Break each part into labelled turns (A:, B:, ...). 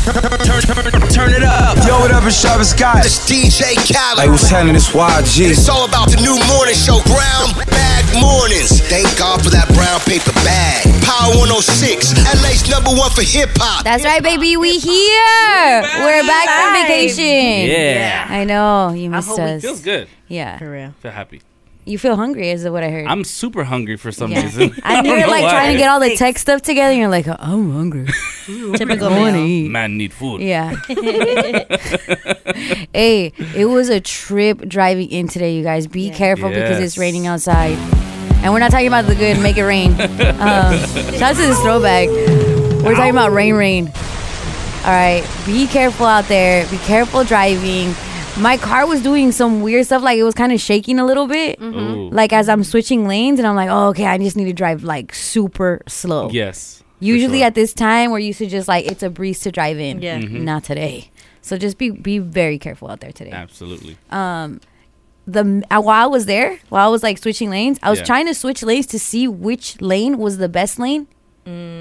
A: turn, turn, turn it up.
B: Yo, what up, it's Travis Scott.
C: It's DJ Khaled.
B: Hey, what's happening? It's YG.
C: It's all about the new morning show, Brown Bag Mornings. Thank God for that brown paper bag. Power 106, LA's number one for hip hop.
D: That's right, baby. We here. We're back from vacation.
A: Yeah.
D: I know you missed us.
A: Feels good.
D: Yeah,
E: real.
A: Feel happy.
D: you feel hungry, is what I heard.
A: I'm super hungry for some
D: Yeah.
A: reason.
D: and
A: I don't
D: you're
A: know
D: like
A: why.
D: trying to get all the tech stuff together. And you're like, oh, I'm hungry.
E: Typical
D: I want to
E: male.
D: eat.
A: Man need food.
D: Yeah. hey, it was a trip driving in today, you guys. Be careful because it's
A: Yes.
D: raining outside. And we're not talking about the good, make it rain. Um, shout out to this throwback. We're talking about rain, rain. All right, be careful out there. Be careful driving. My car was doing some weird stuff, like it was kind of shaking a little bit.
E: Mm-hmm.
A: Ooh.
D: Like as I'm switching lanes, and I'm like, oh, okay, I just need to drive like super slow.
A: Yes. for
D: Usually
A: sure. Mm-hmm.
D: at this time, we're used to just like it's a breeze to drive in.
E: Yeah.
D: Not today. So just be be very careful out there today.
A: Absolutely.
D: The uh, while I was there, while I was like switching lanes, I was
A: Yeah.
D: trying to switch lanes to see which lane was the best lane.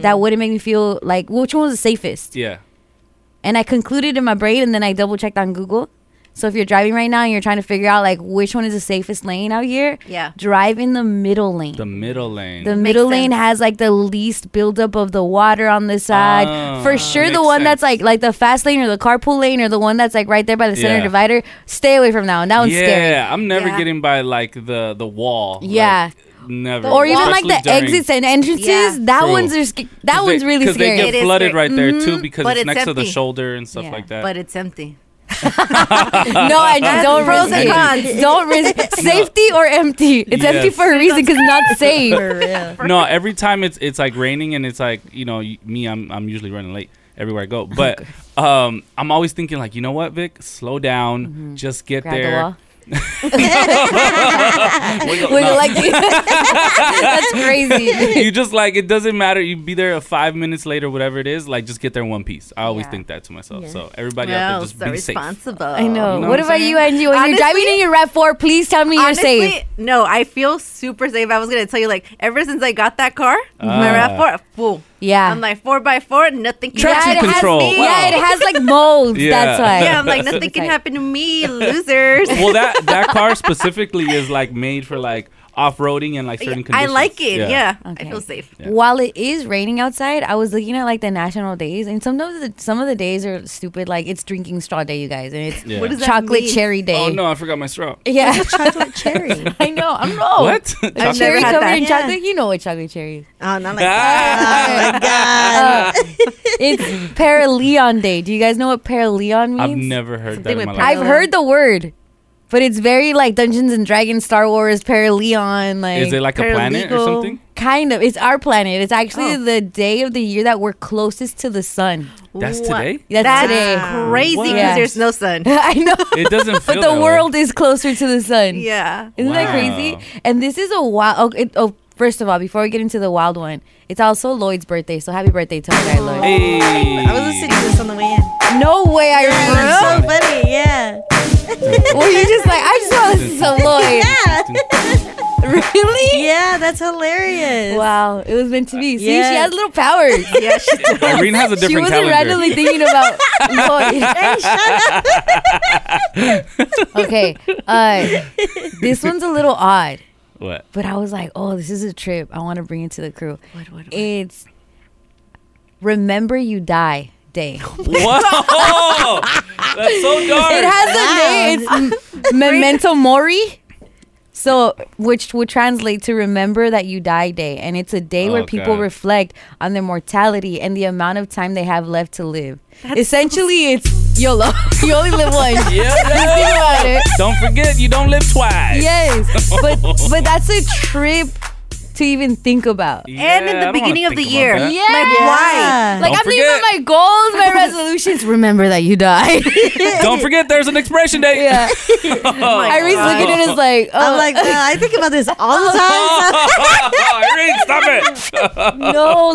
D: That wouldn't make me feel like which one was the safest.
A: Yeah.
D: And I concluded in my brain, and then I double checked on Google. So if you're driving right now and you're trying to figure out like which one is the safest lane out here,
E: Yeah.
D: drive in the middle lane.
A: The middle lane.
D: The
A: Makes
D: middle lane
E: sense.
D: has like the least buildup of the water on the side.
A: Ah,
D: For sure, the
A: makes
D: one that's
A: sense.
D: like like the fast lane or the carpool lane or the one that's like right there by the center
A: Yeah.
D: divider. Stay away from that one. That one's
A: yeah,
D: scary.
A: I'm never
E: Yeah.
A: getting by like the the wall.
D: Yeah.
A: Like, never.
D: Or even like
A: Especially
D: the
A: during-
D: exits and entrances.
E: Yeah.
D: That
A: True.
D: one's are sc- that one's
A: they-
D: really
A: 'cause
D: scary. Mm-hmm.
A: They
E: It
A: get
E: is
A: flooded
E: scary.
A: right there too because
E: But
A: it's
E: it's
A: next to the
E: empty.
A: shoulder and stuff
D: Yeah.
A: like that.
E: But it's empty.
D: no, I don't
E: pros
D: risk
E: and
D: it.
E: cons.
D: Don't risk safety or empty. It's empty
A: Yes.
D: for a reason because not safe.
E: real.
A: no, every time it's it's like raining and it's like you know y- me I'm I'm usually running late everywhere I go, but um I'm always thinking like you know what Vic, slow down, just get
D: Mm-hmm. Grab the
A: there.
D: wall. Wiggle like that's crazy.
A: you just like it doesn't matter. You be there five minutes later, whatever it is. Like just get there in one piece. I always
D: Yeah.
A: think that to myself. So everybody out
E: Well,
A: there, just
E: so
A: be safe.
E: responsible.
D: I know.
A: You know what
D: what
A: I'm
D: about
A: saying?
D: you, Angie? When you're
E: Honestly-
D: driving in your Rav Four, please tell me you're safe.
E: No, I feel super safe. I was gonna tell you, like, ever since I got that car, my
A: Ah.
E: Rav4, fool.
D: Yeah.
E: I'm like four by four, nothing. can
A: Traction
E: happen to
A: control.
E: me.
A: Wow.
D: Yeah, it has like molds.
A: Yeah.
D: That's why.
E: Yeah, I'm like nothing can
D: Like-
E: happen to me, losers.
A: well, that that car specifically is like made for like off roading and like certain
E: I
A: conditions.
E: like it. Yeah,
D: Okay.
E: I feel safe.
A: Yeah.
D: While it is raining outside, I was looking at like the national days, and sometimes the, some of the days are stupid. Like it's drinking straw day, you guys, and it's
A: Yeah. What does
E: that
D: chocolate
E: mean?
D: cherry day.
A: Oh no, I forgot my straw.
D: Yeah,
E: Chocolate cherry.
D: I know. I know.
A: What?
D: A
A: Chocolate-
E: never
D: cherry
E: had
D: covered
E: Oh. that.
D: in
E: Yeah.
D: chocolate. You know what chocolate cherry is.
E: Oh, not like
A: Ah.
D: Uh, it's Paraleon Day. Do you guys know what Paraleon means?
A: I've never heard that in
E: with
A: my
D: I've
A: life.
D: heard the word, but it's very like Dungeons and Dragons, Star Wars, Paraleon. Like
A: Is it like a planet or
E: paralegal.
A: something?
D: Kind of. It's our planet. It's actually
E: Oh.
D: the day of the year that we're closest to the sun.
A: That's
E: What?
A: today.
D: That's,
E: That's
D: today.
E: crazy because
D: Yes.
E: there's no sun.
D: I know.
A: It doesn't. Feel
D: But
A: that
D: the
A: way.
D: world is closer to the sun.
E: Yeah.
D: Isn't that crazy?
A: Wow.
D: And this is a wild. Oh, it, oh, first of all, before we get into the wild one, it's also Lloyd's birthday. So happy birthday to our guy, Lloyd.
A: Hey.
F: I was listening to this on the way in.
D: No way I
F: It's
D: remember.
F: so funny, yeah.
D: Were you just like, I just want to listen to Lloyd? Really?
F: Yeah, that's hilarious.
D: Wow, it was meant to be. See,
F: Yeah.
D: she has little powers.
E: Yeah, she does.
A: Irene has a different
D: she wasn't
A: calendar.
D: randomly thinking about Lloyd. okay, uh, this one's a little odd,
A: What?
D: but I was like, oh, this is a trip. I want to bring it to the crew.
E: what, what?
D: It's Remember You Die Day.
A: Whoa! That's so dark.
D: It has a name. It's M- Memento Mori. So, which would translate to Remember That You Die Day. And it's a day where
A: Oh,
D: people
A: God.
D: reflect on their mortality and the amount of time they have left to live. Essentially, it's YOLO. you only live once.
A: Yeah.
D: Just think about it.
A: don't forget, you don't live twice.
D: Yes. But, but that's a trip to even think about. Yeah.
A: Yeah,
E: And in
A: I
E: the
A: don't wanna
E: beginning of
A: think
E: the
A: about
E: year.
A: that.
D: Like,
F: Why?
D: I'm
A: Don't
D: thinking about my
A: forget.
D: goals, my resolutions. Remember that you die.
A: Don't forget, there's an expiration date.
D: yeah.
A: Oh,
D: Irene's looking at us like, oh,
F: I'm like, uh, I think about this all the time.
A: Irene, stop it.
D: no,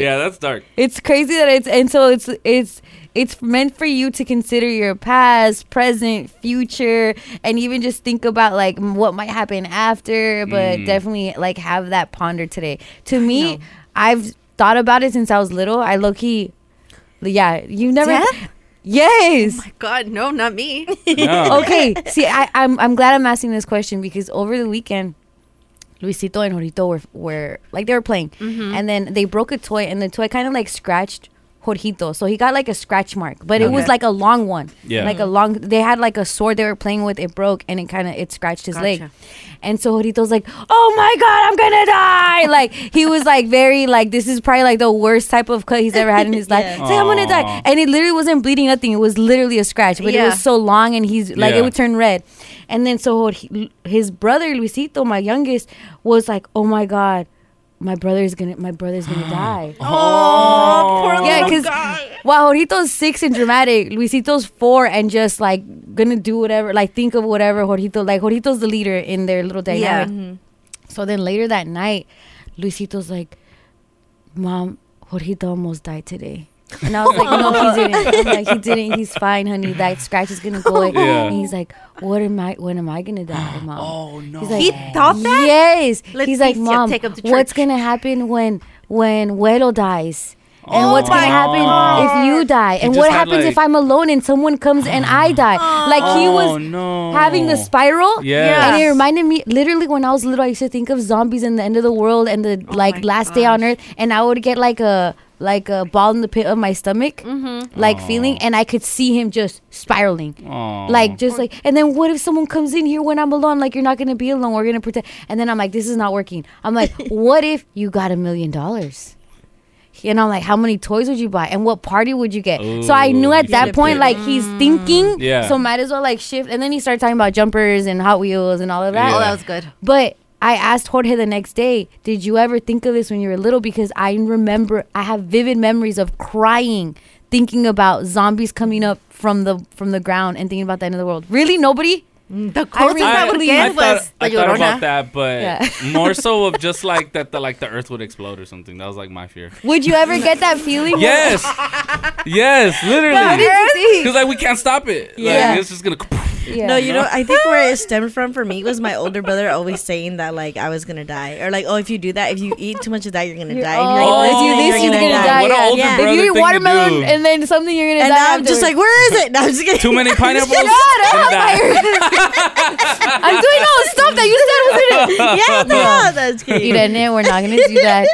A: Yeah, that's dark.
D: It's crazy that it's and so it's it's it's meant for you to consider your past, present, future, and even just think about like m- what might happen after. But definitely like have that ponder today. To me, I've thought about it since I was little. I low key Yeah, you never.
E: Death?
D: Yes.
E: God, no, not me.
A: No.
D: okay. See, I, I'm I'm glad I'm asking this question because over the weekend, Luisito and Jorito were were like they were playing, and then they broke a toy, and the toy kind of like scratched Jorito, so he got like a scratch mark, but it was
E: Okay.
D: like a long one,
A: Yeah.
D: like a long. They had like a sword they were playing with. It broke, and it kind of it scratched his leg,
E: Gotcha.
D: and so Jorito's like, "Oh my god, I'm gonna die!" Like he was like very like this is probably like the worst type of cut he's ever had in his life.
F: Yeah.
D: He's like, I'm gonna
A: Aw.
D: die, and it literally wasn't bleeding, nothing. It was literally a scratch, but it
E: Yeah.
D: was so long, and he's like
A: Yeah.
D: it would turn red. And then so he- his brother Luisito, my youngest, was like, "Oh my god, my brother's gonna my brother's gonna die."
E: Oh, poor
D: Yeah,
E: little
D: because
E: guy.
D: while Jorito's six and dramatic, Luisito's four and just like gonna do whatever, like think of whatever Jorito, like Jorito's the leader in their little dynamic.
E: Yeah.
D: So then later that night, Luisito's like, Mom, Jorito almost died today. And I was like, No, he didn't. I'm like, he didn't. He's fine, honey. That scratch is gonna go away.
A: Yeah.
D: And he's like, What am I when am I gonna die, mom? Oh no. He's like,
E: He thought that?
D: Yes.
E: Let's
D: he's like,
E: see,
D: Mom,
E: take him to
D: what's
E: church."
D: gonna happen when when Welo dies? And what's
A: Oh
D: gonna
A: my
D: happen
A: God.
D: if you die? And
A: just
D: what
A: had,
D: happens
A: like-
D: if I'm alone and someone comes and I die? Like he
A: Oh,
D: was
A: no.
D: having the spiral.
A: Yeah.
D: And it reminded me literally when I was little, I used to think of zombies and the end of the world and
E: Oh
D: the like last day on earth, and I would get like a like a ball in the pit of my stomach,
E: Mm-hmm.
D: like feeling, and I could see him just spiraling.
A: Aw.
D: Like just like, and then what if someone comes in here when I'm alone? Like you're not gonna be alone. We're gonna pretend. And then I'm like, this is not working. I'm like, what if you got a million dollars? And I'm like, how many toys would you buy? And what party would you get? so I
A: Ooh,
D: knew at
A: you
D: that
A: should
D: point,
A: pick.
D: like he's thinking.
A: Mm. Yeah.
D: So might as well like shift. And then he started talking about jumpers and Hot Wheels and all of that.
A: Yeah.
E: Oh, that was good.
D: But I asked Jorge the next day, did you ever think of this when you were little? Because I remember, I have vivid memories of crying, thinking about zombies coming up from the from the ground and thinking about the end of the world. Really, nobody?
E: The closest
D: Mm, I-
E: I would
D: I
E: get
A: thought,
E: was
A: I
E: La
A: thought about
E: Llorona.
A: that, but
D: Yeah.
A: more so of just like that, the like the Earth would explode or something. That was like my fear.
D: Would you ever get that feeling?
A: Yes, yes,
D: How
A: literally,
D: did you
A: because
D: think?
A: like we can't stop it.
F: Yeah.
A: like, it's just gonna.
D: Yeah.
F: No, you know, I think where it stemmed from for me was my older brother always saying that like I was gonna die, or like, oh, if you do that, if you eat too much of that, you're gonna die. If you
D: oh,
F: like,
D: if you
F: this,
D: this, you're gonna die.
A: What an
D: yeah.
A: older
F: Yeah. If
A: brother
D: If you
A: thing
D: eat
A: to
D: watermelon
A: do.
D: and then something, you're gonna
F: And
D: die.
F: now I'm
D: afterwards.
F: just like, where is it? No, I'm just kidding.
A: Too many pineapples.
D: Get out!
A: and that.
D: I'm, like- I'm doing all the stuff that you said was in it.
F: yeah, what the hell? No, I'm just kidding.
D: You didn't. We're not gonna do that.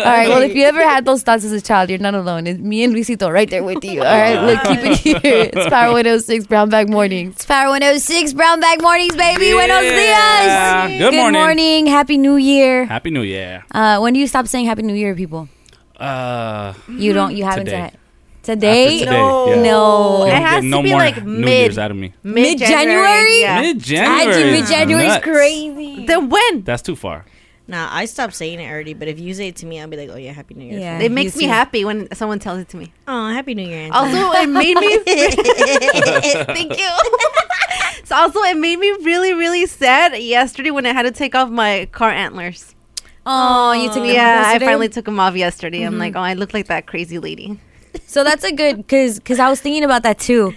D: All right. Well, if you ever had those thoughts as a child, you're not alone. It's me and Luisito right there with you. All right. Look, keep it here. It's Power 106 Brown Bag Mornings. It's Power 106 Brown Bag Mornings, baby. Buenos
A: Yeah.
D: dias.
A: Good morning.
D: Happy New Year.
A: Happy New Year.
D: Uh, when do you stop saying Happy New Year, people?
A: Uh,
D: You don't. You haven't
A: Today.
D: said it. Today.
A: after today, yeah.
D: No.
A: You
E: It
A: don't
E: has
A: get
E: to
A: no
E: be,
A: more
E: like,
A: New
E: mid-
A: Year's out of me.
D: Mid-January?
E: Yeah.
A: Mid January.
D: Mid January is crazy.
E: Then when?
A: That's too far.
F: Nah, I stopped saying it already. But if you say it to me, I'll be like, oh yeah, happy New Year.
D: Yeah.
E: It makes
D: you
E: me
D: too.
E: happy when someone tells it to me.
F: Oh, happy New Year. Anthony.
E: Also, it made me. Thank you. so also, it made me really, really sad yesterday when I had to take off my car antlers.
D: Oh, you took them
E: yeah, I
D: yesterday? Mm-hmm.
E: finally took them off yesterday. I'm like, oh, I look like that crazy lady.
D: So that's a good cause cause I was thinking about that too.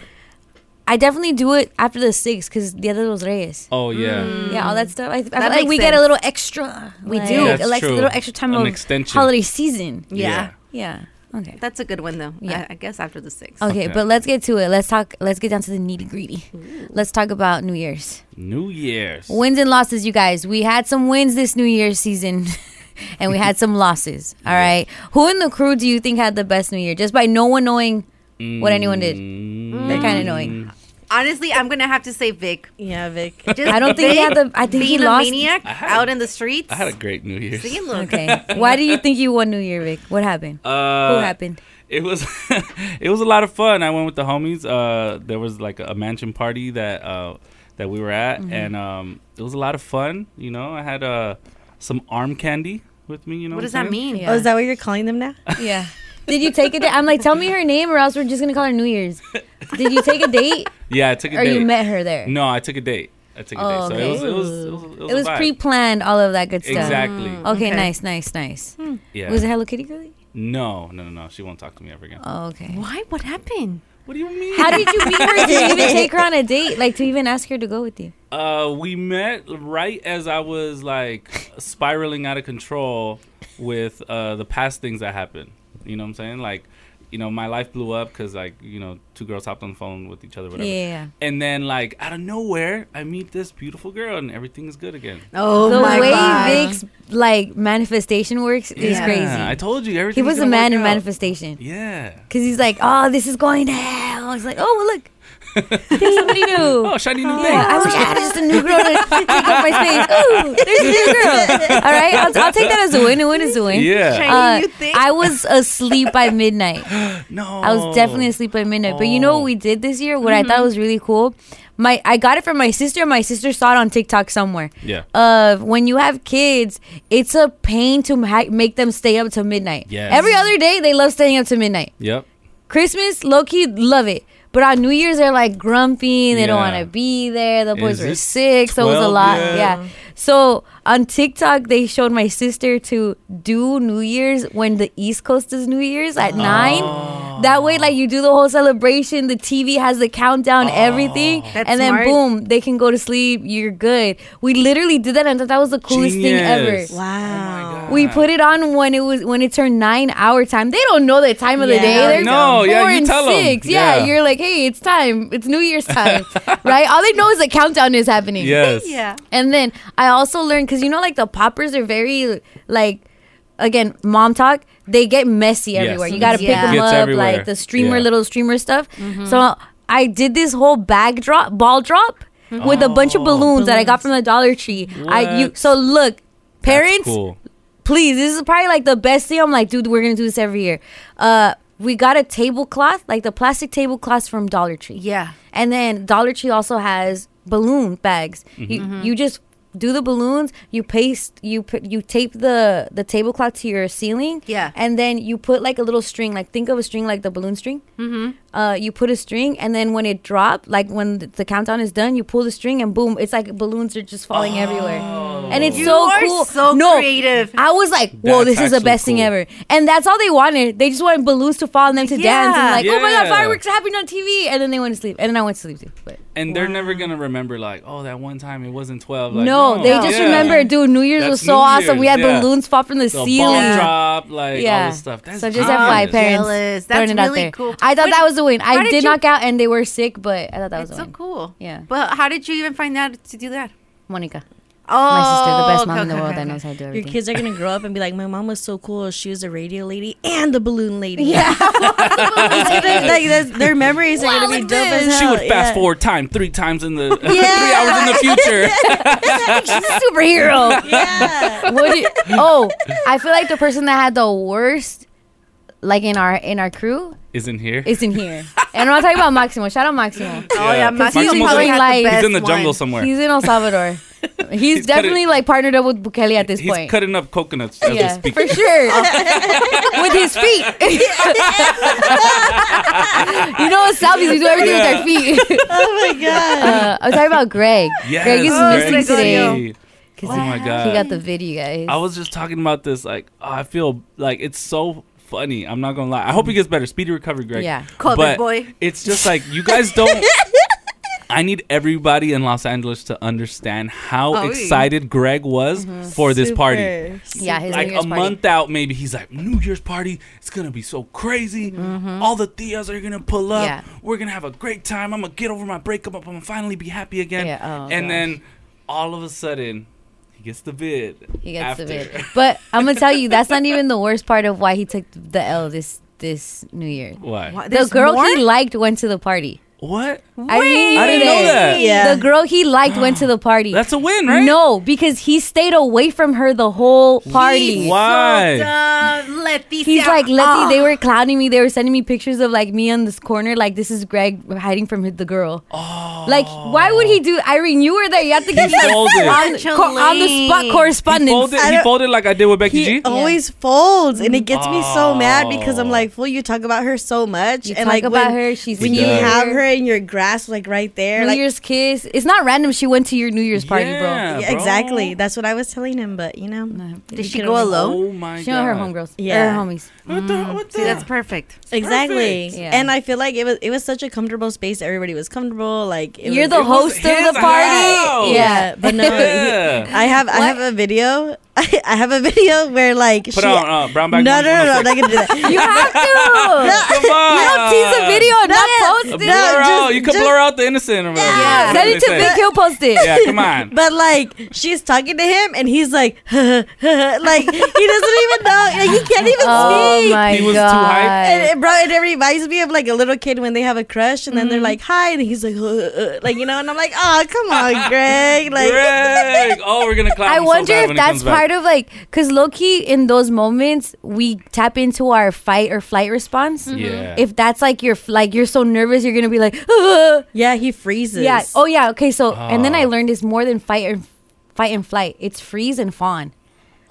D: I definitely do it after the six because the other was Reyes.
A: Oh yeah.
D: Yeah, all that stuff. I, I feel like
E: Mm. makes
D: we get a
E: sense.
D: little extra. We
F: do.
A: That's
D: like
A: true.
D: a little extra time
A: An
D: of
A: extension.
D: holiday season.
E: Yeah.
D: Yeah. Okay.
E: That's a good one though.
D: Yeah. Oh.
E: Yeah, I, I guess after the six.
D: okay.
A: Okay.
D: but let's get to it. Let's talk. Let's get down to the nitty gritty. Let's talk about New Year's
A: New Year's.
D: wins and losses. You guys, we had some wins this New Year's season, and we had some losses. All right. Who in the crew do you think had the best New Year? Just by no one knowing what anyone did,
A: Mm.
D: they're kind of
E: Mm.
D: annoying.
E: Honestly, I'm gonna have to say Vic.
F: yeah, Vic.
E: Just
D: I don't think he
E: Vic
D: had the. I think he
E: being a
D: lost.
E: maniac
A: I had
E: out
A: a-
E: in the streets.
A: I had a great New Year's.
E: See, look.
D: Okay. Why do you think you won New Year, Vic? What happened?
A: Uh,
D: Who happened?
A: It was it was a lot of fun. I went with the homies. Uh, there was like a mansion party that uh, that we were at,
D: Mm-hmm.
A: and um, it was a lot of fun. You know, I had uh, some arm candy with me. You know,
E: What does
A: I'm
E: that
A: saying?
E: mean?
D: Yeah.
F: Oh, is that what you're calling them now?
D: Yeah. Did you take a date? I'm like, tell me her name, or else we're just gonna call her New Year's. Did you take a date,
A: Yeah, I took a
D: or
A: date.
D: you met her there?
A: No, I took a date. I took a
D: Oh,
A: date. So
D: okay.
A: it was it was it was, it was,
D: It was
A: a vibe.
D: pre-planned, all of that good stuff.
A: Exactly. Hmm.
D: Okay,
E: Okay.
D: nice, nice, nice.
A: Yeah.
D: Was it Hello Kitty girly?
A: no, no, no, no. She won't talk to me ever again.
D: Oh, okay.
E: Why? What happened?
A: What do you mean?
D: How did you meet her to even take her on a date, like to even ask her to go with you?
A: Uh, we met right as I was like spiraling out of control with uh, the past things that happened. You know what I'm saying? Like you know, my life blew up because like you know, two girls hopped on the phone with each other, whatever.
D: Yeah.
A: And then like out of nowhere, I meet this beautiful girl, and everything is good again.
E: Oh
D: the
E: my
D: way
E: god.
D: Vic's like manifestation works is
A: Yeah, I
D: crazy.
A: told you
D: He
A: everything.
D: was a
A: gonna
D: man
A: work
D: in
A: out.
D: manifestation.
A: Yeah.
D: Cause he's like, oh, this is going down. It's like, oh, well, look, there's somebody new.
A: Oh, shiny new
D: Yeah, I wish I had just a new girl to take up my space. Ooh, there's a new girl. All right, I'll, I'll take that as a win. A win is a win.
A: thing. Yeah.
D: Uh,
E: You think?
D: I was asleep by midnight.
A: No.
D: I was definitely asleep by midnight. But you know what we did this year? What
E: Mm-hmm.
D: I thought was really cool. My I got it from my sister. My sister saw it on TikTok somewhere.
A: Yeah.
D: Of when you have kids, it's a pain to ha- make them stay up till midnight.
A: Yes.
D: Every other day they love staying up till midnight.
A: Yep.
D: Christmas, low key, love it. But on New Year's, they're like grumpy. They don't
A: Yeah.
D: want to be there. The boys
A: Is
D: were
A: it
D: sick, so it was a
A: 12?
D: lot.
A: Yeah.
D: Yeah. So on TikTok, they showed my sister to do New Year's when the East Coast is New Year's
A: Oh.
D: at nine. That way, like you do the whole celebration. The TV has the countdown,
A: Oh.
D: everything,
E: That's
D: and then
E: smart.
D: boom, they can go to sleep. You're good. We literally did that, and I thought that was the coolest thing
A: Genius.
D: ever.
F: Wow.
D: We put it on when it was when it turned nine hour time. They don't know the time of the
F: Yeah.
D: day. They're
A: No,
D: four
A: yeah, you
D: and
A: tell 'em.
D: six. Yeah.
A: Yeah.
D: you're like, hey, it's time. It's New Year's time, right? All they know is the countdown is happening.
A: Yes.
E: Yeah.
D: And then I also learned because you know, like the poppers are very like, again, mom talk. They get messy
A: Yes.
D: everywhere. You gotta
E: Yeah.
D: pick them
A: Gets
D: up,
A: everywhere.
D: like the streamer,
A: Yeah.
D: little streamer stuff. So I did this whole bag drop, ball drop. With a bunch of
A: Oh.
D: balloons, that I got from the Dollar Tree, I you
A: What?
D: so look, parents,
A: Cool.
D: please this is probably like the best thing i'm like dude we're gonna do this every year uh we got a tablecloth like the plastic tablecloth from dollar tree
E: Yeah.
D: and then dollar tree also has balloon bags you
E: Mm-hmm.
D: you just do the balloons you paste you put you tape the the tablecloth to your ceiling
E: Yeah.
D: and then you put like a little string like think of a string like the balloon string
E: Mm-hmm.
D: uh, you put a string and then when it dropped like when th- the countdown is done you pull the string and boom it's like balloons are just falling everywhere and it's
E: You
D: so
E: are
D: cool
E: so
D: no
E: creative.
D: i was like whoa
A: That's
D: this is the
A: actually
D: best thing
A: cool.
D: ever and that's all they wanted they just wanted balloons to fall and them to dance and
E: Yeah.
D: like oh my god
A: Yeah.
D: fireworks are happening on tv and then they went to sleep and then i went to sleep too but
A: And they're never gonna remember like, oh, that one time it wasn't twelve. Like,
D: no, they just
A: Yeah.
D: remember dude new year's
A: That's
D: was so
A: New
D: awesome we
A: Year's,
D: had
A: yeah.
D: balloons fall from the,
A: The
D: ceiling
A: bomb drop, like all
D: Yeah.
A: this stuff. That's
D: so just
A: genius.
D: FYI, parents,
E: Jealous.
D: throwing
E: That's
D: it out
E: really
D: there.
E: cool.
D: I thought
E: Wait,
D: that was the win.
E: how
D: I
E: did
D: did,
E: you-
D: knock out, and they were sick, but I thought that was
E: It's
D: the
E: so
D: win.
E: cool.
D: Yeah.
E: But how did you even find out to do that?
D: Monica,
E: Oh,
D: my sister, the best mom
E: okay,
D: in the
E: Oh, okay,
D: world
E: okay.
D: that knows how to do
F: Your
D: everything.
F: kids are gonna grow up and be like, my mom was so cool. She was a radio lady and the balloon lady. Yeah, like that's, their memories are gonna be dope as
A: She
F: hell.
A: would fast
F: yeah.
A: forward time three times in the three hours in the future.
D: She's a superhero.
F: Yeah.
D: What do you- oh, I feel like the person that had the worst, like in our in our crew,
A: Isn't here.
D: is in here. And I'm not talking about Maximo. Shout out Maximo.
E: Oh yeah, Maximo
A: Maximo's
E: probably
D: in-
E: had the
D: He's
E: best
A: He's in the jungle
E: one.
A: somewhere.
D: He's in El Salvador. He's,
A: cut it-
D: definitely like partnered up with Bukele at this
A: He's
D: point.
A: cutting up coconuts as we
D: yeah,
A: speak.
D: for sure. with his feet. you know what selfies? We do everything
A: Yeah.
D: with our feet.
F: Oh my god.
D: uh, I was talking about Greg.
A: Yes,
D: Greg is
E: Oh,
D: missing
E: Greg
D: today.
A: Gregorio. Oh my god.
D: He got the video, guys.
A: I was just talking about this. Like, oh, I feel like it's so funny. I'm not gonna lie. I hope he gets better. Speedy recovery, Greg.
D: Yeah.
E: Covered
A: But
E: boy.
A: It's just like you guys don't. I need everybody in Los Angeles to understand how
E: Oh, Mm-hmm. yeah.
A: excited Greg was for this party.
D: yeah, his
A: Like
D: New
A: a
D: Year's party.
A: month out, maybe he's like, New Year's party, it's gonna be so crazy. All the Theas are gonna pull up.
D: Mm-hmm. Yeah.
A: We're gonna have a great time. I'm gonna get over my breakup. I'm gonna finally be happy again.
D: Yeah, oh,
A: and
D: gosh.
A: then all of a sudden, he gets the bid.
D: He gets the
A: after.
D: bid. But I'm gonna tell you, that's not even the worst part of why he took the L this this New Year.
A: Why? What?
D: The
E: There's
D: girl
E: more?
D: he liked went to the party. I,
A: I didn't know that.
F: Yeah.
D: The girl he liked went to the party.
A: That's a win, right?
D: No, because he stayed away from her the whole party.
A: Why?
E: So dumb. Leticia.
D: He's like, Letty,
E: Oh.
D: they were clowning me. They were sending me pictures of like me on this corner, like this is Greg hiding from hi- the girl. Oh. Like, why would he do? Irene, you were there. You have to give me
A: folded.
D: on, the-
E: Such a
D: co- on the spot
E: lame.
A: He
D: correspondence.
A: folded, he
F: don't-
A: folded like I did with Becky
F: He
A: G.
F: always folds, and it gets me so mad because I'm
A: Oh.
F: like, "Fool, you talk about her so much,
D: You
F: and
D: talk
F: like
D: about
F: when,
D: her, she's
F: when you
A: here.
F: have her in your grasp, like right there.
D: New
F: like
D: Year's kiss. It's not random. She went to your New Year's party,
A: Yeah. Oh
D: bro.
F: Yeah,
A: bro.
F: exactly. That's what I was telling him. But you know,
D: Did
E: she go alone?
A: Oh my
D: She
A: god.
D: know her Mm-hmm. homegirls. Yeah,
F: Yeah.
D: her homies.
A: What the? What the?
E: See, that's perfect.
F: exactly.
D: perfect. Yeah.
F: And I feel like it was it was such a comfortable space. Everybody was comfortable. Like it
D: You're
F: was-
A: It
D: the
A: was
D: host of the
A: his
D: party.
A: house.
D: Yeah,
F: yeah, but no.
A: Yeah.
F: I have I have a video. I, have a video where like
A: Put
F: she.
A: on uh, brown
F: no,
A: bag.
F: no,
A: one-
F: no, no, I'm not gonna do that.
D: you have to.
A: Come on.
D: You don't tease a video and not post it.
A: Blur out.
F: just-
A: You can
F: just-
A: blur out the innocent. Or whatever.
D: Yeah,
A: What
D: send it
A: they
D: to
A: say.
D: Big Hill. Post it.
A: Yeah, come on.
F: But like she's talking to him and he's like, like he doesn't even know. Like he can't even
D: Oh
F: speak.
D: my
A: He was too
D: god.
A: hyped.
F: And it, bro, it reminds me of like a little kid when they have a crush and then they're
D: Mm-hmm.
F: like, hi, and he's like, "Uh, uh," like you know, and I'm like, oh, come on, Greg, like.
A: Greg. Oh, we're gonna clap.
D: I wonder if that's part
A: of.
D: of like, cause low key in those moments we tap into our fight or flight response.
A: Yeah.
D: If that's like you're like you're so nervous, you're gonna be like, "Ugh."
F: Yeah, he freezes.
D: yeah, oh yeah, okay. So and then I
A: Oh.
D: learned it's more than fight and fight and flight. It's freeze and fawn.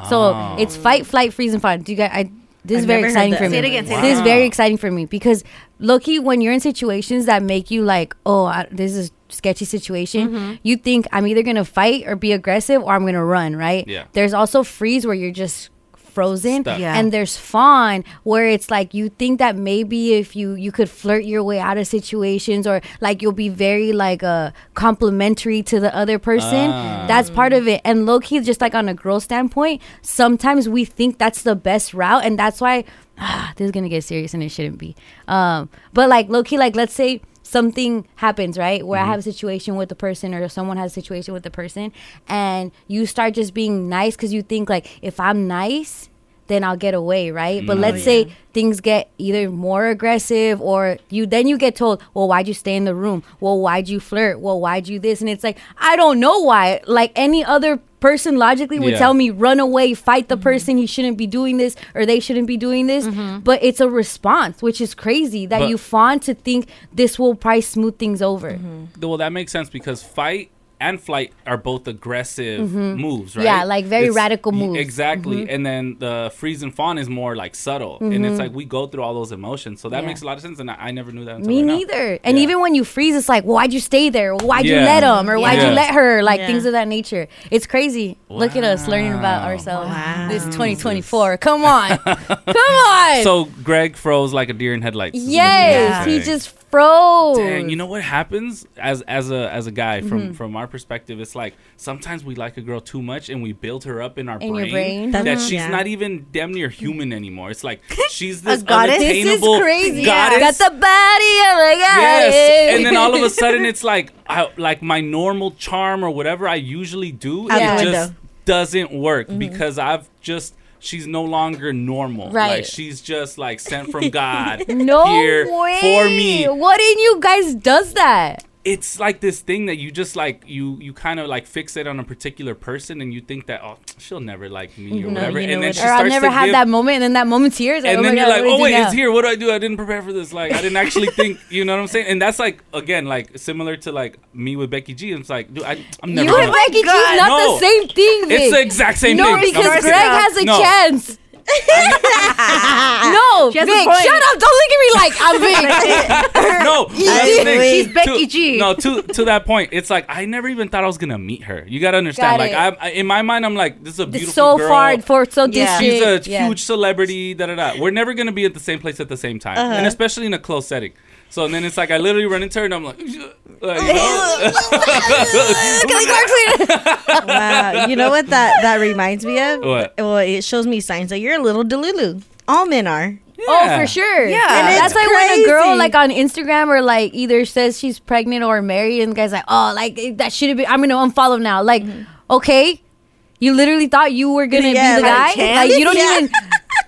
D: So
A: Ah.
D: it's fight, flight, freeze, and fawn. Do you guys? I, this is
F: I've
D: very
F: never heard
D: exciting
F: that.
D: for me.
F: Say it
E: again, say it
D: This is
A: again.
D: very
A: Wow.
D: exciting for me because Loki, when you're in situations that make you like, oh, I, this is a sketchy situation,
F: Mm-hmm.
D: you think I'm either gonna fight or be aggressive or I'm gonna run, right?
A: Yeah.
D: There's also freeze where you're just frozen
A: Stuck.
E: Yeah.
D: and there's fawn where it's like you think that maybe if you you could flirt your way out of situations or like you'll be very like uh complimentary to the other person
A: Ah.
D: that's part of it and low-key just like on a girl standpoint sometimes we think that's the best route and that's why ah, this is gonna get serious and it shouldn't be um but like low-key like let's say something happens right where i have a situation with the person or someone has a situation with the person and you start just being nice because you think like if i'm nice then I'll get away, right? But
A: Mm.
D: let's
A: Oh,
D: say things get either more aggressive or you then you get told, "Well, why'd you stay in the room? Well, why'd you flirt? Well, why'd you this?" And it's like, "I don't know why." Like any other person logically would
A: Yeah. Mm-hmm.
D: tell me, "Run away, fight the person. He shouldn't be doing this or they shouldn't be doing this." But it's a response, which is crazy that
A: But- Mm-hmm.
D: you fawn to think this will probably smooth things over.
A: Well, that makes sense because fight and flight are both aggressive moves, right?
D: Mm-hmm. Yeah, like very radical
A: y-
D: moves. Mm-hmm.
A: Exactly. And then the freeze and fawn is more like subtle. And it's like we go through all those emotions. So that
D: Yeah.
A: makes a lot of sense. And I, I never knew that until
D: Me
A: right now.
D: neither. And
A: Yeah.
D: even when you freeze, it's like, why'd you stay there? Why'd you
A: Yeah.
D: let him? Or why'd
A: Yeah.
D: you let her? Like
F: Yeah.
D: things of that nature. It's crazy. Look at us learning about
A: Wow.
D: ourselves. This 2024. Come on. Come on.
A: So Greg froze like a deer in headlights. is what you're
D: yes, he
A: saying.
D: just froze.
A: Dang, you know what happens as as a as a guy from
D: Mm-hmm.
A: from our perspective? It's like sometimes we like a girl too much and we build her up in our
D: In your
A: brain,
D: brain. Uh-huh.
A: that
F: That's-
A: she's
F: yeah.
A: not even damn near human anymore. It's like she's this
E: goddess?
D: this is
A: unattainable
D: crazy.
A: goddess.
D: Got the body of a goddess.
A: Yes, and then all of a sudden it's like I, like my normal charm or whatever I usually do,
F: Out
A: it
F: the
A: just
F: window.
A: doesn't work
D: Mm-hmm.
A: because I've just she's no longer normal. Like
D: Right.
A: she's just like sent from God
D: no
A: here
D: way.
A: for me.
D: What in you guys does that?
A: It's like this thing that you just like you you kind of like fixate on a particular person and you think that oh she'll never like me or
F: No,
A: whatever,
F: you know
A: and then
F: what-
A: she
D: Or
A: starts
D: I'll never
A: to
D: have
A: give
D: that moment, and then that moment's here. It's like,
A: and
D: oh
A: then
D: my
A: you're
D: God,
A: like,
D: what
A: oh
D: do I do
A: wait,
D: now?
A: it's here. What do I do? I didn't prepare for this. Like, I didn't actually think. You know what I'm saying? And that's like, again, like similar to like me with Becky G. It's like, dude, I, I'm never.
D: You and
A: gonna-
D: Becky G's not
A: No.
D: the same thing.
A: It's
D: Vic.
A: the exact same
D: no,
A: thing. I'm
D: because
A: just
D: Greg
A: kidding.
D: has a
A: No. Ah,
D: chance. no,
E: has a
D: Vic,
E: point.
D: shut up! Don't look at me like I'm Vic.
A: No, that's the thing.
E: She's
A: To-
E: Becky G.
A: No, to to that point, it's like I never even thought I was gonna meet her. You gotta understand.
D: Got
A: like,
D: it.
A: I'm I- in my mind, I'm like, this is a beautiful
D: It's so
A: girl.
D: far, for so
F: Yeah.
D: distant.
A: She's a
D: Yeah.
A: huge celebrity. Da da da. We're never gonna be at the same place at the same time,
E: Uh-huh.
A: and especially in a close setting. So and then it's like I literally run into her and I'm like, like, you know?
F: wow. You know what that that reminds me of?
A: What?
F: Well, it shows me signs that you're a little delulu. All men are.
D: Oh,
A: Yeah.
D: for sure.
E: Yeah. And
D: that's
F: it's
D: like when a girl
F: crazy.
D: like on Instagram or like either says she's pregnant or married, and the guy's like, oh, like eh, that should have been. I'm gonna unfollow now. Like, okay, you literally thought you were gonna
F: Mm-hmm. Yeah,
D: be the
F: like,
D: guy.
F: can-
D: Like you don't
F: Yeah.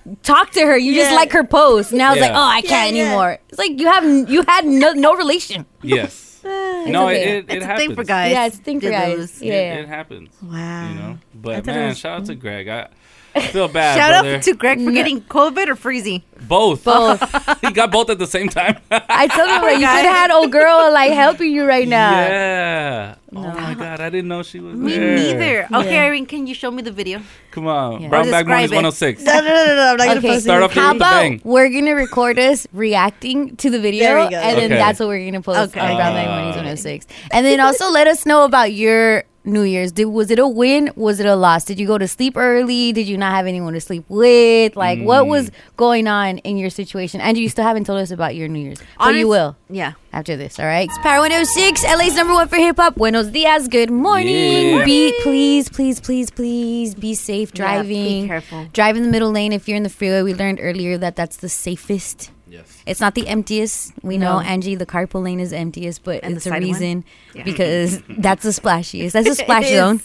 D: even talk to her. You just
F: Yeah.
D: like her post. Now it's like,
A: Yeah.
D: oh, I can't
F: yeah.
D: anymore. It's like you have n- you had no, no relation.
A: Yes. no,
D: okay.
A: it, it, it
E: It's a
A: happens.
E: thing for guys. Ah.
D: Yeah, it's a thing for
E: to
D: guys.
E: lose.
A: It,
D: Yeah.
A: it happens.
F: Wow.
A: You know, but
F: thought it
A: man,
F: was-
A: shout out to Greg. I I feel bad,
E: Shout
A: Ah, brother.
E: out to Greg for getting COVID or freezing.
A: both.
D: Both.
A: he got both at the same time.
D: I tell you what, you could have had old girl like helping you right now.
A: yeah. Oh my god, I didn't know she was
E: Me
A: there.
E: neither. Okay,
F: Yeah.
E: Irene, can you show me the video?
A: Come on,
D: Yeah. Or
A: Brown Bag Mornings
E: describe it.
A: 106.
F: No, no, no, no, no, I'm not gonna
D: Okay,
F: post
A: Start
F: it.
A: off the-
D: How
A: with a bang.
D: about we're gonna record us reacting to the video,
F: There we go.
D: and then
A: Okay.
D: that's what we're gonna post
E: Okay.
D: on Brown Bag
A: Ah.
D: Mornings 106. And then also let us know about your New Year's. Did was it a win? Was it a loss? Did you go to sleep early? Did you not have anyone to sleep with? Like what
A: Mm.
D: was going on in your situation? And you still haven't told us about your New Year's, but
E: Honest-
D: you will
E: Yeah.
D: after this. All right, it's Power 106, LA's number one for hip hop. Buenos dias, good morning.
A: Yeah.
D: Be please, please, please, please be safe
E: Yeah, be
D: driving.
E: careful.
D: Drive in the middle lane if you're in the freeway. We learned earlier that that's the safest.
A: Yes.
D: It's not the emptiest. We know Angie, the carpool lane is emptiest, but
E: And the
D: it's a
E: side one?
D: reason
E: Yeah.
D: because that's the splashiest. That's a splash
E: is.
D: zone.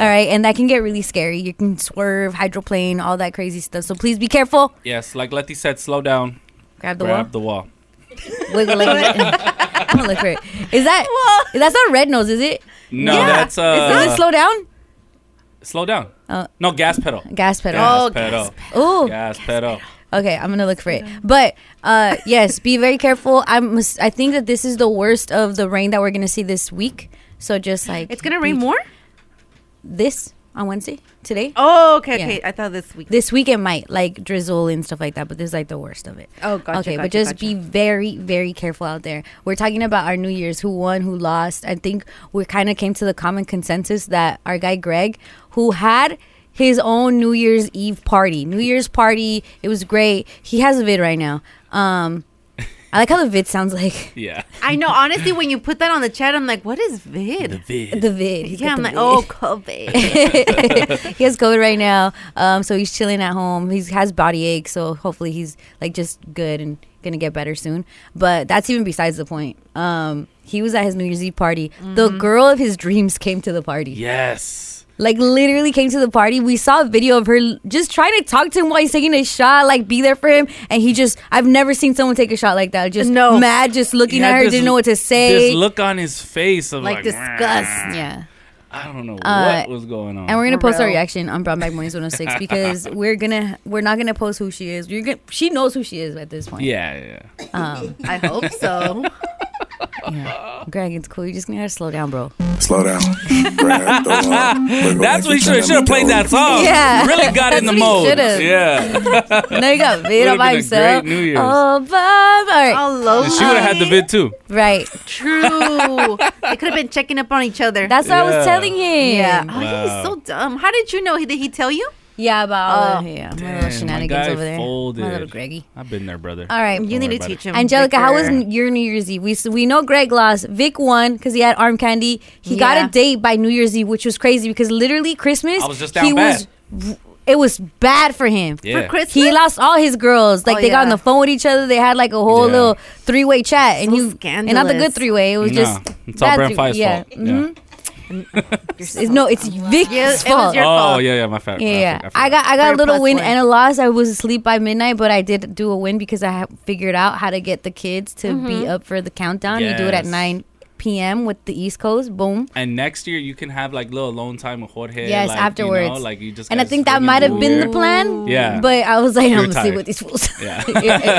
D: All right, and that can get really scary. You can swerve, hydroplane, all that crazy stuff. So please be careful.
A: Yes, like Letty said, slow down.
D: Grab the
A: grab
D: wall.
A: the wall.
D: Wiggle it. I'm gonna look for it. Is that that's not red nose? Is it?
A: No,
E: Yeah,
A: that's uh.
D: Does it slow down?
A: slow down.
D: Oh.
A: no, gas pedal.
D: Gas pedal.
A: Gas
E: Oh,
A: pedal.
D: Oh,
A: Gas pedal.
D: okay. I'm gonna look for it. But uh, yes, be very careful. I'm. I think that this is the worst of the rain that we're gonna see this week. So just like
E: It's gonna
D: be-
E: rain more.
D: this on Wednesday today.
E: Oh, okay,
D: Yeah.
E: okay. I thought this week.
D: This week it might like drizzle and stuff like that, but this is like the worst of it.
E: Oh, gotcha,
D: Okay,
E: gotcha,
D: but just
E: gotcha.
D: be very, very careful out there. We're talking about our New Year's, who won, who lost. I think we kind of came to the common consensus that our guy Greg, who had his own New Year's Eve party, New Year's party, it was great. He has a vid right now. Um, I like how the vid sounds like
A: Yeah.
E: I know. Honestly, when you put that on the chat, I'm like, what is vid?
A: Vid.
D: the vid. He's got
E: Yeah, I'm
D: the
E: like,
D: vid.
E: oh, COVID.
D: he has COVID right now, um, so he's chilling at home. He has body ache, so hopefully he's like just good and gonna get better soon. But that's even besides the point. Um, he was at his New Year's Eve party. The
A: Mm-hmm.
D: girl of his dreams came to the party.
A: Yes.
D: Like literally came to the party. We saw a video of her l- just trying to talk to him while he's taking a shot, like be there for him. And he just I've never seen someone take a shot like that. Just
E: No.
D: mad, just looking
A: He had
D: at her,
A: this-
D: didn't know what to say.
A: This look on his face of like,
E: like disgust.
D: yeah.
A: I don't know
D: Uh,
A: what was going on.
D: and we're gonna
E: For
D: post our
E: real.
D: reaction on Brown Bag Mornings 106 because we're gonna we're not gonna post who she is. You're gonna she knows who she is at this point.
A: yeah, yeah, yeah.
E: I hope so.
D: Yeah. Greg, it's cool. You just gotta slow down, bro.
B: Slow down. Grab the wall.
A: That's what he should have played that song.
D: Yeah.
A: Really got in the
D: That's what
A: mode.
D: he should've.
A: Yeah.
D: There you
A: Would've
D: go. Vid all by
A: been a great
D: himself.
A: New Year's.
D: Oh, Bob. All right.
E: Oh, love.
A: she would have had the vid too.
D: Right.
E: True. they could have been checking up on each other.
D: That's what I
A: Yeah.
D: was telling him.
E: yeah. Oh,
A: Wow.
E: he's so dumb. How did you know? Did he tell you?
D: Yeah, about all
E: Oh.
D: the, yeah, my
A: Damn,
D: little
A: my
D: shenanigans
A: guy
D: over there.
A: folded.
D: My little Greggy.
A: I've been there, brother.
D: All right.
E: You
A: worry
E: need to
A: about
E: teach
A: it.
E: him.
D: Angelica, how was
E: Vicar.
D: n- your New Year's Eve? We s- we know Greg lost. Vic won because he had arm candy. He got
E: Yeah.
D: a date by New Year's Eve, which was crazy because literally Christmas.
A: I was just
D: he
A: down bad.
D: was. It was bad for him.
A: Yeah.
E: for Christmas?
D: He lost all his girls. Like
E: Oh,
D: they got on
E: yeah.
D: the phone with each other. They had like a whole
A: Yeah.
D: little three way chat, and
E: So
D: you and not the good
E: scandalous.
D: three way. It was
A: Nah,
D: just
A: it's all
D: bad
A: Brand
D: three-
A: Fi's
D: yeah.
A: fault. Yeah.
D: Mhm. It's- no, it's Vic's
E: Yeah, it was
D: fault.
E: your-
A: Oh,
E: fault.
A: yeah, yeah, my fault.
D: Yeah, yeah.
A: forgot-
D: I, got I
E: For
D: got a
E: your
D: little
E: plus
D: win
E: one.
D: and a loss. I was asleep by midnight, but I did do a win because I ha- figured out how to get the kids to be
E: Mm-hmm.
D: up for the countdown. You do it at
A: Yes.
D: nine p.m. with the East Coast. Boom.
A: And next year you can have like little alone time with Jorge.
D: yes,
A: like,
D: afterwards.
A: You know, like you just.
D: and I
A: guys
D: think that
A: bring
D: might
A: in
D: have
A: beer.
D: been the plan.
A: Yeah.
D: But I was like,
A: were
D: I'm gonna see
A: tired.
D: what these fools.
A: Yeah.
D: Yeah.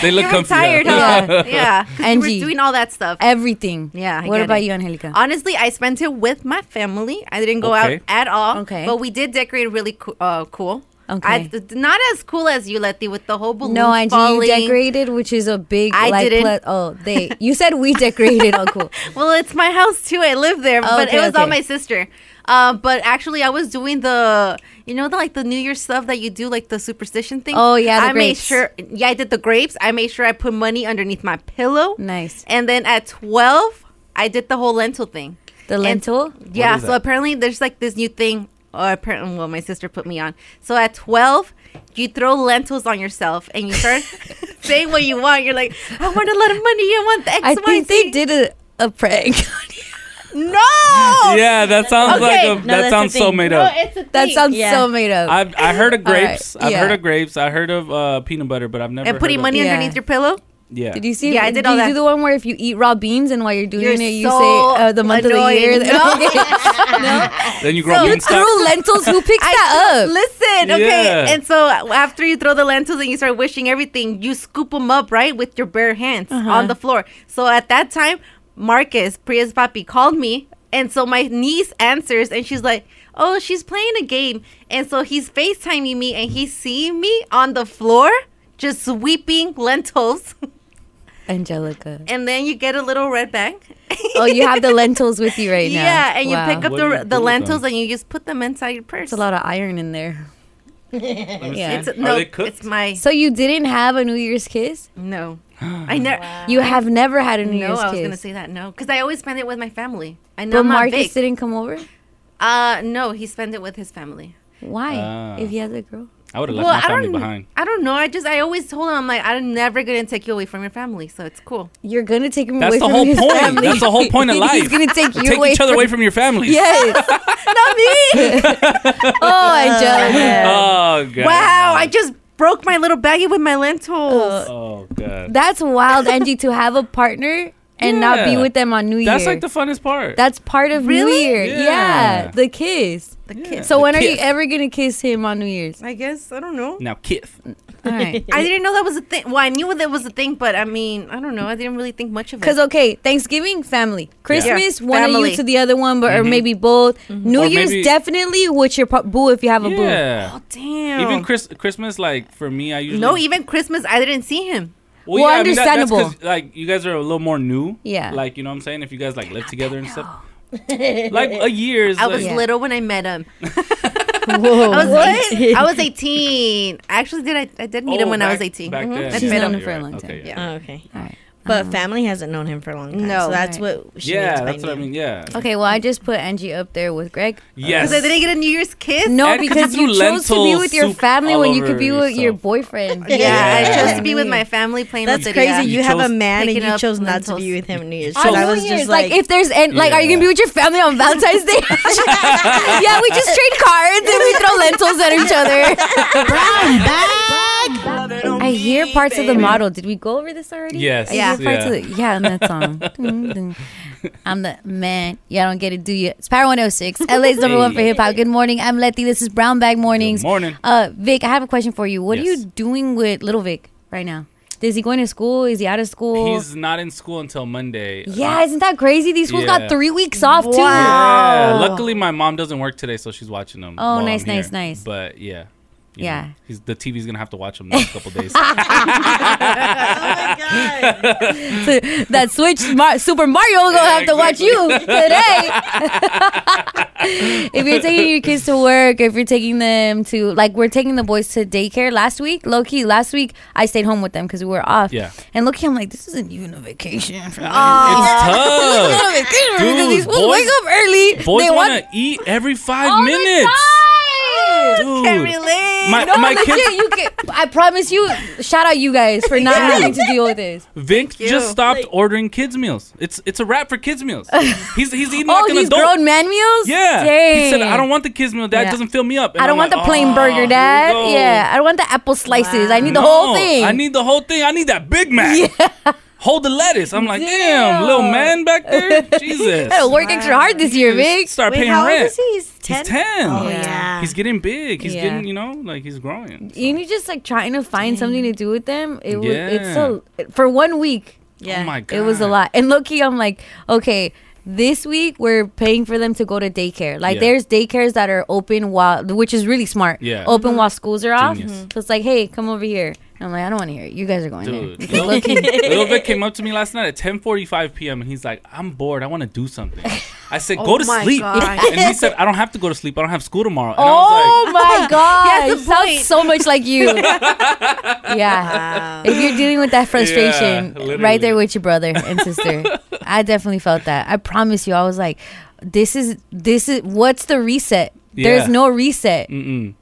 A: they look
E: You were
A: comfy.
E: tired,
D: Yeah.
E: huh? Yeah. And
D: Angie.
E: we're doing all that stuff.
D: Everything.
E: Yeah, I
D: what
E: get
D: about
E: it.
D: you, Angelica?
E: Honestly, I spent it with my family. I didn't go
A: Okay.
E: out at all.
D: Okay.
E: But we did decorate really coo- uh, cool.
D: Okay.
E: I, not as cool as you, Letty, with the whole balloon
D: no, Angie, you
E: falling.
D: decorated, which is a big.
E: I
D: like,
E: didn't.
D: pla- oh, they. You said we decorated. oh, cool.
E: Well, it's my house too. I live there, but
D: Oh, Okay,
E: it was all
D: okay.
E: my sister. Um, but actually, I was doing the, you know, the like the New Year's stuff that you do, like the superstition thing.
D: Oh, yeah, the
E: I
D: grapes.
E: made sure. Yeah, I did the grapes. I made sure I put money underneath my pillow.
D: Nice.
E: And then at twelve, I did the whole lentil thing.
D: The
E: And-
D: lentil.
E: yeah.
A: is
E: So
A: that?
E: apparently, there's like this new thing. Or apparently, well, my sister put me on. So at twelve. You throw lentils on yourself and you start saying what you want. You're like, I want a lot of money. I want the X,
D: I
E: Y,
D: think
E: Z."
D: they did a, a prank.
E: No!
A: Yeah, that sounds
E: Oh. Okay.
A: like a,
E: No,
A: that
F: that's
A: sounds
F: the
A: so
F: thing.
A: made
E: No,
A: up.
E: it's a
D: That
E: thing.
D: sounds
F: Yeah.
D: so made up.
A: I've I heard of
D: right,
A: grapes. I've
D: yeah.
A: heard of grapes. I heard of uh, peanut butter, but I've never.
E: and
A: heard
E: putting
A: of-
E: money
D: Yeah.
E: underneath your pillow.
A: Yeah.
D: Did you see?
E: Yeah, I did
D: did
E: all
D: you
E: that.
D: do the one where if you eat raw beans and while you're doing
E: You're
D: it, you
E: so
D: say uh, the month of
E: annoying.
D: the year? No.
A: Then you grow
D: You
A: bean stock.
D: threw lentils. Who picked that up?
E: Listen, okay.
A: Yeah.
E: And so after you throw the lentils and you start wishing everything, you scoop them up right with Uh-huh. your bare hands on the floor. So at that time, Marcus Priya's papi called me And so my niece answers and she's like, Oh, she's playing a game. And so he's FaceTiming me and he's seeing me on the floor just sweeping lentils.
D: Angelica.
E: And then you get a little red bag.
D: Oh, you have the lentils with you right now.
E: Yeah, and
D: Wow.
E: you pick up
A: What do you do
E: the,
A: with
E: the
A: them?
E: lentils and you just put them inside your purse.
D: It's a lot of iron in there. yeah.
E: It's,
A: Are
E: no,
A: they cooked?
E: it's my
D: so you didn't have a New Year's kiss?
E: no. I never.
D: You have never had a New
E: No,
D: Year's
E: I was
D: kiss.
E: gonna say that no, because I always spend it with my family. I know
D: but
E: I'm not
D: Marcus
E: big.
D: didn't come over.
E: Uh, no, he spent it with his family.
D: Why?
A: Ah.
D: if he has a girl.
A: I would have left
E: well,
A: my
E: I
A: family
E: don't.
A: behind.
E: I don't know. I just I always told him I'm like I'm never gonna take you away from your family, so it's cool.
D: You're gonna take him
A: That's
D: away
A: the
D: from
A: whole
D: his
A: point.
D: family.
A: That's the whole point of
D: He's
A: life.
D: gonna take you
A: Take
D: away
A: each other away from your family.
D: Yes, not me. oh, Angelica.
A: Oh god.
E: Wow! I just broke my little baggie with my lentils.
D: Uh,
A: Oh god.
D: That's wild, Angie, to have a partner and not be
A: Yeah.
D: with them on New Year's.
A: That's like the funnest part.
D: That's part of New
E: Really?
D: Year. Yeah.
A: Yeah.
D: the kiss.
E: the
A: Yeah.
E: kids.
D: So
A: The
D: when are you
A: kiss.
D: ever gonna kiss him on New Year's?
E: I guess I don't know.
A: now Kith.
D: All right.
E: I didn't know that was a thing. Well, I knew that was a thing, but I mean, I don't know. I didn't really think much of it.
D: Cause okay, Thanksgiving family, Christmas one of
E: Family.
D: you to the other one, but or maybe both. New
A: Mm-hmm. Or
D: Year's
A: maybe-
D: definitely with your pa- boo if you have a
A: Yeah.
E: oh damn.
A: Even Chris, Christmas, like for me, I usually
E: no, even Christmas, I didn't see him.
D: Well,
A: I mean, that- that's 'cause,
D: understandable.
A: like you guys are a little more new.
D: Yeah.
A: Like you know what I'm saying? If you guys like live together and stuff. like a year is
E: I
A: like,
E: was little when I met him.
D: boo. Whoa,
E: I was eight- I was 18. I actually did. I, I did meet him
A: Oh,
E: when I was
A: back-
E: 18.
A: Back
E: Mhm.
A: then.
E: I
D: Mm-hmm. She's
E: met
D: known
E: him.
D: him for a long time.
A: Okay, yeah.
F: Oh, okay.
D: All right.
F: But family hasn't known him for a long time.
E: No.
F: so that's what she
A: Uh-huh. Yeah,
F: means by
A: that's what I
F: new.
A: mean. Yeah.
D: Okay, well I just put Angie up there with Greg.
A: Yes.
E: Because I didn't get a New Year's kiss.
D: No,
A: And 'cause
D: because
A: you
D: you chose to be
A: lentil
D: with your
A: soup
D: family
A: all
D: when you
A: over
D: could be with your
A: yourself.
D: boyfriend.
E: Yeah,
A: Yeah.
E: I chose to be with my family playing
F: That's
E: with
F: crazy.
E: Lydia.
F: You,
A: You
F: have a
A: chose
F: man and
E: picking
F: you
E: up
F: chose not to
E: lentils.
F: be with him on New Year's.
A: On
F: So I
D: New
F: was
D: Year's,
F: just
D: like,
F: like,
D: if there's and like, are you gonna be with your family on Valentine's Day? yeah, we just trade cards and we throw lentils at each other. I hear parts of the model. Did we go over this already?
A: Yes,
D: I hear
E: Yeah.
D: parts
A: yeah.
D: of the, yeah, in that song. Dun, dun. I'm the man. Y'all don't get it, do you? It's Power 106, LA's number one for
A: Hey.
D: hip hop. Good morning. I'm Letty. This is Brown Bag Mornings.
A: Good morning.
D: Uh, Vic, I have a question for you. What are
A: Yes.
D: you doing with little Vic right now? Is he going to school? Is he out of school?
A: He's not in school until Monday.
D: Yeah, isn't that crazy? These schools
A: Yeah.
D: got three weeks off too.
A: Yeah. Luckily, my mom doesn't work today, so she's watching them.
D: Oh,
A: while
D: nice,
A: I'm here.
D: nice, nice.
A: But yeah. you
D: Yeah.
A: know, he's, the TV's gonna have to watch him next couple days.
F: oh my god.
D: that Switch Mar- Super Mario gonna
A: Yeah,
D: have to watch you today. if you're taking your kids to work, if you're taking them to like we're taking the boys to daycare last week, low key last week I stayed home with them because we were off.
A: Yeah.
D: And low key I'm like, this isn't even a vacation for me.
A: it's tough.
D: It's not a vacation because these
A: Dude,
D: fools
A: boys-
D: wake up early.
A: Boys
D: they
A: want
D: want Oh
A: to eat every five
D: all the
A: minutes.
D: time.
A: Dude,
E: Can't relate.
A: my,
D: No,
A: my
D: legit,
A: kids,
D: you can, I promise you. Shout out you guys for not having to deal with this.
A: Vink just
E: you.
A: stopped ordering kids meals. It's it's a wrap for kids meals. He's he's eating
D: Oh,
A: like an
D: these
A: adult.
D: grown man meals?
A: yeah,
D: Dang.
A: he said I don't want the kids meal. Dad
D: Yeah.
A: doesn't fill me up. And
D: I don't
A: I'm
D: want
A: like,
D: the
A: "Oh,
D: plain
A: here
D: burger,
A: we
D: Dad.
A: go."
D: Yeah, I don't want the apple slices. I need the
A: No,
D: whole thing.
A: I need the whole thing. I need that Big Mac. Hold the lettuce. I'm like, damn,
D: Damn.
A: little man back there. Jesus.
D: I gotta work extra hard this year, Vic.
A: Start
F: Wait,
A: paying
F: how
A: rent.
F: old is he? He's
A: He's
F: 10?
A: 10.
F: Oh, yeah.
A: He's getting big. He's
D: Yeah.
A: getting, you know, like he's growing.
D: And you just like trying to find something to do with them. It was it's
A: Yeah.
D: so for one week.
F: yeah.
A: Oh my god.
D: It was a lot. And low key, I'm like, okay, this week we're paying for them to go to daycare. Like,
A: Yeah.
D: there's daycares that are open while, which is really smart.
A: Yeah. Mm-hmm.
D: Open while schools are off.
A: Genius.
D: So it's like, hey, come over here. And I'm like, I don't want to hear it. You guys are going
A: Dude,
D: there. Because
A: little,
D: low key-
A: little Vic came up to me last night at 10:45 p.m. and he's like, "I'm bored. I want to do something." I said, "Go to
E: Oh my
A: sleep,"
E: God.
A: and he said, "I don't have to go to sleep. I don't have school tomorrow." And
D: Oh
A: I was
D: my god!
E: He has
D: It
E: a
D: sounds
E: point.
D: so much like you.
E: Oh,
D: yeah. If you're dealing with that frustration,
A: Yeah, literally.
D: right there with your brother and sister, I definitely felt that. I promise you, I was like, "This is this is what's the reset?
A: Yeah. Mm.
D: There's no reset."
A: like, "Mm-mm."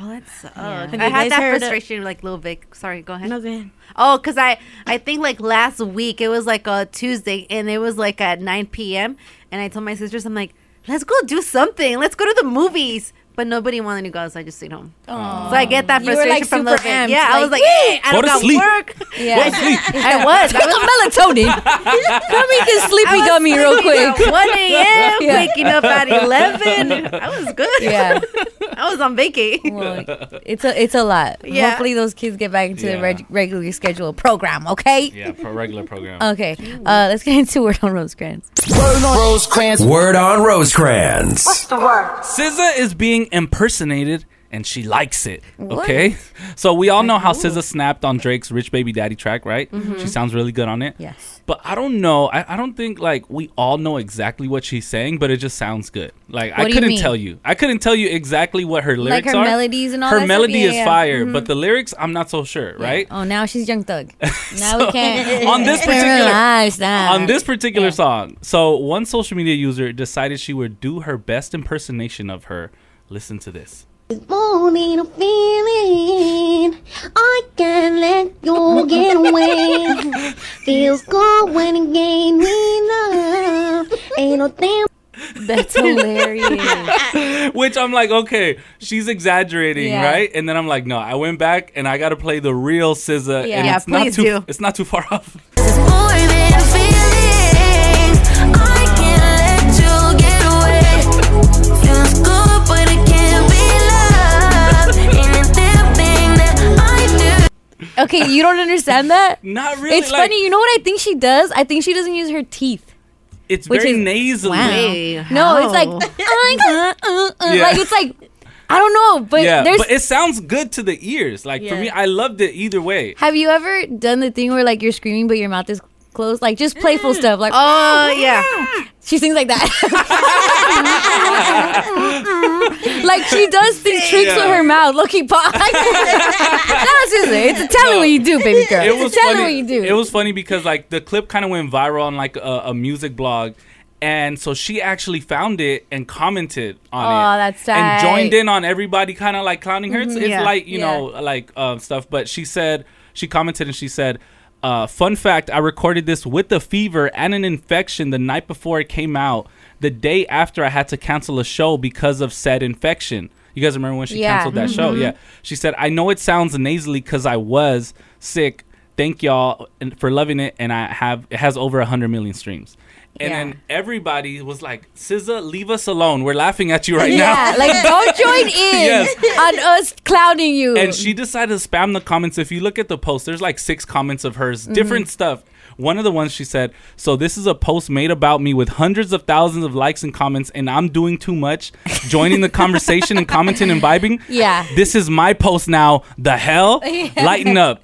E: Oh, that sucks. I
F: Have you guys
E: had that
F: heard of-
E: frustration, like Lil Vic. Sorry, go ahead.
F: No, go ahead.
E: Oh, because I, I think like last week it was like a Tuesday and it was like at 9 p.m. And I told my sisters, I'm like, let's go do something. Let's go to the movies. But But nobody wanted to go outside, just stayed home. So I get that
D: You were,
E: frustration
D: like,
E: from
D: super
E: those.
D: amped,
E: Yeah, I
D: like,
E: was like, eh,
A: Go
E: I
A: to
E: don't got
A: sleep.
E: work.
A: Go to
D: Yeah.
A: sleep.
D: I was. I was melatonin. Let me this
E: I
D: sleepy
E: was
D: gummy real
E: sleeping at
D: quick.
E: 1 a.m.
D: Yeah.
E: waking up at 11. I was good.
D: Yeah.
E: I was on vacay.
D: Well, it's a it's a lot.
E: Yeah.
D: Hopefully those kids get back into
A: Yeah.
D: the reg- regularly scheduled program. Okay.
A: Yeah, for a regular program.
D: Okay. Uh, let's get into word on Rosecrans.
G: Word on Rosecrans.
A: SZA is being impersonated and she likes it. Okay? So we all know
D: Oh.
A: how SZA snapped on Drake's Rich Baby Daddy track, right? She sounds really good on it.
D: Mm-hmm. Yes.
A: But I don't know. I, I don't think like we all know exactly what she's saying, but it just sounds good. Like
D: What
A: I
D: do you
A: couldn't
D: mean?
A: tell you. I couldn't tell you exactly what her lyrics
D: her
A: are.
D: melodies and all
A: Her
D: that stuff?
A: melody
D: Yeah,
A: is
D: yeah.
A: fire, but the lyrics I'm not so sure, right?
D: Oh, now she's Young Thug. Now we can't.
A: on this particular-
D: lifestyle.
A: on this particular
D: Yeah.
A: song. So one social media user decided she would do her best impersonation of her. Listen to this.
H: morning a feeling I can't let go get away. Feels good when you gain me love. Ain't no damn
D: That's hilarious.
A: Which I'm like, okay, she's exaggerating,
D: Yeah.
A: right? And then I'm like, no, I went back and I got to play the real SZA.
D: Yeah.
A: and
D: Yeah,
A: it's not
E: please
A: too,
E: do.
A: It's not too far off.
D: okay, you don't understand that?
A: Not really.
D: it's
A: like,
D: funny. You know what I think she does? I think she doesn't use her teeth.
A: It's
D: which
A: very
D: is-
A: nasally.
D: wow.
E: Hey,
D: No, it's like,
E: how?
D: uh, uh, uh,
A: Oh. Yeah.
D: like it's like, I don't know, but
A: Yeah,
D: there's.
A: but it sounds good to the ears. Like for
F: Yeah.
A: me, I loved it either way.
D: have you ever done the thing where like you're screaming but your mouth is closed, like just
A: Mm.
D: playful stuff? Like
E: Oh, yeah.
D: she sings like that. like she does things tricks with
A: Yeah.
D: her mouth. Lucky pot. no, seriously, it's a tell her what you do, baby girl.
A: It was
D: it's a tell her
A: funny.
D: what you do.
A: It was funny because like the clip kind of went viral on like a, a music blog. And so she actually found it and commented on it.
D: Aw, that's
A: And
D: tight. Mm-hmm,
A: joined in on everybody kind of like clowning her. It's, it's
E: yeah.
A: like, you
D: Yeah.
A: know, like um, stuff. But she said, she commented and she said, uh, fun fact, I recorded this with a fever and an infection the night before it came out, the day after I had to cancel a show because of said infection. You guys remember when she
D: Yeah. Mm-hmm.
A: canceled that show? Yeah. She said, I know it sounds nasally because I was sick. Thank y'all and- for loving it. And I have, it has over 100 million streams. And
D: Yeah.
A: then everybody was like, SZA, leave us alone. We're laughing at you right now.
D: yeah, like don't join in
A: Yes.
D: on us clowning you.
A: And she decided to spam the comments. If you look at the post, there's like six comments of hers,
D: Mm-hmm.
A: different stuff. One of the ones she said, So this is a post made about me with hundreds of thousands of likes and comments, and I'm doing too much, joining the conversation and commenting and vibing.
D: Yeah.
A: This is my post now. The hell?
D: Yeah.
A: Lighten up.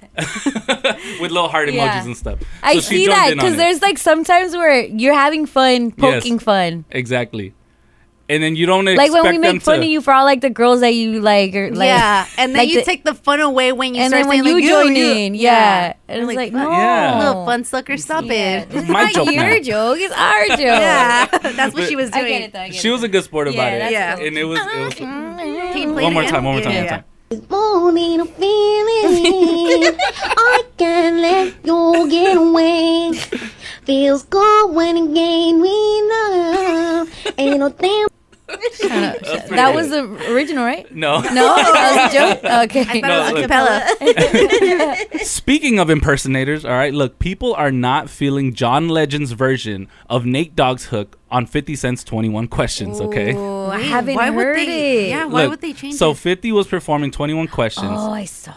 A: with little heart emojis
D: Yeah.
A: and stuff.
D: I
A: So she
D: see
A: joined in
D: that
A: on
D: because
A: it.
D: there's like sometimes where you're having fun, poking fun.
A: Exactly. And then you don't
D: Like
A: expect
D: when we
A: them
D: make fun
A: to,
D: of you for all like the girls that you like, or like
E: yeah, and then
D: like
E: you
D: the-
E: take the fun away when you
D: and
E: start
D: then when
E: saying,
D: you
E: like,
D: join
E: you-
D: in, yeah, and
E: You're
D: it's like,
E: "What?
D: no,
A: Yeah.
E: little fun sucker, stop
D: Yeah.
E: it.
D: This is
A: My
D: not
A: joke
D: your
A: now.
D: joke, it's our joke.
E: Yeah, that's what she was
D: I
E: doing.
D: get it though. I get
A: She was a good sport about
D: Yeah,
A: it.
D: that's
E: Yeah.
A: And it was, it was
E: Can you play
A: one
E: it
A: more
E: again?
A: time, one more
E: Yeah,
A: time, one more
E: yeah, yeah.
A: time.
H: morning a feeling I can't let go get away. Feels good when you gain me love. Ain't no damn
A: That's
D: it.
A: pretty
D: That
A: good.
D: was the original, right?
A: No.
D: No, that was a joke. Okay.
E: That was
A: No, look.
E: acapella.
A: Speaking of impersonators, all right, look, people are not feeling John Legend's version of Nate Dogg's hook on 50 Cent's 21 Questions, okay?
D: Ooh, I haven't
E: why would
D: heard
E: they-
D: it.
E: Yeah, why
A: Look,
E: would they change
A: So
E: it?
A: 50 was performing 21 Questions,
D: Oh, I saw.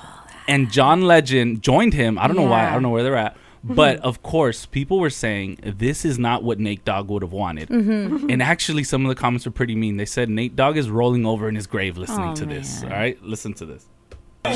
A: and John Legend joined him. I don't know why, I
D: Yeah.
A: don't know where they're at. But of course, people were saying this is not what Nate Dogg would have wanted. And actually, some of the comments were pretty mean. They said Nate Dogg is rolling over in his grave listening to this. All right, listen to this.
B: You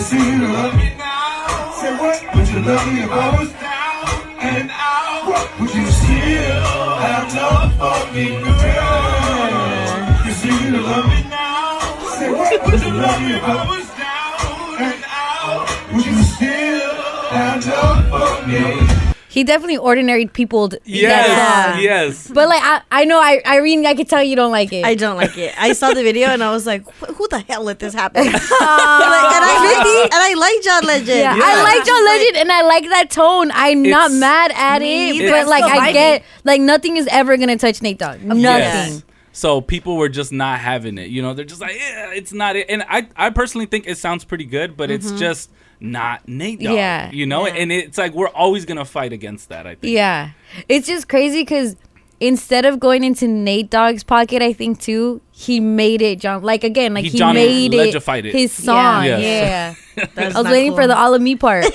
B: see you love me now. Say what? Would you love me if I was down and out? Would you still have love for me, girl? You see you love me now. Say what? Would you love me if I was down and out? Would you still have love for me?
D: He definitely ordinary peopled that
A: Yes,
D: song.
A: yes.
D: But like I, I know I Irene, I could tell you don't like it.
F: I don't like it. I saw the video and I was like, "Wh- who the hell let this happen? and, I, and I like John Legend.
D: yeah, I like John Legend and I like that tone. I'm not
A: It's-
D: mad at
E: Me
D: it,
E: either.
D: but
E: It's
D: like
E: so
D: I
E: vibey.
D: get like nothing is ever gonna touch Nate Dogg. Nothing.
A: Yes. So people were just not having it. You know, they're just like, yeah, it's not it. And I, I personally think it sounds pretty good, but it's just not Nate Dogg.
D: Yeah,
A: You know,
E: Mm-hmm. yeah.
A: and it's like we're always gonna fight against that. I think.
D: Yeah. It's just crazy because instead of going into Nate Dogg's pocket, I think too, he made it John. Like again, like
A: He
D: he,
A: John
D: made it,
A: Legified it.
D: his song.
A: Yeah.
D: Yeah.
A: Yes.
F: That's
D: I was
F: not
D: waiting
F: cool.
D: for the all of me part.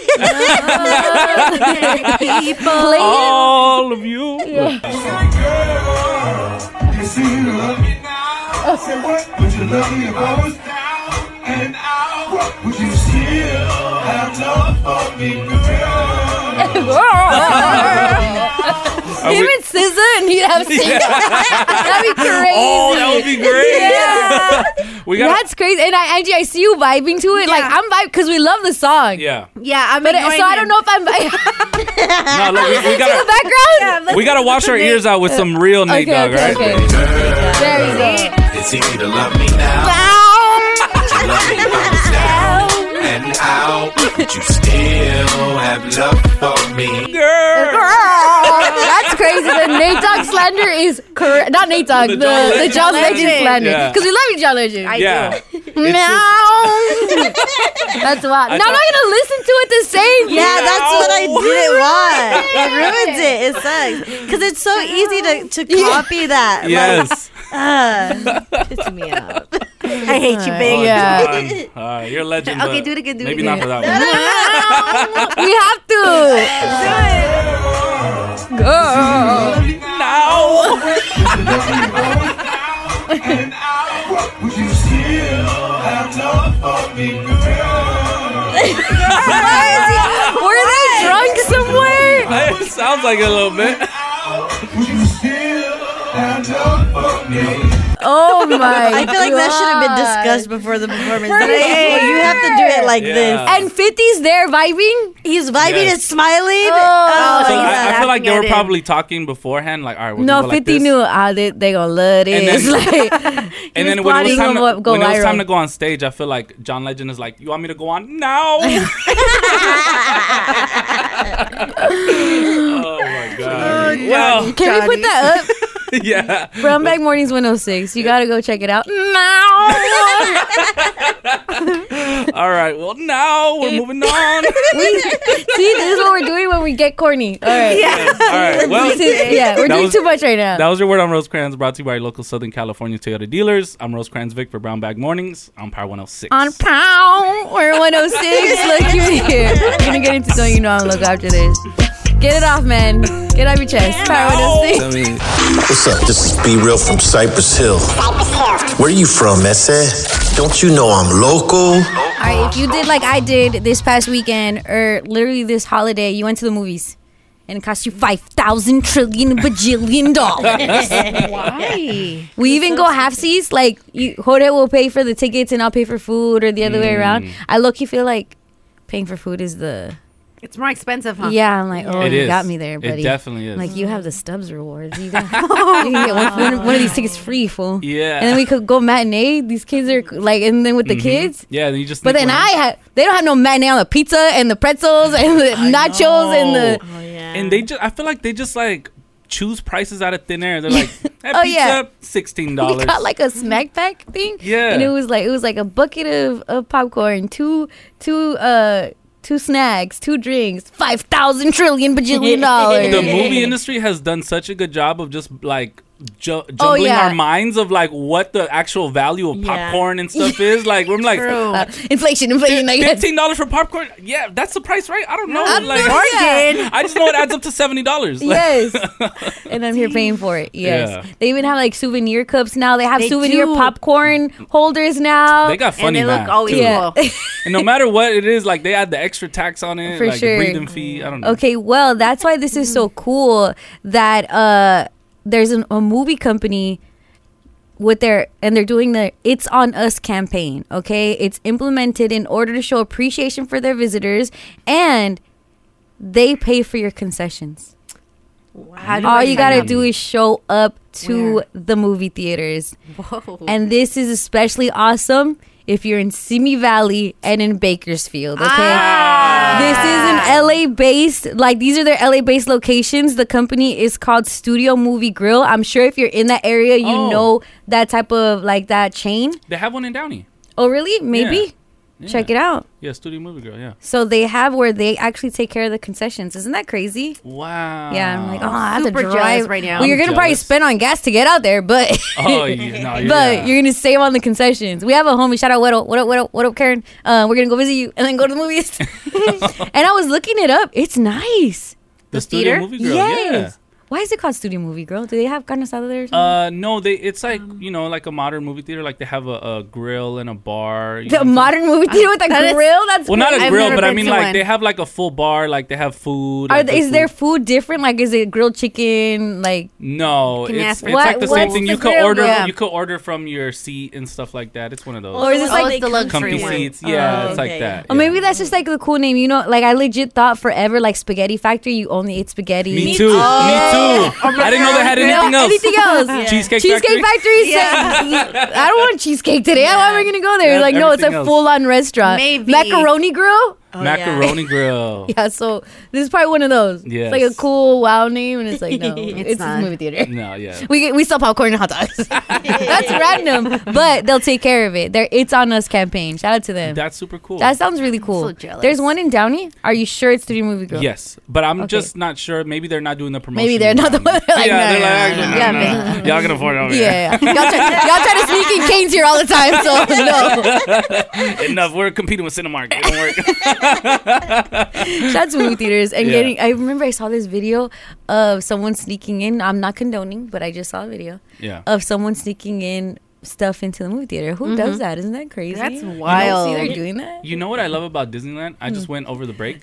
D: Play it.
A: Oh. All of you.
B: You see you love me now. Say what would you love me if I was down and out? Would you still have love for me, girl?
A: Are
D: Him
A: we-
D: and SZA and you have SZA. That'd be crazy.
A: oh, that would be great.
D: yeah.
A: We got.
D: That's crazy. And I, Angie, I see you vibing to it. Like
E: Yeah.
D: I'm vibing because we love the song.
A: yeah.
E: Yeah, I'm
D: But uh,
E: ignoring
D: so I
E: him.
D: don't know if I'm vi-
A: No, look, we, we
D: the
A: gotta.
D: background.
A: We gotta wash our ears out with some real Nate
D: okay,
A: Dogg,
D: okay,
A: right?
D: okay. There we go.
I: It's easy to love me now. To love me down and out. But you still have love for me.
A: Girl.
D: That's crazy. The Nate Dogg slander is correct. Not Nate Dogg.
A: The
D: The,
A: John Legend.
D: the John Legend
E: Legend.
D: slander.
A: Yeah.
D: Because we love you, John Legend.
E: I
A: Yeah.
E: do.
A: It's just-
D: Meow. That's wild.
A: I
D: No, I'm not
A: thought-
D: gonna listen to it the same.
F: Yeah, that's what I
A: No.
F: didn't want. It ruins it. It sucks because it's so easy to, to copy that.
A: yes.
F: Like, uh, piss me out.
E: I hate you, babe.
A: yeah. Uh, you're a legend.
E: Okay,
A: but
E: do it again, do it
A: Maybe
E: again.
A: not for that one.
D: we have to. Girl.
A: No.
B: And out? Would you still have love for me, girl?
D: Were they drunk somewhere?
A: it sounds like it a little bit.
B: Would you still have love for me?
D: Oh my
F: I feel like that should have been
D: God.
F: discussed before the performance. Like, hey, you have to do it like
A: Yeah.
F: this.
D: And 50's there vibing.
F: He's vibing
A: Yes.
F: and smiling.
D: Oh.
F: Oh,
A: So
F: he's
A: I, I feel like
E: laughing
A: they
E: at
A: were
E: him.
A: probably talking beforehand, like, all right, we're
D: No,
A: gonna go
D: 50
A: like this.
D: knew. Ah, they, they gonna love
A: And
D: this.
A: then-
D: like,
A: And then when,
D: was
A: it was,
D: plotting
A: time
D: on
A: to,
D: what go
A: when it was
D: viral.
A: time to go on stage, I feel like John Legend is like, "You want me to go on now?" oh my god! well,
D: can we put that up?
A: yeah.
D: Brown Bag Mornings 106. You gotta go check it out now.
A: All right. Well, now we're moving on.
D: we, see, this is what we're doing when we get corny. All right. Yeah,
A: All right. Well,
D: yeah
A: That
D: we're doing
A: was-
D: too much right now.
A: that was your word on Rosecrans, brought to you by your local Southern California Toyota dealers. I'm Rosecrans Vic for Brown Bag Mornings on Power 106.
D: on pound or 106. Look, you're here. We're gonna get into don't you know I'm look after this. Get it off, man. Get off your chest. Power 106.
I: What's up? This is Be Real from Cypress Hill. Where you from, Messe? Don't you know I'm local?
D: All right, if you did like I did this past weekend or literally this holiday, you went to the movies and it cost you 5,000 trillion bajillion dollars.
E: Why?
D: we even go half seats. Like, you, Jorge will pay for the tickets and I'll pay for food or the other way around.
A: Mm.
D: I look, you feel like paying for food is the.
E: It's more expensive, huh?
D: Yeah, I'm like, oh,
A: It
D: you
A: is.
D: got me there, buddy.
A: It definitely is.
D: Like you have the Stubbs rewards. You, got, you can get one, one, one of these tickets free, fool.
A: Yeah.
D: And then we could go matinee. These kids are like, and then with
A: Mm-hmm.
D: the kids.
A: yeah. Then you just.
D: But
A: sneak
D: then
A: one
D: I
A: in.
D: had they don't have no matinee on the pizza and the pretzels and the nachos and the
A: Oh, And they just, I feel like they just like choose prices out of thin air. They're like, that
D: Oh,
A: pizza,
D: yeah.
A: sixteen
D: we
A: dollars.
D: got like a snack pack thing.
A: Yeah.
D: And it was like it was like a bucket of, of popcorn, two two uh two snacks, two drinks, five thousand trillion bajillion dollars.
A: the movie industry has done such a good job of just like ju- jumbling
D: Oh, yeah.
A: our minds of like what the actual value of
F: Yeah.
A: popcorn and stuff is. Like we're like
D: Uh, inflation, inflation, I guess.
A: fifteen dollars for popcorn. Yeah, that's the price, right? I don't know.
D: I'm
A: like,
D: not- yeah.
A: I just know it adds up to seventy dollars.
D: Yes. and I'm here paying for it. Yes.
A: Yeah.
D: They even have like souvenir cups now. They have
E: They
D: souvenir
E: do.
D: popcorn holders now.
A: they got
E: And
A: funny
E: they
A: math.
E: look always
A: too.
D: Yeah.
E: cool.
A: and no matter what it is, like they add the extra tax on it,
D: For
A: like
D: sure.
A: the breathing fee. I don't know.
D: okay, well, that's why this is so
E: Mm-hmm.
D: cool that uh there's an, a movie company with their and they're doing the it's on us campaign okay it's implemented in order to show appreciation for their visitors and they pay for your concessions
E: How do
D: All
E: I
D: you
E: sign
D: gotta
E: up?
D: do is show up to
E: Where?
D: the movie theaters.
E: Whoa.
D: And this is especially awesome if you're in Simi Valley and in Bakersfield. Okay.
E: Ah!
A: Ah.
D: This is an LA based, like these are their LA based locations. The company is called Studio Movie Grill. I'm sure if you're in that area, you
A: Oh.
D: know that type of like that chain.
A: They have one in Downey.
D: Oh, really? Maybe.
A: Yeah.
D: Check it out.
A: Yeah, Studio Movie Girl. Yeah.
D: So they have where they actually take care of the concessions. Isn't that crazy?
A: Wow.
D: Yeah, I'm like, oh, I have to
E: super jealous
D: drive
E: right now.
D: Well, you're
A: I'm
D: gonna probably
A: jealous.
D: spend on gas to get out there, but
A: Oh, yeah, no,
D: but
A: yeah.
D: you're gonna save on the concessions. We have a homie. Shout out Weddle. What up? What up? What up, Karen? Uh, we're gonna go visit you and then go to the movies. and I was looking it up. It's nice.
A: the, Studio
E: theater?
A: Movie Girl.
D: yes. Why is it called Studio Movie Girl? Do they have carne asada there? Or something?
A: Yeah. Uh, no, they. It's like you know, like a modern movie theater. Like they have a, a grill and a bar. you know
D: the
A: what I'm saying?
D: modern movie theater with a
E: That is-
D: grill. That's
A: Um, Well, not a
D: great.
E: I've
A: grill,
E: never
A: but I
E: been
A: mean,
E: to
A: like
E: one.
A: they have like a full bar. Like they have food.
D: Are
A: like,
D: the,
A: good
D: is their
A: food.
D: food different? Like, is it grilled chicken? Like,
A: No,
E: Can you
A: it's,
E: ask
A: it's
D: what-
A: like the same
D: what's
A: thing.
D: the
A: you could
D: grill?
A: order.
E: Yeah.
A: You could order from your seat and stuff like that. It's one of those
D: or is this
E: Oh,
D: like
E: it's the luxury
A: comfy
E: one.
A: seats. Yeah,
F: Oh,
A: it's like
F: okay.
A: that.
D: Or
A: yeah.
D: maybe that's just like the cool name. You know, like I legit thought forever, like Spaghetti Factory, you only ate spaghetti.
A: Me too. Me too. I didn't know they had
D: You know,
A: anything else.
D: Anything else?
A: Cheesecake
D: Cheesecake
A: Factory?
D: Factory. said- I don't want cheesecake today. Why am I going to go there?
A: Yeah,
D: like, no, it's
A: everything
D: a
A: else.
D: full on restaurant.
E: Maybe.
D: Macaroni Grill?
A: Macaroni grill.
D: Yeah, so this is probably one of those. Yeah,
A: Yes.
D: It's like a cool wow name, and it's like, no, it's, a
E: not.
D: movie theater.
A: No, yeah.
D: We, get- we sell popcorn and hot dogs. That's random, but they'll take care of it. Their It's On Us campaign. Shout out to them.
A: That's super cool.
D: That sounds really cool.
E: so jealous.
D: There's one in Downey. Are you sure it's Studio Movie Girl?
A: Yes, but I'm
D: Okay.
A: just not sure. Maybe they're not doing the promotion.
D: Maybe they're not the one. They're like,
A: yeah, they're
D: no,
A: like,
D: no, no,
A: "Actually,
D: no,
A: no,
D: yeah,
A: no, no. y'all gonna afford it over
D: Yeah, yeah. Y'all, try, y'all try to sneak in canes here all the time, so no.
A: here. Enough. We're competing with Cinemark. It don't work.
D: That's movie theaters and
A: Yeah.
D: getting. I remember I saw this video of someone sneaking in. I'm not condoning, but I just saw a video
A: yeah.
D: of someone sneaking in stuff into the movie theater. Who does that? Isn't that crazy?
E: Mm-hmm. That's
D: You don't
E: wild.
D: see they're doing that.
A: You know what I love about Disneyland? I just went over the break,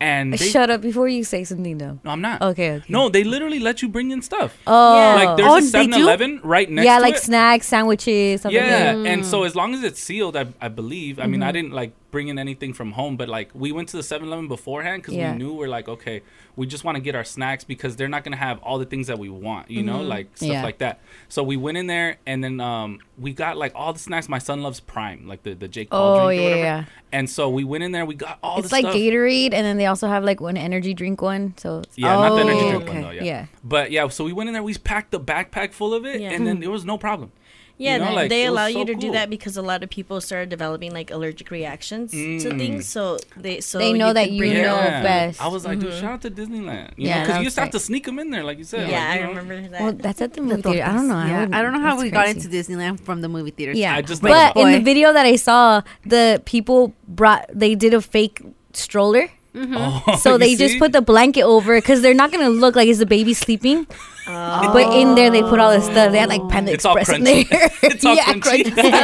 A: and they,
D: Mm. Shut up before you say something dumb.
A: no, I'm not.
D: Okay, okay.
A: No, they literally let you bring in stuff.
D: Oh,
A: Like there's
D: oh,
A: a
D: they do?
A: 7-Eleven right next.
D: yeah,
A: to
D: like
A: it.
D: snacks, sandwiches, something.
A: Yeah,
D: Like.
A: and so as long as it's sealed, I, I believe. I
D: Mm-hmm.
A: mean, I didn't like bring in anything from home, but like we went to the 7 Eleven beforehand because
D: Yeah.
A: we knew we're like, okay, we just want to get our snacks because they're not going to have all the things that we want, you know, like stuff
D: Mm-hmm. Yeah.
A: like that. So we went in there and then um, we got like all the snacks. My son loves Prime, like the, the Jake Paul
D: Oh,
A: drink or
D: yeah,
A: whatever.
D: yeah.
A: And so we went in there, we got all
D: It's
A: the
D: like
A: stuff.
D: Gatorade, and then they also have like one energy drink one. So
A: Yeah, not the energy
E: Oh,
A: drink one
E: okay.
A: though. Yeah.
D: Yeah.
A: but yeah. So we went in there. We packed the backpack full of it,
F: Yeah.
A: and then
D: Hmm.
A: there was no problem.
F: Yeah,
A: You know,
F: they-
A: like,
F: they
A: it was
F: allow
A: so
F: you to do
A: cool.
F: that because a lot of people started developing like allergic reactions
A: Mm.
F: to things. So they so
D: They know that
F: could
D: you
F: bring it
D: know
F: up.
D: best. Mm-hmm.
A: I was like, dude, shout out to Disneyland. You
D: Yeah,
A: yeah,
D: that
A: because you
D: was
A: just have
D: tight.
A: to sneak them in there, like you said.
F: Yeah,
A: like, you
F: I
A: know?
F: remember that.
D: Well, that's at the movie theater. I don't know.
E: Yeah,
D: wouldn't-
E: I don't know how
D: that's
E: we got
D: crazy.
E: into Disneyland from the movie theater.
D: Yeah,
A: I just
D: but
A: like-
D: in the
E: Boy.
D: video that I saw, the people brought they did a fake stroller,
A: Oh,
D: mm-hmm. so
A: you
D: they just
A: see?
D: put the blanket over because they're not gonna look like is the baby sleeping. But in there, they put all this stuff. They had like Panda
A: Oh. It's all
D: Express in there.
A: crunchy. It's all
D: yeah,
A: crunchy.
D: stuff. and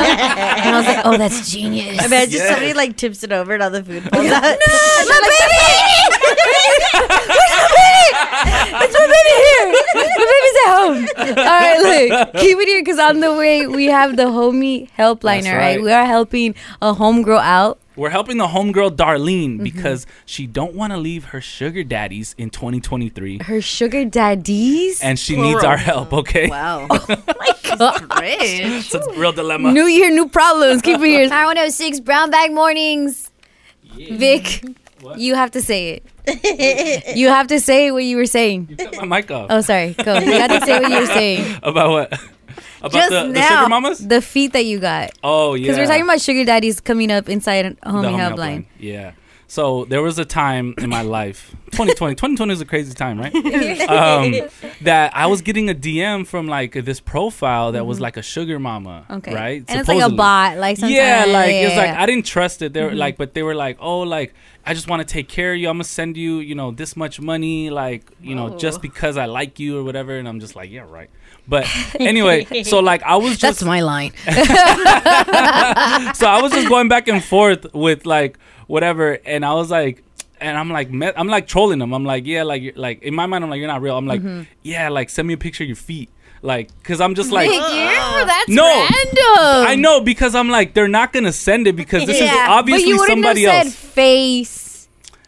D: I was like, oh, that's genius.
F: Imagine
A: Yeah.
F: somebody like tips it over and all the food falls out.
D: It's my baby! Where's my baby? It's my baby here. My baby's at home. All right, look, keep it here because on the way we have the homie helpline.
A: That's
D: All right,
A: right.
D: we are helping a homegirl out.
A: We're helping the homegirl Darlene
D: Mm-hmm.
A: because she don't want to leave her sugar daddies in 2023,
D: Her sugar daddies.
A: and she needs our help. Okay,
E: Wow. Oh
A: it's a real dilemma.
D: New year, new problems. Keep it here. Power 106 Brown Bag Mornings. Vic, you have to say it. you have to say what you were saying.
A: Cut my mic off
D: Oh, sorry. Go. You have to say what you were saying.
A: about what? About
E: Just
A: the, the
E: now.
A: sugar mamas?
D: The feat that you got.
A: Oh yeah,
D: Because we're talking about sugar daddies coming up inside a
A: the
D: homie
A: homie
D: helpline.
A: helpline. Yeah. So there was a time in my life, 2020. 2020 is a crazy time, right? um, that I was getting a DM from like this profile that was like a sugar mama,
D: Mm-hmm. Okay.
A: right?
D: And it's like a
A: Supposedly.
D: bot. Like sometimes.
A: Yeah, like it's like
D: yeah. Mm-hmm.
A: I didn't trust it. They were like, but they were like, oh, like I just want to take care of you. I'm gonna send you, you know, this much money, like you know, just because I like you or whatever. And I'm just like, yeah, right. But anyway, so like I was
D: That's
A: just
D: my line.
A: so I was just going back and forth with like whatever, and I was like. And I'm like, me- I'm like trolling them. I'm like, yeah, like, you're, like in my mind, I'm like, you're not real. I'm like, yeah, like, send me a picture of your feet, like, cause I'm just like,
D: Thank you.
A: Ah.
D: That's
A: No.
D: random.
A: I know because I'm like, they're not gonna send it because this is obviously
D: but you wouldn't
A: somebody
D: have said
A: else.
D: face.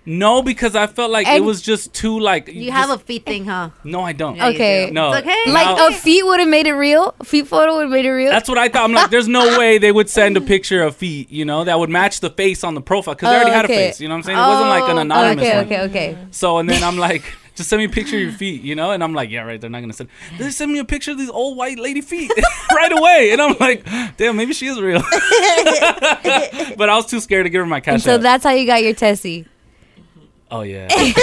A: No, because I felt like it
D: And-
A: was just too like.
E: You have a feet thing, huh?
A: a. No, I don't.
E: Yeah, you
D: Okay.
E: do.
A: No.
E: It's okay.
D: Like
A: Oh, Now-
D: a feet would have made it real. Feet photo would have made it real.
A: That's what I thought. I'm like, there's no way they would send a picture of feet, you know, that would match the face on the profile because they
D: Oh,
A: already had a
D: okay.
A: face. You know what I'm saying? It wasn't like an
E: Oh,
D: Oh,
A: anonymous
D: okay,
A: one.
D: okay, okay.
A: So and then I'm like, just send me a picture of your feet, you know? And I'm like, yeah, right. They're not gonna send. They send me a picture of these old white lady feet right away, and I'm like, damn, maybe she is real. but I was too scared to give her my cash.
D: And so
A: app.
D: that's how you got your Tessie.
A: oh yeah, it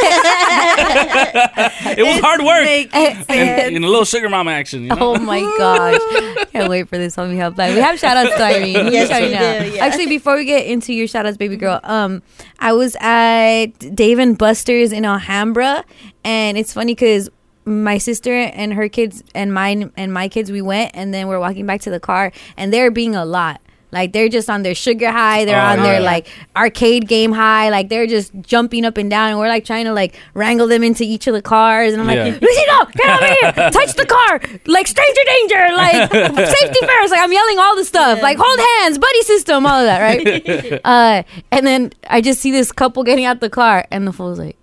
A: was hard work. And, and a little sugar mama action. You know?
D: Oh my gosh. Can't wait for this homie help live. We have shout outs to Irene. We
F: Yes,
D: shout
F: we
D: out.
F: do, yeah.
D: Actually, before we get into your shout outs, baby girl, um, I was at Dave and Buster's in Alhambra and it's funny because my sister and her kids and mine and my kids we went and then we're walking back to the car and they're being a lot. Like they're just on their sugar high, they're
A: Oh,
D: on their
A: yeah.
D: like arcade game high, like they're just jumping up and down and we're like trying to like wrangle them into each of the cars and I'm
A: Yeah.
D: like, Lucino, get over here. Touch the car. Like stranger danger. Like safety first. Like I'm yelling all the stuff. Like hold hands, buddy system, all of that, right? uh, and then I just see this couple getting out the car and the fool's like,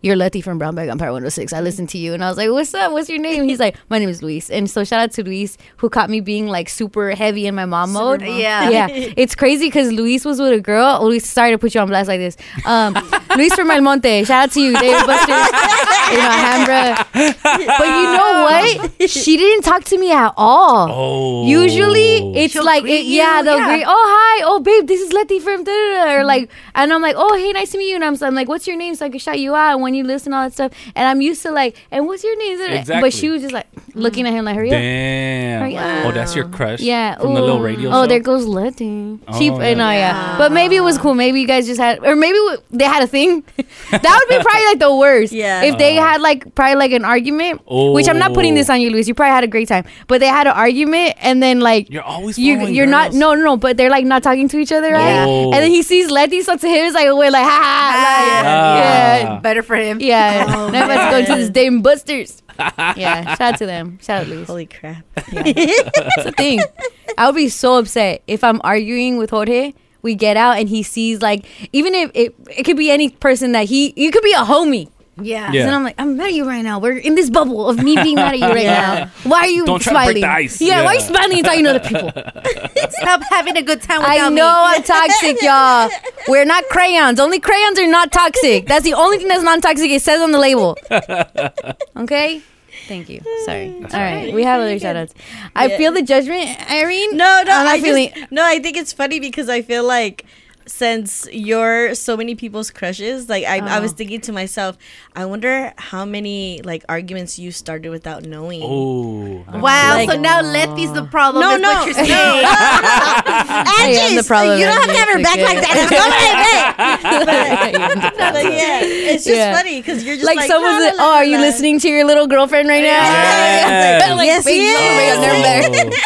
D: You're Letty from Brown Bag on Power 106. I listened to you and I was like, What's up? What's your name? He's like, My name is Luis. And so shout out to Luis who caught me being like super heavy in my mom mode.
E: mom. Yeah.
D: Yeah. It's crazy because Luis was with a girl. Oh, Luis, sorry to put you on blast like this. Um, Luis from El Monte. Shout out to you, David Buster in Alhambra. But you know what? She didn't talk to me at all.
A: Oh,
D: Usually it's
E: She'll
D: like
E: greet
D: it, yeah
E: you,
D: they'll
E: yeah.
D: greet oh hi oh babe this is Letty from da, da, da," or like and I'm like oh hey nice to meet you and I'm, so- I'm like what's your name so I can shout you out when you listen all that stuff and I'm used to like and what's your name
A: Exactly.
D: but she was just like looking at him like hurry up
A: Oh, damn.
D: Hurry up.
A: Oh, that's your crush.
D: yeah.
A: from the little
D: ooh.
A: radio.
D: Oh,
A: show?
D: there goes Letty. She
A: Oh,
D: oh,
A: yeah.
D: yeah. no, yeah. But maybe it was cool. Maybe you guys just had, or maybe w- they had a thing. that would be probably like the worst.
F: Yeah.
D: If
A: Oh.
D: they had like probably like an argument, which I'm not putting this on you, Luis. You probably had a great time, but they had an argument and then like
A: You're always
D: you
A: following
D: you're not
A: girls.
D: no no no, but they're like not talking to each other, right?
A: Oh.
D: And then he sees Letty, so to him it's like a way like ha ha. like,
A: Ah.
D: Yeah.
E: Better for him.
D: Yeah, now let's go to
F: Oh, man.
D: this Dame Busters. yeah, shout out to them. Shout out, Luis.
F: Holy crap.
D: That's the thing. I would be so upset if I'm arguing with Jorge. We get out and he sees like even if it it could be any person that he you could be a homie.
E: Yeah.
A: Yeah.
D: And I'm like, I'm mad at you right now. We're in this bubble of me being mad at you right
F: Yeah.
D: now. Why are you
A: Don't try to break
D: smiling?
A: the ice.
D: Yeah, why are you
A: Yeah.
D: smiling and talking to other people?
E: Stop having a good time without
D: I know I'm toxic, y'all. We're not crayons. Only crayons are not toxic. That's the only thing that's non toxic. It says on the label. Okay? Thank you. Sorry. All right. We have other shout outs. I feel the judgment, Irene.
F: No, no,
D: I'm not
F: I
D: feeling.
F: just, no. I think it's funny because I feel like since you're so many people's crushes, like I, I
D: Oh.
F: was thinking to myself, I wonder how many like arguments you started without knowing.
A: Oh,
E: me. Wow.
F: Like-
E: so now Letty's the problem.
F: No,
E: is
F: no.
E: What you're saying.
D: I am the problem.
F: you don't have to have her back
D: Okay.
F: like that. But, like, yeah, it's just
D: Yeah.
F: funny because you're just
D: like,
F: like,
D: someone's
F: la,
D: like,
F: la,
D: oh,
F: la,
D: are you
F: la."
D: listening to your little girlfriend right
A: Yes.
D: now?
F: Yes,
D: baby,
F: he
D: you don't
F: is.
D: bring up nerve back.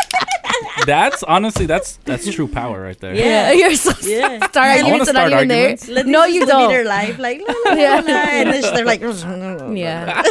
A: Oh. that's honestly that's that's true power right there.
D: Yeah, you're so
F: Yeah.
D: yeah. sorry.
A: wanna
D: Arguments are not
A: start
D: even there.
A: arguments.
F: Let
D: No,
F: them
D: you
F: just live Their
D: don't.
F: life, like, la, la, la,
D: Yeah.
F: la, and then they're like,
D: Yeah.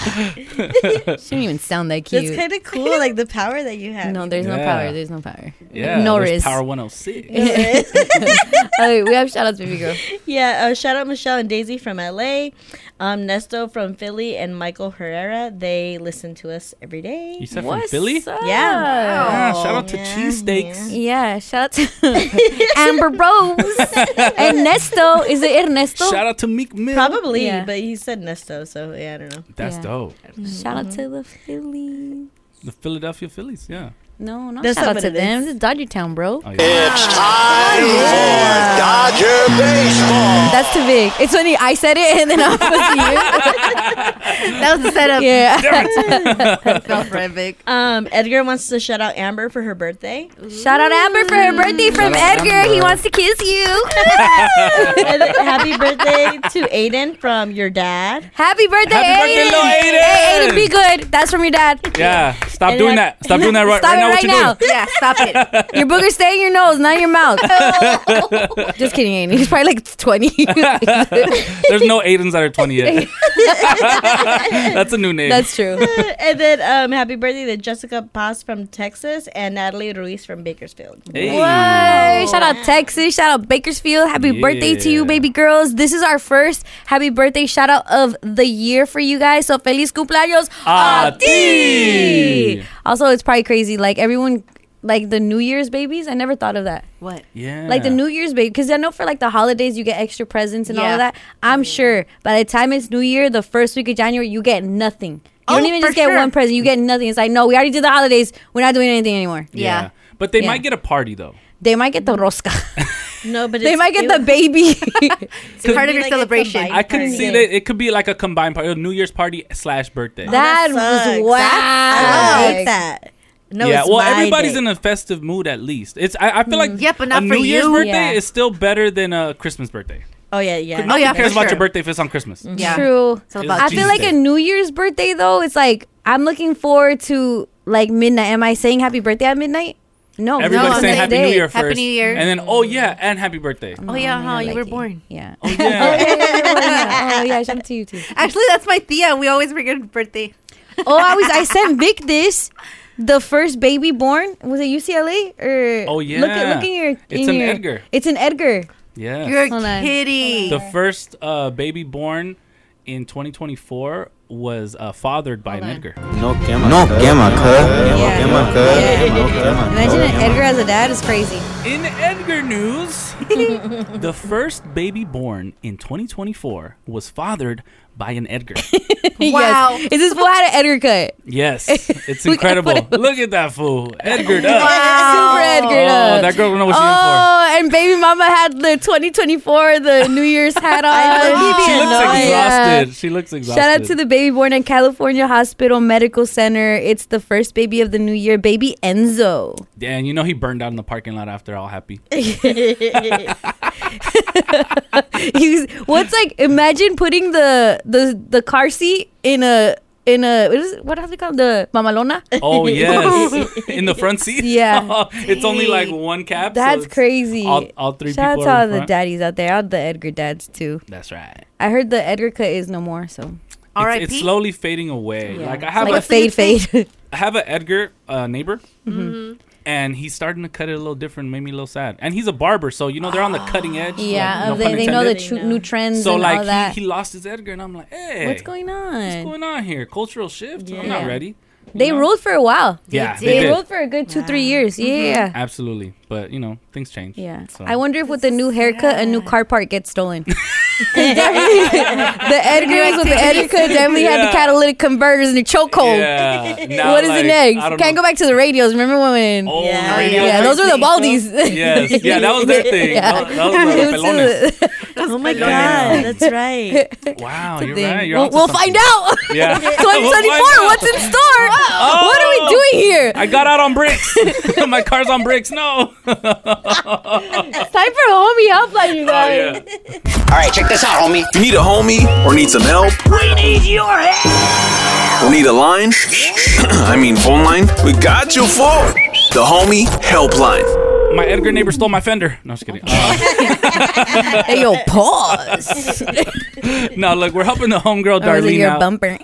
D: She didn't even sound that
F: It's
D: cute.
F: kind of cool, like the power that you have.
D: No, there's no
A: Yeah.
D: power. There's no power.
A: Yeah,
D: No
A: there's
D: risk.
A: Power 106.
D: All right, Oh, we have shout outs, baby girl.
F: Yeah, uh, shout out Michelle and Daisy from LA, um, Nesto from Philly, and Michael Herrera. They listen to us every
A: You
F: day.
A: said from
D: What's
A: Philly?
D: up? Oh,
F: Yeah.
A: Yeah, shout out to
F: Yeah,
A: cheesesteaks.
D: Yeah, shout out to Amber Rose. Ernesto. Is it Ernesto?
A: Shout out to Meek Mill.
F: Probably,
D: Yeah.
F: but he said Nesto, so yeah, I don't know.
A: That's
D: Yeah.
A: dope.
D: Shout out to the Philly.
A: The Philadelphia Phillies, yeah.
D: No, not
F: That's
D: shout
F: not
D: out
F: what
D: to
F: it
D: them.
F: is.
D: This is Dodger Town, bro.
A: Oh, yeah.
C: Dodger baseball.
D: That's too big. It's funny. I said it, and then I was you.
E: That was the setup.
D: yeah.
E: Felt for him, Vic.
F: Um, Edgar wants to shout out Amber for her birthday,
D: Shout out Amber for her birthday from
A: out
D: Edgar.
A: Amber.
D: He wants to kiss you.
F: and then happy birthday to Aiden from your dad.
D: Happy birthday,
A: Happy birthday,
D: Aiden.
A: little Aiden.
D: Hey, Aiden, be good. That's from your dad.
A: yeah. Stop
F: And
A: doing
F: like-
A: that. Stop doing that right,
D: Stop
A: right
D: it
A: now.
D: right
A: what you
D: now.
E: yeah, stop it.
D: Your booger stay in your nose, not in your mouth. Just kidding, Aiden. He's probably like 20.
A: doing? There's no Aidens that are 20 yet. That's a new name.
D: That's true.
F: and then um, happy birthday to Jessica Paz from Texas and Natalie Ruiz from Bakersfield.
A: Hey.
D: What? Shout out Texas. Shout out Bakersfield. Happy
A: Yeah.
D: birthday to you, baby girls. This is our first happy birthday shout out of the year for you guys. So feliz cumpleaños
A: A ti.
D: Also, it's probably crazy. Like everyone, like the New Year's babies. I never thought of that.
E: What?
A: Yeah.
D: Like the New Year's baby, because I know for like the holidays you get extra presents and all
E: Yeah.
D: of that. I'm sure by the time it's New Year, the first week of January, you get nothing. You
E: Oh,
D: don't even
E: for
D: just get
E: sure.
D: one present. You get nothing. It's like no, we already did the holidays. We're not doing anything anymore.
E: Yeah.
A: But they
D: Yeah.
A: might get a party though.
D: They might get the rosca.
F: No, but
D: they
F: it's-
D: might get
F: it
D: the
F: would
D: baby.
E: It's part of
F: be
E: your
F: like a
E: celebration.
F: combined
A: I could
F: party.
A: see that it could be like a combined party, a New Year's party slash birthday.
D: that was
F: sucks.
D: wow.
F: I hate that. No,
A: yeah,
F: it's
A: well,
F: my
A: everybody's
F: day.
A: in a festive mood at least. It's I, I feel like
E: Mm. Yeah, but not
A: a
E: for
A: New Year's
E: you.
A: birthday
D: Yeah.
A: is still better than a Christmas birthday.
F: Oh yeah, yeah.
E: Oh, yeah,
A: Who cares
E: for
A: about
E: sure.
A: your birthday if it's on Christmas?
E: Yeah.
D: True.
E: It's all
A: It's
E: about
D: I
A: Jesus
D: feel like
A: Day.
D: a New Year's birthday though. It's like I'm looking forward to like midnight. Am I saying happy birthday at midnight? No.
A: Everybody's
E: No, on
A: saying
E: the
A: Happy
D: same
A: New
D: day.
A: Year first,
E: Happy New Year.
A: and then oh yeah, and Happy birthday.
E: Oh yeah, huh?
D: I
E: You
D: like
E: were
D: it.
E: born.
D: Yeah.
A: Oh yeah.
D: oh yeah, I sent to you too.
E: Actually, that's my Thea. We always forget her birthday.
D: Oh, I was I sent Vic this. The first baby born was it UCLA or?
A: Oh,
D: Look at look
A: yeah.
D: in your.
A: It's
D: in
A: an
D: your-
A: Edgar.
D: It's an Edgar.
A: yeah.
E: You're
D: Hold on.
E: kidding.
A: the first uh, baby born in 2024 was uh, fathered by an Edgar.
G: No quema,
D: Yeah. Imagine an Edgar as a dad is crazy.
A: In Edgar news, the first baby born in 2024 was fathered by an Edgar.
E: Wow.
D: Yes. Is this fool had an Edgar cut?
A: Yes, it's
D: We gotta
A: incredible.
D: put
A: Look at that fool, Edgar. up.
D: Super Edgar.
A: Oh,
D: up.
A: that girl don't know what she's in for.
D: Oh, and baby mama had the 2024, the New Year's hat on.
A: She looks
D: Yeah.
A: exhausted. She looks exhausted.
D: Shout out to the baby born in California Hospital Medical Center. It's the first baby of the new year, baby Enzo.
A: Dan, you know he burned down the parking lot after all happy.
D: He's what's like? Imagine putting the the the car seat in a in a what is it, what do they call it? the mamalona?
A: Oh yes, in the front seat. Oh,
D: Yeah.
A: it's only like one cap. so
D: That's
A: it's
D: crazy.
A: All, all three
D: Shout out
A: people
D: to
A: are
D: all
A: in
D: the
A: front.
D: daddies out there, all the Edgar dads too.
A: That's right.
D: I heard the Edgar cut is no more, so
A: It's,
E: R.I.P.
A: it's slowly fading away. Like I
D: It's
A: have
D: like a
A: a
D: fade Mm-hmm. fade.
A: I have an Edgar uh, neighbor, and he's starting to cut it a little different. Made me a little sad. And he's a barber, so you know they're on the cutting edge.
D: Ah, yeah,
A: like, no
D: they,
A: pun
D: they know the
A: intended.
D: tru- new trends
A: So
D: and all
A: like
D: that.
A: he, he lost his Edgar, and I'm like, hey,
D: What's going on?
A: What's going on here? Cultural shift. I'm
D: Yeah.
A: not ready.
D: they
A: know?
D: ruled for a while.
A: Yeah,
E: They
A: they
D: They
A: did.
D: ruled for a good two, three years. Yeah.
A: Absolutely, but you know things change.
D: Yeah.
A: So.
D: I wonder if with the new haircut, a new car part gets stolen. 'Cause definitely- the Edgars with the Edgar definitely had
A: Yeah.
D: the catalytic converters and the chokehold.
A: Yeah. Now,
D: What is
A: like,
D: the next?
A: I don't
D: Can't
A: know.
D: go back to the radios. Remember when?
A: Oh,
F: Yeah.
A: yeah, radio
D: yeah, those were the baldies.
A: Yes, yeah, that was their thing. That was- that was the
D: It was
A: pelones.
D: still-
F: Oh my god,
A: Yeah.
F: that's right.
A: Wow,
D: the
A: you're
D: thing.
A: right. You're onto
D: we'll we'll
A: something.
D: find out.
A: Yeah.
D: 2024, what's in store? Uh, What
A: Oh.
D: are we doing here?
A: I got out on bricks. My car's on bricks. No. Oh,
D: It's time for a homie helpline, you guys.
C: All right, check this out, homie.
I: If you need a homie or need some help, we need your help. Or need a line? I mean, phone line. We got you for the homie helpline.
A: My Edgar neighbor stole my fender. No, just kidding. Uh,
D: Hey, yo, pause.
A: no, look, we're helping the homegirl
D: Or was Oh, it
A: Darlene
D: your
A: out.
D: bumper?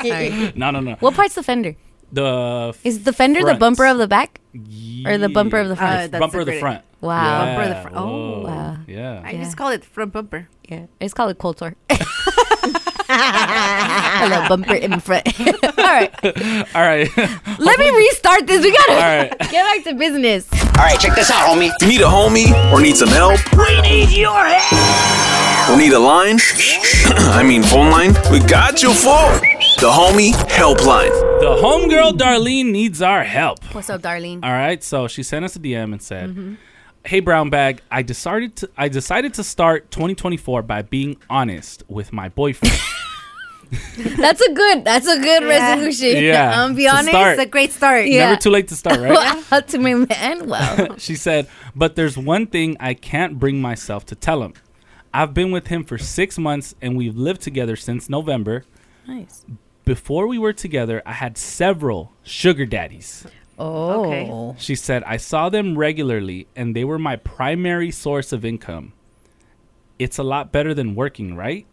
D: Sorry.
A: No, no, no.
D: What part's the fender?
A: The f-
D: Is the fender the
A: Front.
D: bumper of the back?
A: ye-
D: Or the bumper of the front?
E: Uh, that's
A: bumper of
E: a
A: the
E: great-
A: front.
D: Wow.
A: Yeah,
E: Bumper of the front. Oh,
A: whoa,
D: wow.
A: Yeah.
E: I
D: Yeah.
E: just called it front bumper.
D: Yeah, it's called a coulter. I love bumper in front. All right,
A: All right.
D: let me restart this. We gotta
A: All right.
D: get back to business.
C: All right, check this out, homie.
I: If you need a homie or need some help, we need your help. Or need a line? I mean, phone line. We got you for the homie helpline.
A: The homegirl Darlene needs our help.
D: What's up, Darlene?
A: All right, so she sent us a DM and said,
D: Mm-hmm.
A: "Hey Brown Bag, I decided to I decided to start 2024 by being honest with my boyfriend.
D: That's a good. That's a good
E: Yeah.
D: resolution.
A: Yeah,
D: I'm
A: to
D: be honest.
A: start.
E: It's a great start.
D: Yeah.
A: Never too late to start, right?
D: Well, to my man. Well,
A: She said, "But there's one thing I can't bring myself to tell him. I've been with him for 6 months and we've lived together since November,
D: nice.
A: Before we were together, I had several sugar daddies.
D: Oh.
E: Okay.
A: She said, I saw them regularly and they were my primary source of income. It's a lot better than working, right?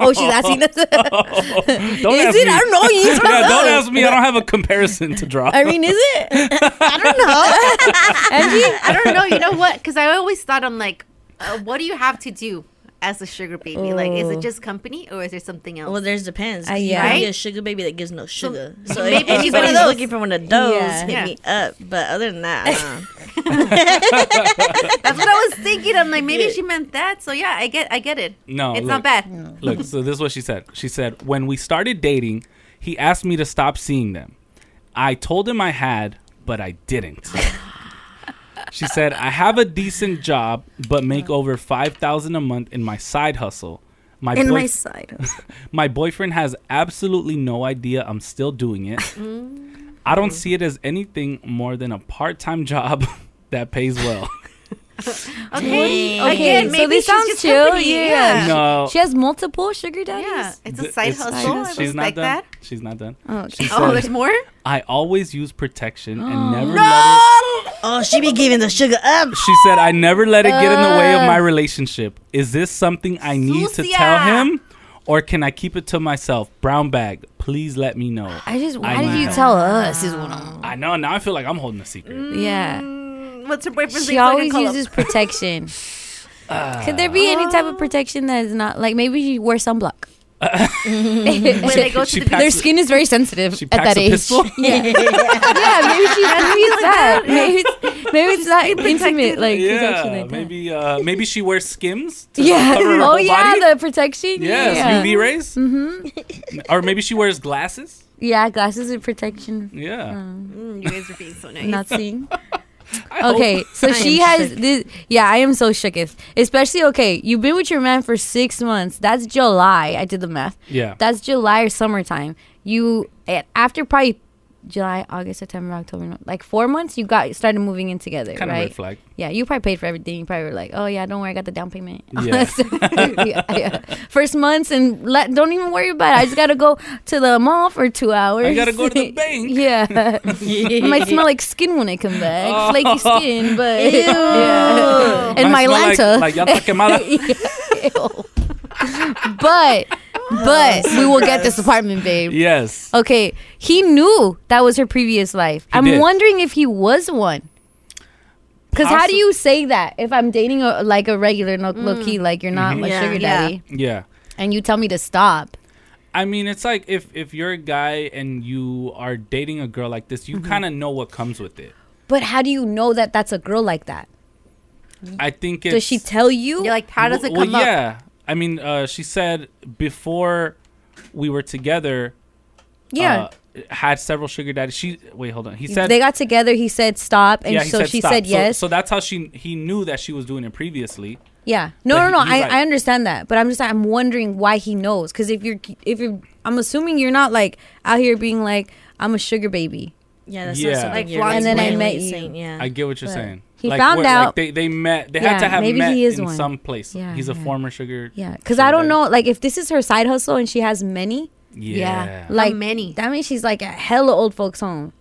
D: Oh, she's asking us.
A: Don't
D: Is
A: ask
D: it?
A: me.
D: I don't know. You tell
A: Yeah, don't
D: us.
A: ask me. I don't have a comparison to draw.
F: I mean, is it?
E: I don't know. You know what? Because I always thought I'm like, uh, what do you have to do as a sugar baby? Like, is it just company or is there something else?
F: Well, there's depends.
D: Uh,
F: Uh,
D: yeah.
F: yeah. You could be a sugar baby that gives no sugar. So,
E: maybe
F: if
E: she's one of
F: anybody's
E: those.
F: looking for one of those,
D: Yeah.
F: hit
E: Yeah.
F: me up. But other than that, uh, I don't know.
E: That's what I was thinking. I'm like, maybe she meant that. So yeah, I get, I get it.
A: No,
E: it's not
A: Oh, look.
E: bad.
A: Look, so this is what she said. She said, When we started dating, he asked me to stop seeing them. I told him I had, but I didn't. she said, I have a decent job, but make over 5000 a month in my side hustle. My
E: In
A: boy-
E: my side.
A: my boyfriend has absolutely no idea I'm still doing it.
E: Mm.
A: I don't see it as anything more than a part time job that pays well.
E: Okay.
D: Okay,
E: Again,
D: so
E: maybe
D: this
E: she's
D: sounds
E: just
D: chill,
E: company.
D: yeah.
E: Yeah.
A: no.
D: She has multiple sugar daddies.
E: Yeah, It's a
A: Th-
E: side
A: it's-
E: hustle. I
A: She's, she's not
E: respect
A: done.
E: that.
A: She's not done.
D: Okay.
A: She
E: Oh,
A: said,
E: there's more.
A: I always use protection and never let it.
F: Oh, she be giving the sugar up.
A: She said, I never let it get in the way of my relationship. Is this something I need to tell
E: Sucia.
A: him? Or can I keep it to myself? Brown bag, please let me know.
D: I just. Why
A: I
D: did you
A: know.
D: tell us? Is what I'm.
E: Ah.
A: I know. Now I feel like I'm holding a secret.
D: Mm, Yeah.
E: What's her boyfriend's
D: She
E: name? so I can
D: always
E: call
D: uses
E: up?
D: protection. Could there be any type of protection that is not like maybe you wear sunblock?
E: When they go to
A: She
E: the beach.
A: packs
D: Their
A: a-
D: skin is very sensitive
A: She
D: at
A: packs
D: that
A: a
D: age.
A: pistol?
D: Yeah, yeah. Maybe she. Maybe it's that. Maybe it's maybe it's not intimate.
E: protected.
D: Like protection
A: Yeah,
D: like that.
A: maybe uh, maybe she wears Skims. To
D: Yeah.
A: cover her
D: Oh
A: whole
D: yeah,
A: body.
D: the protection.
A: yes,
D: yeah.
A: UV rays. Mm-hmm. or maybe she wears glasses.
D: Yeah, glasses and protection.
A: Yeah,
E: Mm, you guys are being so nice.
D: Not seeing.
A: I hope.
D: Oh. Okay, so she has this. Yeah, I am so shooketh. Especially okay, you've been with your man for six months. That's July. I did the math.
A: Yeah,
D: That's July or summertime. You a- after probably July, August, September, October, no- like four months. You got started moving in together,
A: kind of
D: right?
A: red flag.
D: Yeah, you probably paid for everything. You probably were like, "Oh yeah, don't worry, I got the down payment."
A: Yeah.
D: Yeah, yeah. First months and let, don't even worry about it. I just gotta go to the mall for two hours.
A: gotta go to the bank.
D: yeah, it might smell like skin when I come back, flaky skin, but yeah. and my
A: Oh. Might smell
D: lanta.
A: like, like llanta quemada.
D: but but we will get this apartment, babe.
A: yes,
D: Okay, he knew that was her previous life. I'm
A: did.
D: wondering if he was one. Because how do
A: Possi-
D: you say that if I'm dating a, like a regular no, low key, like you're
A: Mm-hmm.
D: not my
F: Yeah.
D: sugar
E: Mm. Yeah.
D: daddy,
A: yeah.
D: and you tell me to stop?
A: I mean, it's like if if you're a guy and you are dating a girl like this, you
D: Mm-hmm.
A: kind of know what comes with it.
D: But how do you know that that's a girl like that?
A: I think it's,
D: Does she tell you?
E: You're like, how does it
A: Well,
E: come
A: well,
E: up?
A: yeah. I mean, uh, she said before we were together,
D: yeah.
A: uh, had several sugar daddies. She wait, hold on. He said
D: they got together. He said stop, and
A: he
D: so she
A: stop.
D: said
A: So-
D: yes.
A: So, that's how she he knew that she was doing it previously.
D: yeah. No,
A: But
D: no,
A: he- he's
D: no. I,
A: like-
D: I understand that, but I'm just I'm wondering why he knows. Because if you're if you're, I'm assuming you're not like out here being like I'm a sugar baby.
F: Yeah, that's
A: Yeah.
F: not something
A: Like
F: you're
E: blonde
F: like,
D: And then I
F: blatantly
D: met you.
F: saying, Yeah.
A: I get what you're saying.
D: he found
A: what-
D: out-
A: they they met. They
D: Yeah,
A: had to have
D: maybe
A: met
D: he is
A: in
D: one.
A: some place.
D: Yeah,
A: He's a
D: yeah.
A: former sugar.
D: Yeah, because
A: sugar
D: I don't
A: daddy.
D: know. Like, if this is her side hustle and she has many,
A: Yeah.
D: like
E: many.
D: That means she's like a hella old folks home.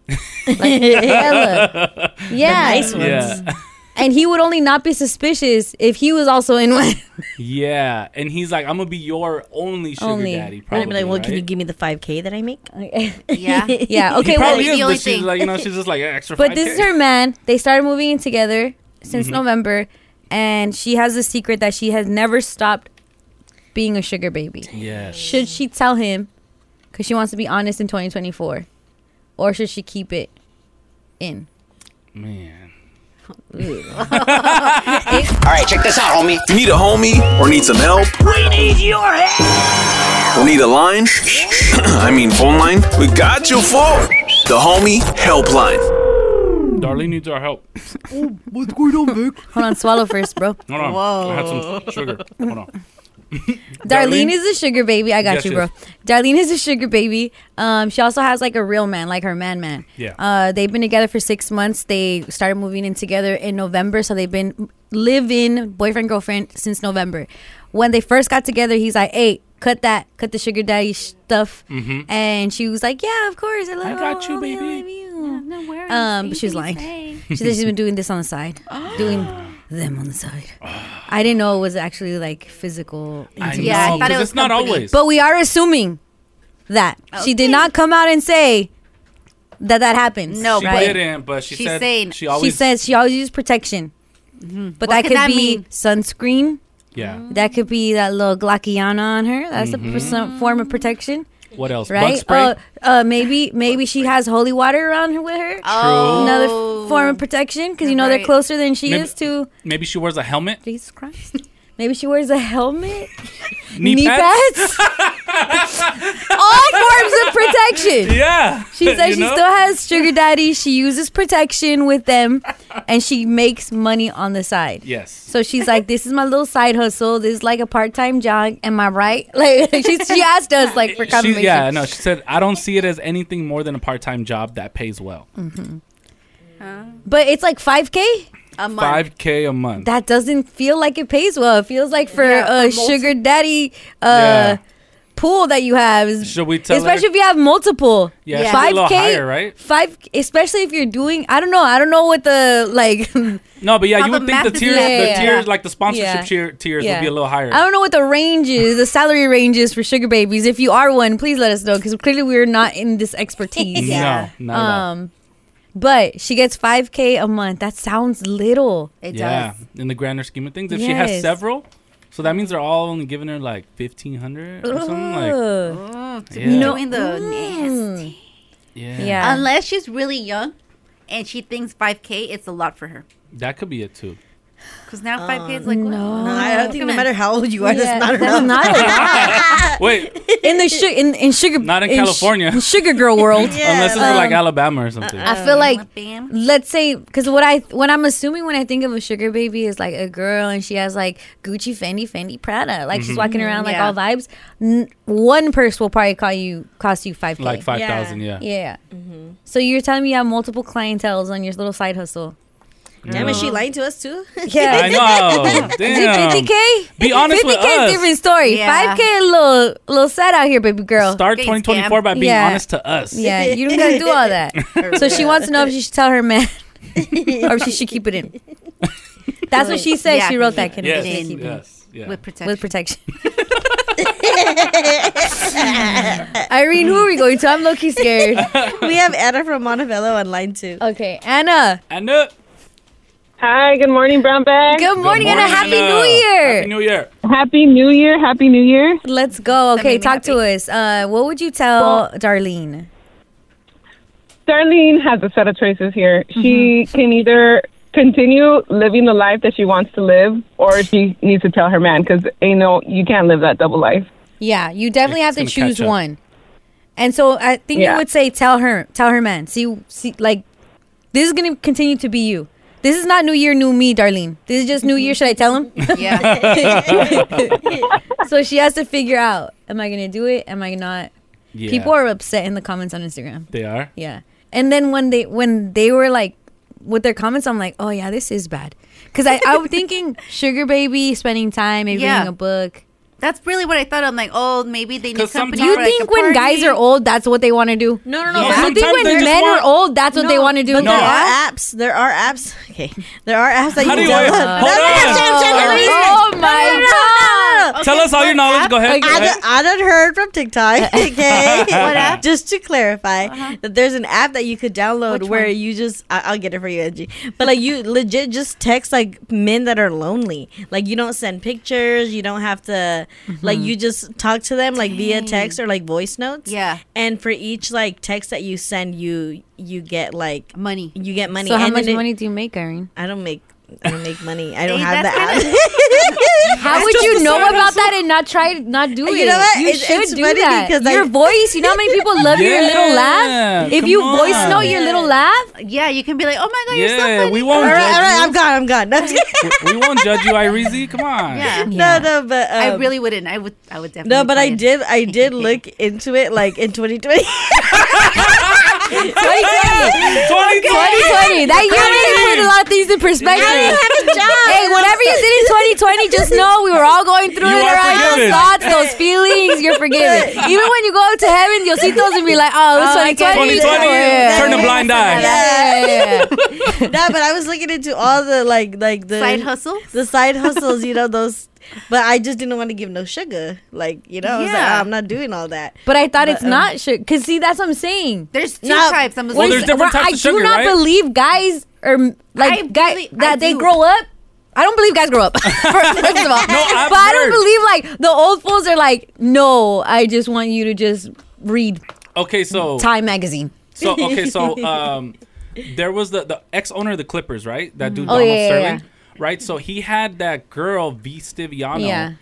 D: like hella, yeah.
F: nice ones.
A: Yeah.
D: And he would only not be suspicious if he was also in one.
A: yeah. And he's like, I'm gonna be your only sugar
D: Only.
A: daddy.
F: And
A: Probably.
F: I'd be like, well,
A: right?
F: can you give me the 5K that I make?
E: Yeah.
D: yeah.
A: He
D: Okay. Well,
A: probably is,
E: the only
A: but she's
E: thing.
A: like, you know, she's just like "Eh, extra.
D: but
A: 5K."
D: this is her man. They started moving in together since November, and she has a secret that she has never stopped being a sugar baby.
A: Yeah.
D: Should she tell him? Because she wants to be honest in 2024, or should she keep it in?
A: Man.
C: All right, check this out, homie.
I: If you need a homie or need some help, we need your help. Or need a line, I mean phone line, we got you for the homie helpline.
A: Darlene needs our help.
D: Hold on, swallow first, bro.
A: Hold on. Whoa. I had some sugar. Hold on.
D: Darlene,
A: Darlene?
D: is a sugar baby. I got
A: Yes,
D: you, bro.
A: yes.
D: Darlene is a sugar baby. Um, she also has like a real man, like her man man.
A: Yeah.
D: Uh, they've been together for six months. They started moving in together in November, so they've been live in boyfriend girlfriend since November. When they first got together, he's like, "Hey, cut that, cut the sugar daddy stuff.
A: Mhm.
D: And she was like, yeah, of course, I love.
A: I got you,
D: oh, yeah,
A: baby.
D: I love you.
E: No worries.
D: Um, but she was
E: Anything you
D: lying.
E: say.
D: She said she's been doing this on the side, doing them on the side. I didn't know it was actually like physical.
A: I
D: intimacy.
E: Yeah, I
A: know,
E: thought it
A: 'cause
E: was
A: it's not
E: company.
A: always.
D: But we are assuming that she did
E: Okay.
D: not come out and say that that happens.
E: No,
A: she
E: right.
A: didn't, but she
E: She's
A: said
E: saying-
A: she always.
D: she says she always uses protection. But
E: Mm-hmm. What
D: that
E: could
D: could
E: that
D: be
E: mean?
D: sunscreen.
A: yeah.
D: That could be that little Glockiana on her. That's a per- some form of protection,
A: What else? Mm-hmm. Bug
D: right?
A: spray.
D: Uh, uh, maybe maybe she has holy water around her with her.
E: Oh.
D: Another f- form of protection because you know
E: Right.
D: they're closer than she
A: Maybe-
D: is to
A: Maybe she wears a helmet.
D: Jesus Christ. Maybe she wears a helmet,
A: Knee,
D: knee
A: pads?
D: pads, all forms of protection.
A: Yeah.
D: She says
A: You
D: she
A: know?
D: still has sugar daddy. She uses protection with them, and she makes money on the side.
A: Yes.
D: So she's like, "This is my little side hustle. This is like a part-time job. Am I right?" Like she, she asked us like for
A: She,
D: confirmation.
A: yeah, no. She said I don't see it as anything more than a part-time job that pays well.
D: But it's like 5k.
E: A month.
A: Five k a month.
D: That doesn't feel like it pays well. It feels like for
E: Yeah, for
D: a
E: multi-
D: sugar daddy uh,
A: Yeah.
D: pool that you have. is-
A: Should we tell
D: especially
A: her?
D: if you have multiple.
A: Yeah, it should be a little higher, right?
D: Five, especially if you're doing. I don't know. I don't know what the like.
A: No, but yeah,
E: How
A: you
E: the
A: would think
E: math
A: the
E: is
A: tiers,
D: made.
A: the
D: Yeah.
A: tiers, like the sponsorship
D: Yeah.
A: tier, tiers,
D: Yeah. Oh,
A: would be a little higher.
D: I don't know what the range is, the salary range is for sugar babies. If you are one, please let us know because clearly we're not in this expertise.
E: Yeah.
A: No, not at all.
D: Um, but she gets 5K a month. That sounds little.
E: It
A: yeah,
E: does.
A: in the grander scheme of things, if she has
D: Yes.
A: several, so that means they're all only giving her like fifteen hundred or something. Like,
D: Ugh.
A: yeah,
E: You know, in the nasty.
A: yeah,
D: Mm. yeah.
E: Unless she's really young and she thinks 5K, it's a lot for her.
A: that could be it too.
E: Because now 5K is like,
D: Um,
F: No,
E: no.
F: I don't think no matter how old you are,
D: Yeah,
F: that's not
D: that's
F: enough.
D: not a lot.
A: Wait,
D: in the su- in, in sugar
A: Not in
D: sh-
A: California.
D: in sugar girl world.
A: unless it's
D: Um, uh,
A: like Alabama or something.
D: I feel like
E: Bam.
D: let's say because what I what I'm assuming when I think of a sugar baby is like a girl and she has like Gucci, Fendi, Fendi, Prada, like
A: Mm-hmm.
D: she's walking around like
E: Yeah.
D: all vibes. N- one purse will probably call you cost you five k.
A: like five thousand, yeah.
D: Yeah.
A: Mm-hmm.
D: So you're telling me you have multiple clienteles on your little side hustle?
F: Damn it, she lied to us too.
A: I
D: Yeah.
A: know.
D: Is it
A: Damn.
D: fifty k?
A: Be honest with us.
D: different story.
E: Yeah.
D: Five k a little little sad out here, baby girl.
A: Start
E: Getting
A: 2024 by being
D: Yeah.
A: honest to us.
D: Yeah, you don't gotta do all that. so she wants to know if she should tell her man or if she should keep it in. That's what she said.
E: Yeah,
D: she wrote that. Can
A: Yes.
E: Yeah.
A: Yes.
E: Keep it.
A: yeah.
E: With protection.
D: with protection. Irene, who are we going to? I'm low key scared.
F: we have Anna from Montebello on line two.
D: Okay, Anna.
A: And uh,
J: Hi, good morning, Brown Bag.
D: Good morning, Anna. Happy
A: Anna.
D: New Year.
A: Happy New Year.
J: Happy New Year. Happy New Year.
D: Let's go. Okay,
E: made me
D: talk to us. Uh, what would you tell Darlene?
J: Darlene has a set of choices here. She can either continue living the life that she wants to live, or she needs to tell her man because you know you can't live that double life.
D: Yeah, you definitely
A: It's
D: have to
A: gonna
D: choose
A: catch up.
D: one. And so I think
J: Yeah.
D: you would say, tell her, tell her man. See, see, like this is gonna continue to be you. This is not New Year, New Me, Darlene. This is just New Year. Should I tell him?
E: yeah.
D: so she has to figure out: Am I gonna do it? Am I not?
A: Yeah.
D: People are upset in the comments on Instagram.
A: They are.
D: Yeah. And then when they when they were like with their comments, I'm like, oh yeah, this is bad. Because I, I was thinking sugar baby, spending time, maybe
E: Yeah.
D: reading a book.
E: That's really what I thought. I'm like, oh, maybe they need
A: 'Cause
E: company.
A: sometimes-
D: You
E: for, like,
D: think
E: a
D: when
E: party.
D: guys are old, that's what they want to do?
F: No,
A: No,
F: no, no.
A: Yeah.
F: but-
D: You
A: sometimes
D: think
A: they
D: when
A: just
D: men
A: want-
D: are old, that's what they want to do?
F: But
A: No.
F: there are apps. There are apps. Okay, there are apps that
A: How do
F: you
A: you
F: download.
A: hold
F: No, no,
A: on.
F: no, no, no, no, no, no, no.
D: Oh my god!
A: Tell us all your knowledge. Go ahead. Go
F: I
A: ahead.
F: done, I done heard from TikTok. Okay, what app? Uh-huh. Just to clarify, that there's an app that you could download where you just I, I'll get it for you, Angie. But like you legit just text like men that are lonely. Like you don't send pictures. You don't have to like you just talk to them like via text or like voice notes.
E: Yeah.
F: And for each like text that you send, you you get like
E: Money.
F: you get money.
D: So how
F: And
D: much
F: then it-
D: money do you make, Irene?
F: I don't make. I don't make money. I don't
E: Hey,
F: have the
E: that's
F: app.
D: How would
A: just
D: you
A: the
D: know
A: service.
D: about that and not try, not do it?
F: You know what?
D: You
F: It's-
D: should
F: it's
D: do
F: funny
D: that.
F: because I-
D: your voice. You know how many people love your little
A: Yeah,
D: laugh. If
A: come
D: you voice
A: on.
D: note your little laugh,
E: Yeah, you can be like, oh my god, you're so
A: Yeah,
E: funny.
A: we won't
F: all right, all
A: judge
F: right. I'm gone. I'm gone. No, I'm just kidding.
A: you. We won't judge you, Irizy. Come on.
E: Yeah.
D: Yeah.
F: no, no, but um,
E: I really wouldn't. I would. I would definitely.
F: No, but
E: try
F: I
E: it.
F: did. I did look into it, like in
D: 2020.
F: 2020.
D: 2020. That year really put a lot of things in perspective.
B: I
F: had a job.
D: Hey, whatever you did in 2020, just know we were all going through
B: You
D: it.
B: are
D: Right? Those
B: forgiven.
D: thoughts, those feelings, you're forgiven. Even when you go to heaven, you'll see those and be like, oh, it was
F: Oh, I
D: 2020.
A: 2020,
D: Yeah.
A: turn a blind eye.
D: Yeah.
F: nah, but I was looking into all the like like the
E: Side hustles?
F: the side hustles, you know those. But I just didn't want to give no sugar, like you know. I was like,
D: Yeah.
F: "Oh, I'm not doing all that.
D: But I thought it's
F: um,
D: not sugar. Because, see, that's what I'm saying.
E: There's two
F: No.
E: types. I'm
A: Well, there's different types
D: I
A: of sugar,
D: do not
A: right?
D: believe guys are like guys that they
E: do.
D: grow up. I don't believe guys grow up. First of all,
B: I've
D: but I
B: heard.
D: don't believe like the old fools are like, no, I just want you to just read
A: Okay, so
D: Time magazine.
A: So okay, so um, there was the the ex owner of the Clippers, right? That dude
D: Oh,
A: Donald
D: yeah, yeah,
A: Sterling,
D: yeah.
A: right? So he had that girl V Stiviano.
D: Yeah.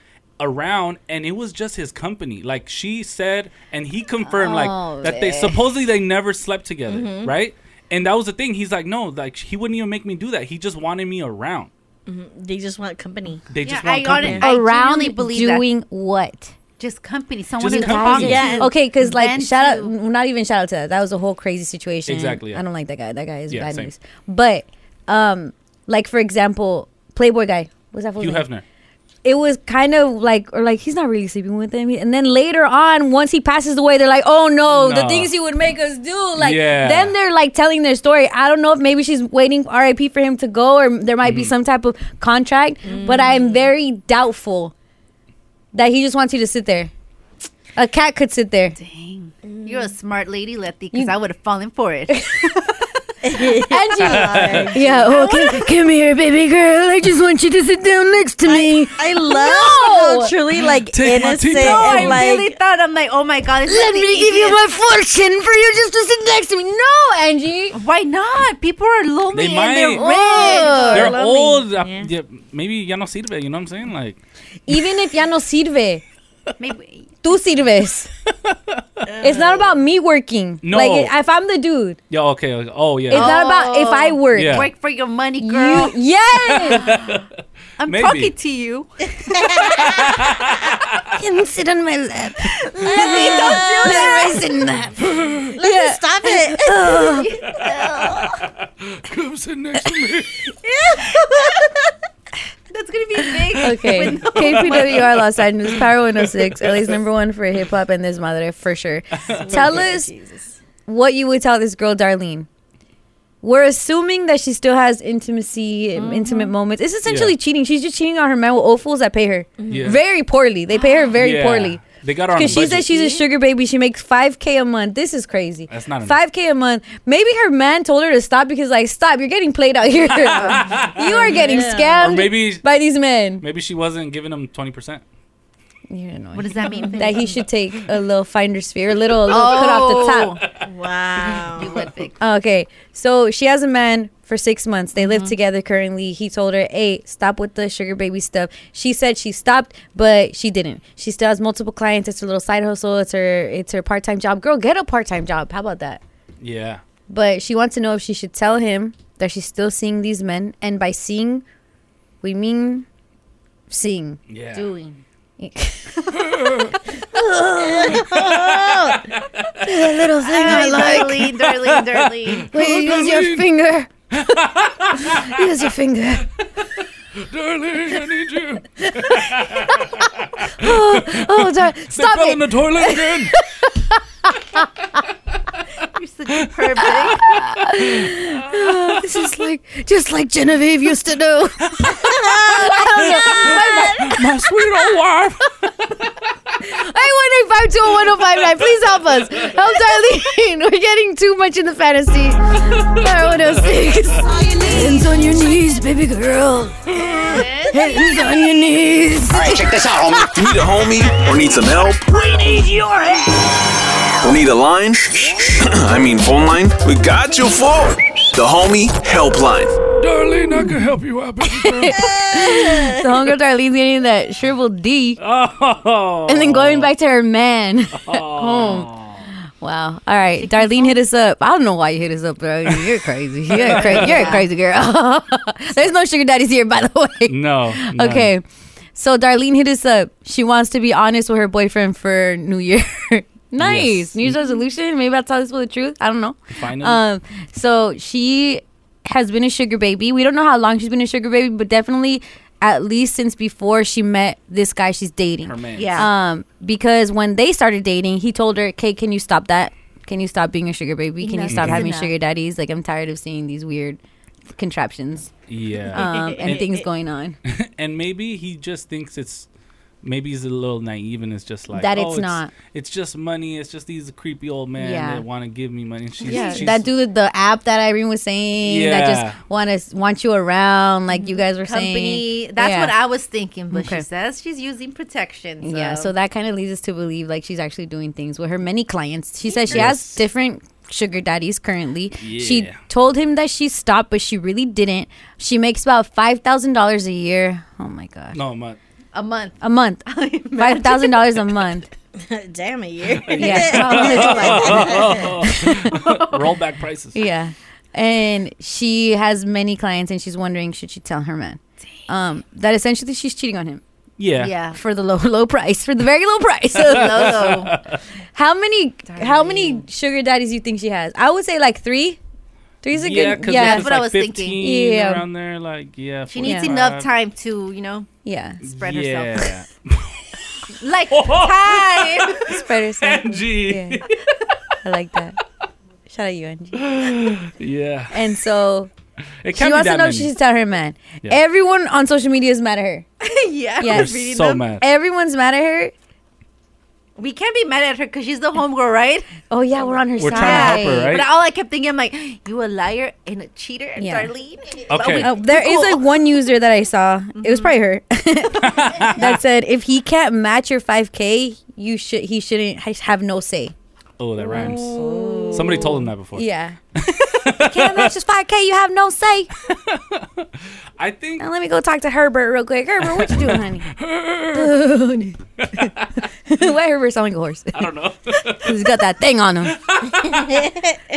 A: Around and it was just his company. Like she said, and he confirmed,
B: Oh,
A: like that they
B: man.
A: supposedly they never slept together,
D: Mm-hmm.
B: Mhm.
A: right? And that was the thing. He's like, no, like he wouldn't even make me do that. He just wanted me around.
F: Mhm. They just want company.
A: They just
E: I
A: want company.
E: I
D: Around
E: genuinely believe that.
D: doing what?
E: Just company. Someone
A: Just
E: to
A: company.
E: talk to.
A: Yeah.
D: Okay, because like
E: Vent
D: shout
E: to.
D: out, not even shout out to that. That was a whole crazy situation.
A: Exactly, yeah.
D: I don't like that guy. That guy is
A: Yeah,
D: bad
A: same.
D: news. But um, like for example, Playboy guy. What's that? fool's
A: Hugh
D: name?
A: Hefner.
D: it was kind of like or like he's not really sleeping with him and then later on once he passes away they're like oh no, the
A: No.
D: things he would make us do like
A: Yeah.
D: then they're like telling their story i don't know if maybe she's waiting rip for him to go or there might be
A: Mm-hmm.
D: some type of contract but i am very doubtful that he just wants you to sit there a cat could sit there
E: You're a smart lady, Letty, because I would have fallen for it.
D: and you yeah okay come here baby girl i just want you to sit down next to me
F: I love
D: No!
F: how truly like
D: Take my
F: innocent
D: teeth out.
F: and
D: No, I
F: like
D: really
E: thought I'm like, oh my god.
D: Let me give you my fortune for you just to sit next to me. No, Angie.
E: Why not? People are lonely
A: They might.
D: rich.
A: They're
D: Lovely.
A: old. Uh, yeah, maybe ya no sirve. You know what I'm saying? Like
D: Even if ya no sirve, tú sirves. it's not about me working.
A: No.
D: Like if I'm the dude,
A: Yeah, okay. okay. Oh, yeah.
D: it's not about if I work.
A: Yeah.
E: Work for your money, girl.
D: yes.
E: I'm
A: Maybe.
E: talking to you.
D: Can sit on my lap.
B: Let me don't do that.
F: Let me stop it.
A: Come sit next to me.
E: That's gonna be big.
D: Okay. KPWR Los Angeles Power 106, LA's number one for hip hop and this madre for sure. Tell us what you would tell this girl, Darlene. We're assuming that she still has intimacy,
B: Mm-hmm.
D: and intimate moments. It's essentially
A: Yeah.
D: cheating. She's just cheating on her man with old fools that pay her
B: Mm-hmm.
A: Yeah.
D: very poorly. They pay her very
A: Yeah.
D: poorly.
A: They got her on a
D: Because she said
A: budget.
D: she's a sugar baby. She makes 5K a month. This is crazy.
A: That's not enough.
D: 5K a month. Maybe her man told her to stop because, like, stop, you're getting played out here. you are getting
A: Yeah.
D: scammed
A: Or maybe-
D: by these men.
A: Maybe she wasn't giving him twenty percent.
D: You're annoying.
E: What does that mean?
D: that he should take a little finder sphere, a little, a little cut off the top. Ah,
F: Wow.
D: Okay, so she has a man for six months. They live together currently. He told her, "Hey, stop with the sugar baby stuff." She said she stopped, but she didn't. She still has multiple clients. It's her little side hustle. It's her, it's her part time job. Girl, get a part time job. How about that?
A: Yeah.
D: But she wants to know if she should tell him that she's still seeing these men, and by seeing, we mean seeing.
A: Yeah.
E: Doing.
D: The little thing I,
E: Ay,
D: like.
E: Darlene, Darlene, Darlene.
D: Wait,
E: Oh,
D: use your
E: Darlene.
D: finger. use your finger.
A: Darling, I need you.
D: Oh, oh dar- stop
A: fell
D: it.
A: in the toilet again.
E: You're such a pervert.
D: this is like just like Genevieve used to do.
A: My sweet old wife.
D: Hey, one eight five two one zero five nine. Please help us. Help Darlene. We're getting too much in the fantasy. Power one zero six. Hands on your knees, baby girl. Hands on your knees.
I: All right, check this out, homie. If you need a homie or need some help, we need your help. Or need a line? I mean, phone line. We got you for the homie helpline.
A: Darling, I can help you out, baby girl.
D: the homegirl Darlene's getting that shriveled D,
A: Oh.
D: and then going back to her man at home. Wow. All right, Darlene hit us up. I don't know why you hit us up, Darlene. You're crazy. You're a crazy. You're a crazy girl. There's no sugar daddies here, by the way.
A: No. no.
D: Okay. So Darlene hit us up. She wants to be honest with her boyfriend for New Year. Nice. New Year's resolution. Maybe I'll tell this with the truth. I don't know.
A: Finally.
D: Um, so she has been a sugar baby. We don't know how long she's been a sugar baby, but definitely at least since before she met this guy she's dating.
A: Her man.
E: Yeah.
D: Um, because when they started dating, he told her, "Okay, can you stop that? Can you stop being a sugar baby? Can you
E: Enough
D: stop
E: is
D: having
E: enough."
D: sugar daddies? Like I'm tired of seeing these weird contraptions
A: Yeah.
D: um, and things going on."
A: and maybe he just thinks it's maybe he's a little naive and it's just like
D: That
A: oh,
D: it's not.
A: It's just money. It's just these creepy old men
D: Yeah.
A: that want to give me money. And she's,
D: Yeah,
A: she's,
D: that dude with the app that Irene was saying
A: Yeah.
D: that just want to want you around, like you guys were
E: company.
D: saying.
E: That's
D: Yeah.
E: what I was thinking, but
D: Okay.
E: she says she's using protection. So.
D: Yeah, so that kind of leads us to believe like she's actually doing things with her many clients. She says she has different sugar daddies currently. She
A: Yeah.
D: told him that she stopped, but she really didn't. She makes about five thousand dollars a year. Oh my god,
A: no, my,
E: a month.
D: a month, five thousand dollars a month.
F: Damn a year.
D: Yeah.
A: roll back prices.
D: Yeah. And she has many clients and she's wondering should she tell her man um, that essentially she's cheating on him
A: Yeah.
E: Yeah.
D: for the low low price for the very low price.
E: Low, low.
D: how many how many sugar daddies you think she has? I would say like 3. 3 is a
A: Yeah,
D: good
A: because
D: yeah.
E: That's what I was thinking.
A: 15
D: Yeah.
A: around there, like yeah.
E: She needs
A: 45.
E: enough time to, you know,
D: yeah.
E: spread
A: yeah.
E: herself.
A: herself.
E: Like time.
D: Spread herself.
A: Angie.
D: Yeah. I like that. Shout out you, Angie.
A: Yeah.
D: And so
A: It
D: she
A: can't be
D: wants to
A: that
D: know
A: many.
D: if she should tell her man.
A: Yeah.
D: Everyone on social media is mad at her.
E: yeah. I
D: Yes.
E: was reading
A: so
E: them.
A: mad.
D: Everyone's mad at her.
E: We can't be mad at her because she's the homegirl, right?
D: Oh yeah, we're on her
A: We're
D: side.
A: trying to help her, right?
E: But all I kept thinking, I'm like, you a liar and a cheater, and
D: Yeah.
E: Darlene.
A: Okay.
D: Oh, there is like one user that I saw. It was probably her that said, "If he can't match your 5K, you should he shouldn't ha- have no say."
A: Oh, that rhymes. Somebody told him that before.
D: Oh. Yeah, if you can't match his 5K, you have no say.
A: I think.
D: Now let me go talk to Herbert real quick. Herbert, what you doing, honey? Honey. Why Herbert sound like a horse?
A: I don't know.
D: He's got that thing on him.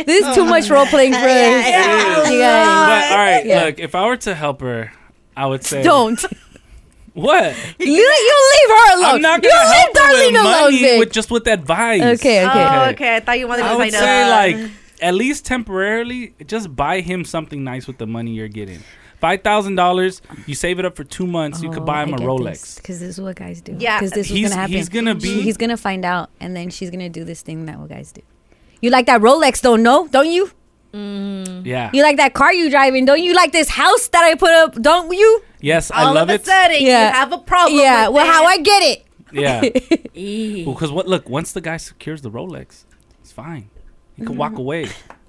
D: this is too much role playing for us. You guys,
A: but all right,
D: Yeah.
A: look. If I were to help her, I would say
D: don't
A: what.
D: you you leave her alone.
A: I'm not
D: you
A: gonna
D: leave
A: help her
D: Darlene
A: with
D: alone.
A: money
D: Vic.
A: with just with advice.
D: Okay, okay.
E: Oh, okay. I thought you wanted to
A: I would
E: find
A: say
E: out.
A: like at least temporarily, just buy him something nice with the money you're getting. Five thousand dollars, you save it up for two months, you could buy him a Rolex.
D: because Oh, this is what guys do.
E: Yeah.
D: because this is
A: He's-
D: gonna happen.
A: he's gonna
D: She-
A: be-
D: he's gonna find out, and then she's gonna do this thing that what guys do. You like that Rolex, don't know, don't you?
A: Yeah.
D: You like that car you driving, don't you? Like this house that I put up, don't you?
A: Yes, I
E: all
A: love
E: of a
A: it.
E: sudden,
D: Yeah.
E: you have a problem.
D: yeah.
E: Oh, with
D: Well,
E: that.
D: how I get it?
A: Yeah. Because what? Look, once the guy secures the Rolex, it's fine. He could
D: Mm-hmm.
A: walk away.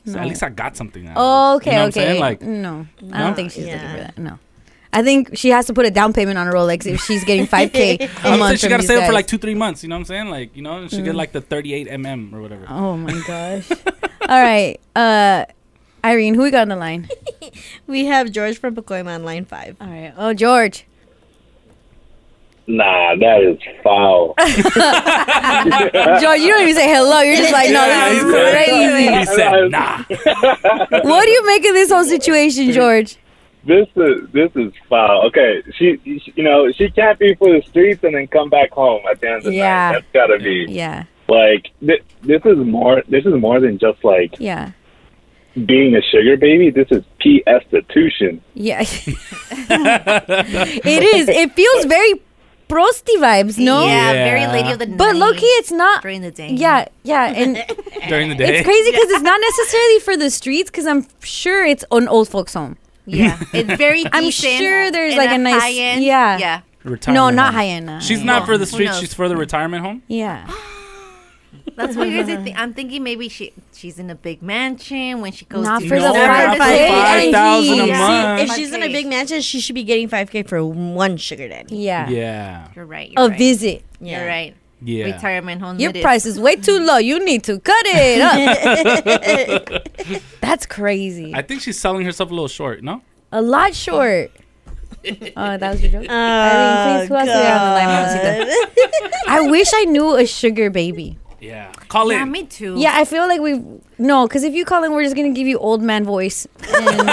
A: So at least I got something. Out of this.
D: Okay,
A: You know what I'm
D: okay.
A: saying? Like,
D: no, I
A: No?
D: don't think she's looking for that. No. I think she has to put a down payment on a Rolex if she's getting 5K a
A: I would say
D: month.
A: she
D: from
A: got to
D: these
A: save it for
D: guys.
A: like two, three months. You know what I'm saying? Like, you know, she get like the 38 mm or whatever.
D: Oh my gosh. All right. Uh, Irene, who we got on the line?
F: We have George from Pacoima on line five.
D: All right. Oh, George.
K: Nah, that is foul.
D: George, you don't even say hello. You're just like, no,
A: Yeah,
D: this
A: he
D: is
A: said-
D: crazy.
A: He said, "Nah."
D: What do you make of this whole situation, George?
K: this is this is foul. Okay, she, she- you know she can't be for the streets and then come back home at the end of the
D: Yeah.
K: night. That's gotta be
D: Yeah,
K: like th- this is more. This is more than just like
D: yeah,
K: being a sugar baby. This is prostitution.
D: yeah. it is. It feels very prosty vibes, no?
E: Yeah,
A: Yeah.
E: very lady of the night.
D: But low key, it's not.
E: during the day.
D: Yeah, yeah, and
A: During the day.
D: it's crazy because it's not necessarily for the streets. Because I'm sure it's an old folks' home.
E: yeah. It's very.
D: I'm
E: decent
D: sure there's
E: and
D: like a nice-
E: high end.
D: yeah.
E: yeah.
A: Retirement
D: No, not
A: home.
D: hyena.
A: She's not for the
E: Who
A: streets.
E: knows?
A: She's for the retirement home.
D: Yeah,
E: That's what you guys
D: Mm-hmm.
E: are think. I'm thinking maybe she she's in a big mansion when she goes.
D: Not
E: to
D: for the
E: work.
D: five
F: not for
D: K.
F: five
A: thousand a
D: Yeah.
A: month.
F: If she's in a
E: 5K.
F: big mansion, she should be getting 5K for one sugar daddy.
D: Yeah,
A: Yeah,
E: You're right. You're
D: a
E: right.
D: visit.
E: You're right.
A: yeah.
E: Retirement home.
D: Your
E: it is.
D: price is way too low. You need to cut it up. That's crazy.
A: I think she's selling herself a little short. No,
D: A lot short. oh, that was your joke. Irene, please, who else do we have on the line, Mamacita? I wish I knew a sugar baby.
A: yeah. Call
E: Yeah,
A: in.
E: me too.
D: Yeah, I feel like we've no, because if you call in, we're just gonna give you old man voice. And,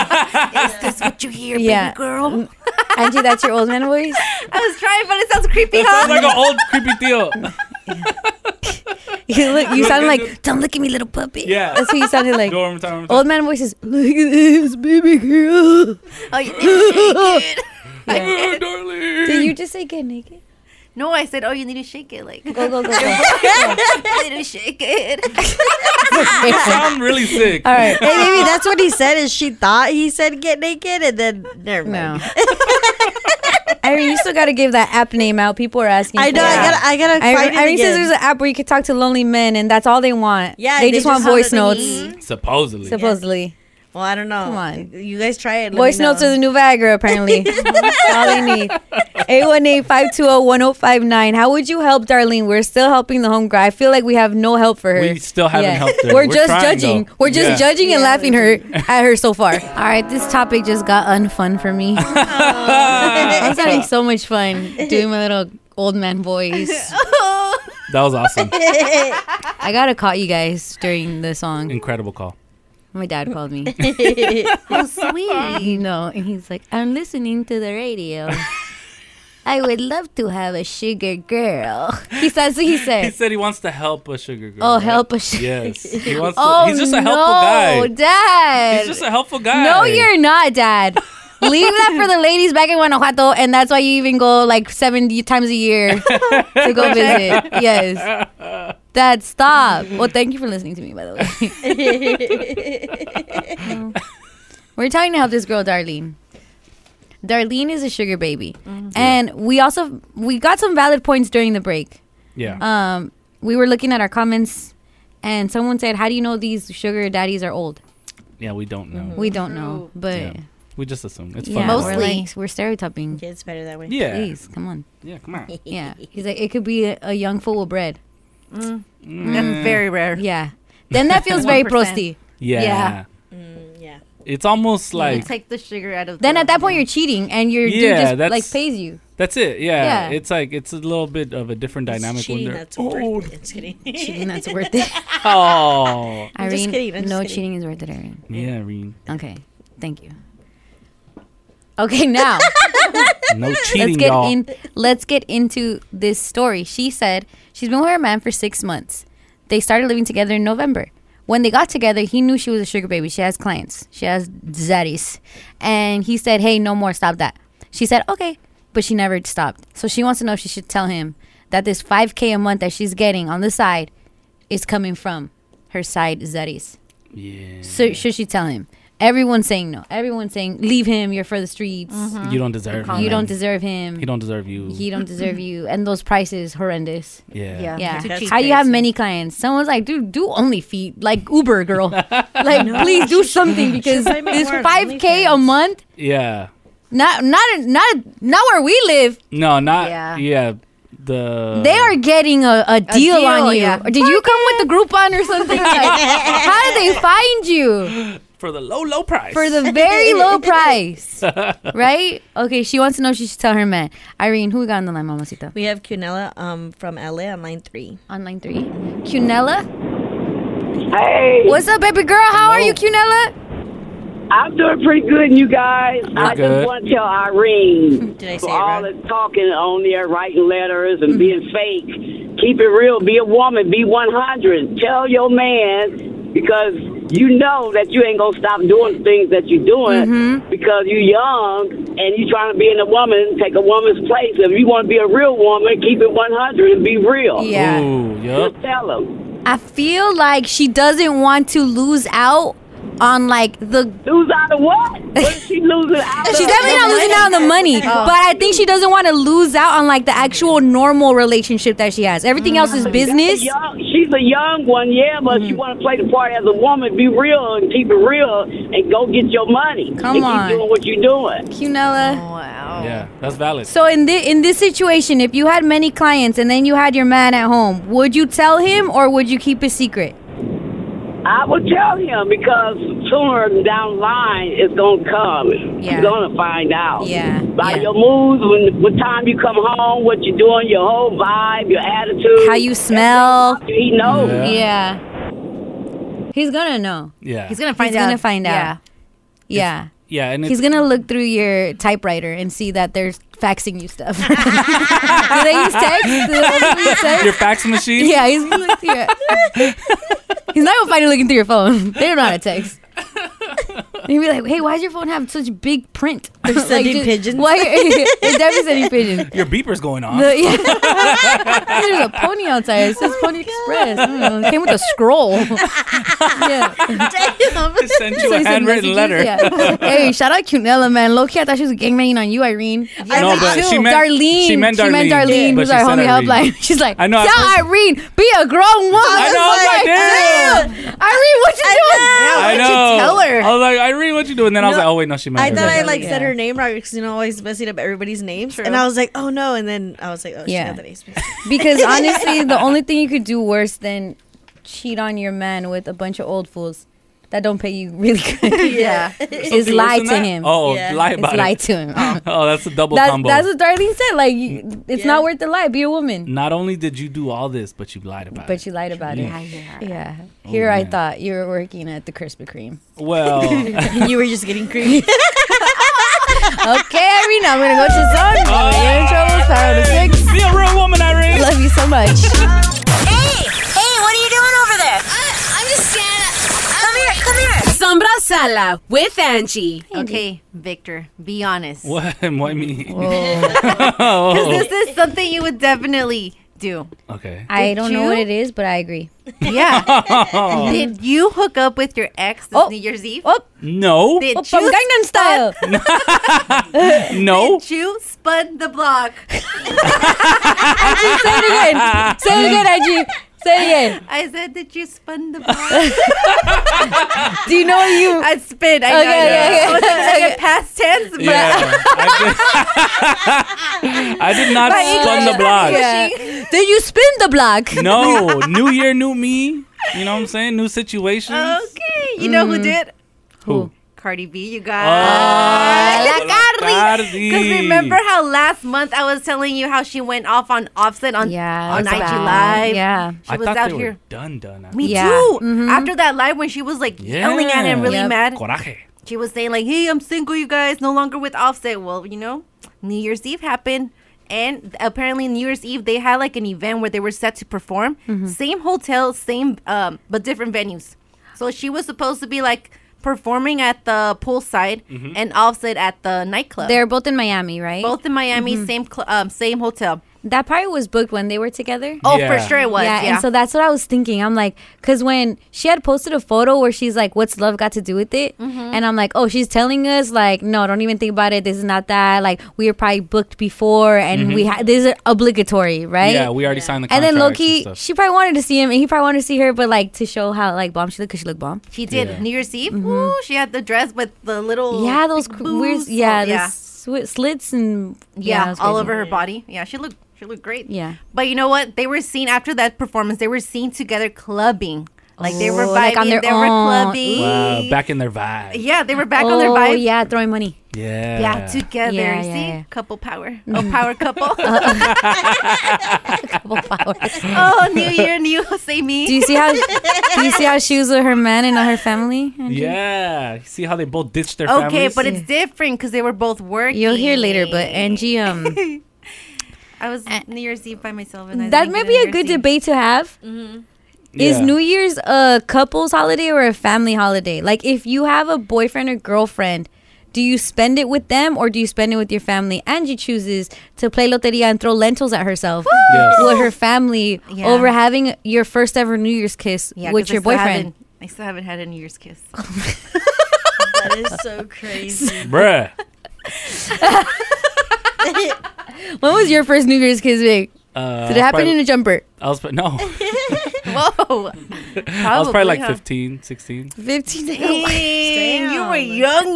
E: That's what you hear,
D: Yeah. Mm.
E: baby girl.
D: Angie, that's your old man voice.
E: I was trying, but it sounds creepy,
A: That
E: huh?
A: sounds like an old creepy deal.
D: You look. You sound like don't look at me, little puppy.
A: Yeah.
D: that's what you sounded like.
A: Go one more time, one more time.
D: Old man voices. Look at this baby girl.
E: Oh, you need to shake
D: Yeah.
E: it. darling.
D: Did you just say get naked?
E: No, I said, oh, you need to shake it. Like, go,
D: go, go.
E: you need to shake it.
A: You sound really sick.
F: All right. Hey, maybe that's what he said. Is she thought he said get naked, and then never mind.
D: I mean, you still got to give that app name out. People are asking.
F: I know,
D: for
F: I
D: it.
F: gotta- I gotta
D: I,
F: find it
D: I mean,
F: again.
D: says there's an app where you can talk to lonely men, and that's all they want.
F: Yeah,
D: they,
F: they
D: just,
F: just
D: want
F: want
D: voice
F: the Mm-hmm.
D: notes.
A: Supposedly.
D: Supposedly,
F: Well, I don't know.
D: Come on.
F: you guys try it. let
D: voice
F: me know.
D: notes are the new Viagra. Apparently, that's all they need. 818-520-1059. How would you help, Darlene? We're still helping the home girl. I feel like we have no help for her.
A: We still haven't helped her.
D: We're,
A: We're
D: just
A: trying,
D: judging.
A: though.
D: We're just
A: Yeah.
D: judging and laughing her at her so far. all right, this topic just got unfun for me. I was having so much fun doing my little old man voice.
A: That was awesome.
D: I gotta call you guys during the song.
A: Incredible call.
D: My dad called me. Oh,
E: How sweet.
D: you know, and he's like, I'm listening to the radio. I would love to have a sugar girl. He says what
A: He
D: he said.
A: said he wants to help a sugar girl.
D: Oh,
A: right?
D: help a sugar.
A: Yes. He wants to,
D: Oh,
A: he's just a
D: no,
A: helpful guy.
D: Dad.
A: He's just a helpful guy.
D: No, you're not, Dad. Leave that for the ladies back in Guanajuato, and that's why you even go like seven times a year to go visit. Yes. Dad, stop. Well, thank you for listening to me, by the way. We're trying to help this girl, Darlene. Darlene is a sugar baby, and we also we got some valid points during the break
A: Yeah.
D: um, we were looking at our comments and someone said how do you know these sugar daddies are old
A: yeah, we don't know.
D: we don't know but
A: Yeah. We just assume. It's
D: Mm-hmm. yeah,
A: fun.
D: we're,
E: Mostly.
D: like, we're stereotyping
F: It's better that way.
A: Yeah.
D: please come on
A: Yeah, come on.
D: yeah he's like it could be a, a young fool with bread Mm.
E: That's very rare.
D: yeah then that feels very
E: 1%.
D: prosty
A: Yeah.
D: Yeah.
F: yeah.
A: It's almost
E: You
A: like
E: take the sugar out of
D: then
E: the-
D: at that point you're cheating and your
A: Yeah,
D: dude just
A: that's-
D: like pays you
A: that's it. Yeah.
D: Yeah.
A: It's like it's a little bit of a different dynamic when
F: cheating.
A: they're
F: That's
A: oh,
F: worth it. Just kidding.
D: cheating that's worth it
A: oh.
F: I'm just
D: Irene
F: kidding, I'm just
D: no
F: kidding.
D: cheating is worth it Irene
A: Yeah, Irene.
D: okay thank you okay now
A: No
D: let's
A: cheating,
D: get
A: y'all.
D: in let's get into this story she said she's been with her man for six months they started living together in november when they got together he knew she was a sugar baby she has clients she has zaddies and he said hey no more stop that she said okay but she never stopped so she wants to know if she should tell him that this 5k a month that she's getting on the side is coming from her side zaddies
A: yeah.
D: so should she tell him everyone's saying no everyone's saying leave him you're for the streets
A: You don't deserve him.
D: Uh-huh. you don't deserve him
A: Mm-hmm. He don't deserve you.
D: he don't deserve you and those prices horrendous
A: yeah.
E: Yeah.
D: yeah
E: That's
D: how you have
F: crazy.
D: many clients someone's like dude do only feet like uber girl like please do something because
F: probably make
D: this
F: more on
D: 5k a
F: OnlyFans.
D: month
A: Yeah.
D: not not not not where we live
A: No, not
E: Yeah.
A: yeah. the
D: they are getting a, a, deal,
E: deal,
D: on you
E: yeah.
D: or did you come with the groupon or something like, how did they find you
A: for the low low price.
D: for the very low price right okay she wants to know if she should tell her man irene who we got on the line mamacita
F: We have Cunella um from LA on line three.
D: on line three cunella
L: Hey,
D: What's up, baby girl? How are you, Cunella?
L: I'm doing pretty good, and you guys. I
A: good.
L: just want to tell Irene
F: Did I say
L: for
F: it Mm-hmm.
L: all
F: wrong?
L: the talking on there, writing letters and being fake. Keep it real. Be a woman. Be 100. Tell your man because you know that you ain't gonna stop doing things that you're doing
F: Mm-hmm.
L: because you're young and you trying to be in a woman. Take a woman's place. If you want to be a real woman, keep it 100 and be real.
D: Yeah.
A: Ooh, yup.
L: Just tell him.
D: I feel like she doesn't want to lose out on like the
L: Lose out of what? What is she losing out of?
D: She's definitely not losing out on the money, Oh. but I think she doesn't want to lose out on like the actual normal relationship that she has. Everything else is business.
L: young, she's a young one, yeah, but
D: Mm-hmm.
L: she want to play the part as a woman. Be real and keep it real, and go get your money.
D: Come
L: and
D: on.
L: keep doing what you're doing.
D: Cunella.
E: Wow.
A: Yeah, that's valid.
D: So in this in this situation, if you had many clients and then you had your man at home, would you tell him or would you keep it secret?
L: I will tell him because sooner down the line it's gonna come.
D: Yeah.
L: You're gonna find out.
D: Yeah,
L: By
D: yeah.
L: your moves, when what time you come home, what you doing, your whole vibe, your attitude,
D: How you smell?
L: He knows.
A: Yeah.
D: Yeah. He's gonna know.
A: yeah.
E: He's gonna find
D: He's
E: out.
D: gonna find out.
E: Yeah.
D: Yeah.
A: yeah, and it's
D: He's gonna look through your typewriter and see that there's faxing you stuff. Do they use text? Do they actually use text?
A: Your fax machine?
D: Yeah, he's yeah. he's not gonna find you looking through your phone. They don't know how to text. You'd be like, "Hey, why does your phone have such big print?"
F: They're
D: Like,
F: sending
D: dude,
F: pigeons.
D: Why? They're definitely sending pigeons.
A: Your beeper's going off.
D: The- yeah. There's a pony outside. It
A: Oh
D: says Pony Express. I don't know. It came with a scroll. yeah.
A: sent you a
D: send
A: handwritten letter.
D: messages, yeah. hey, shout out Cunella, man. Low key, I thought she was gangbanging on you, Irene.
A: I No, think but too. she meant-
D: Darlene.
A: she meant
D: She meant
A: Darlene,
D: Darlene,
A: but
D: who's
A: she
D: our
A: said
D: homie
A: Irene.
D: helpline. She's like,
A: I know, I
D: tell
A: was-
D: Irene, be a grown woman.
A: I know, I was like,
D: damn. Irene, what you doing?
A: I
D: Why'd
A: know. Oh,
D: you tell her?
A: I was like, Irene, what you doing? Then I was
F: No.
A: like, oh wait, no, she meant.
F: I thought I
A: Irene.
F: like said her name right because you know always messing up everybody's names, and I was like, oh no, and then I was like, oh,
D: Yeah.
F: she got the names. mixed up.
D: Because honestly, the only thing you could do worse than cheat on your man with a bunch of old fools that don't pay you really good.
F: Yeah.
D: is
A: Something
D: lie
A: worse
D: to
A: than that?
D: him.
A: Oh, lie
D: It's
A: about it.
D: lie to him.
A: Oh, that's a double
D: That-
A: combo.
D: that's what Darlene said. Like, you, it's not worth the lie. Be a woman.
A: Not only did you do all this, but you lied about it.
D: But you lied about it.
A: Mm. Yeah,
D: Yeah.
A: Oh,
D: Here I
A: man.
D: thought you were working at the Krispy Kreme.
A: Well,
F: you were just getting creepy.
D: okay, Irene, I'm gonna go to song. You're
A: Oh,
D: in trouble. It's Power to six.
A: Be a real woman, Irene.
D: Love you so much.
B: Hey, hey, what are you doing over there? I, I'm just standing. Come here, come here.
E: Sombra Sala with Angie. Okay, Victor, be honest.
A: What? Why me?
E: Because
A: Oh.
E: this is something you would definitely do.
A: okay.
D: I
E: Did
D: don't know
E: you?
D: what it is, but I agree.
E: Yeah. Did you hook up with your ex this New Year's Eve? Oh,
A: no.
E: Did
D: from
E: you
D: Gangnam Style.
A: No.
E: Did you spun the block?
D: Angie, say it again. Say it again, Angie. Say it again.
E: I said that you spun the block.
D: Do you know what you?
E: I spin. I
D: Okay, okay,
E: know. I wasn't
D: okay.
E: gonna get past tense, but
A: Yeah. I did not
D: My
A: spun
D: English-
A: the block.
D: Yeah. Did you spin the block?
A: No. New year, new me. You know what I'm saying? New situations.
E: okay. You know
A: Mm.
E: who did?
A: Who?
E: Cardi B, you
A: Ah,
E: Uh, guys.
A: la Cardi.
E: Because remember how last month I was telling you how she went off on Offset on,
D: yeah,
E: on IG
D: that's bad.
E: Live?
D: Yeah.
E: She
A: I
E: was
A: thought
E: out
A: they
E: here.
A: were done, done.
E: Me
D: Yeah. Mm-hmm.
E: too. After that live when she was like yelling at him, really
A: Yep.
E: mad.
A: Coraje.
E: She was saying like, "Hey, I'm single, you guys. No longer with Offset." Well, you know, New Year's Eve happened, and apparently New Year's Eve they had like an event where they were set to perform,
D: Mm-hmm.
E: same hotel, same um, but different venues. So she was supposed to be like performing at the poolside
D: Mhm.
E: and Offset at the nightclub.
D: They're both in Miami, right?
E: both in Miami,
D: Mhm.
E: same cl- um, same hotel.
D: That probably was booked when they were together.
E: Oh, for Yeah. sure it was, yeah.
D: and so that's what I was thinking. I'm like, because when she had posted a photo where she's like, "What's love got to do with it?"
E: Mm-hmm.
D: and I'm like, "Oh, she's telling us like, no, don't even think about it. This is not that. Like, we were probably booked before, and
E: Mm-hmm.
A: Mhm.
D: we ha- this is obligatory, right?"
A: Yeah, we already signed the
D: and
A: contract.
D: then Loki,
A: stuff.
D: she probably wanted to see him, and he probably wanted to see her, but like to show how like bomb she looked, 'cause she looked bomb.
E: She did
D: Yeah.
E: New Year's Eve. Ooh, she had the dress with the little
D: Mm-hmm. Yeah, those
E: big
D: cr- weird,
E: boobs.
D: yeah,
E: Oh,
D: the swi- slits and it
E: yeah,
D: was
E: all
D: crazy.
E: over her body. Yeah, she looked she looked great.
D: Yeah.
E: But you know what? They were seen after that performance. They were seen together clubbing. Like they were
D: Oh,
E: vibing.
D: like on their
E: they were
D: own.
E: clubbing.
A: Wow, back in their vibe.
E: Yeah, they were back on their vibe.
D: Oh, yeah, throwing money.
A: Yeah.
E: Yeah, together.
D: Yeah,
E: See,
D: yeah, yeah.
E: couple power. Oh, power couple. Oh, new year, new say me.
D: Do you see how? do you see how she was with her man and not her family? Angie?
A: Yeah. See how they both ditched their
E: Okay,
A: families?
E: but it's different because they were both working.
D: You'll hear later, but Angie, um,
E: I was New Year's Eve by myself, and I
D: Eh, that
E: didn't
D: may
E: get
D: be
E: New
D: a
E: Year's
D: good
E: Eve.
D: debate to have.
E: Mm-hmm.
D: Is
A: Yeah.
D: New Year's a couple's holiday or a family holiday? Like, if you have a boyfriend or girlfriend, do you spend it with them or do you spend it with your family? Angie chooses to play loteria and throw lentils at herself
E: Yes.
D: with her family
E: Yeah.
D: over having your first ever New Year's kiss
E: Yeah,
D: with
E: 'cause I
D: your
E: still
D: boyfriend.
E: haven't- I still haven't had a New Year's kiss.
F: that is so crazy.
A: Bruh.
D: When was your first New Year's kiss, Vic?
A: Uh,
D: Did it happen
A: probably-
D: in a jumper?
A: I was, no.
E: Whoa.
A: I was probably like
E: huh?
A: 15, 16.
D: 15
E: Dang, you were young,
D: Um,
E: young.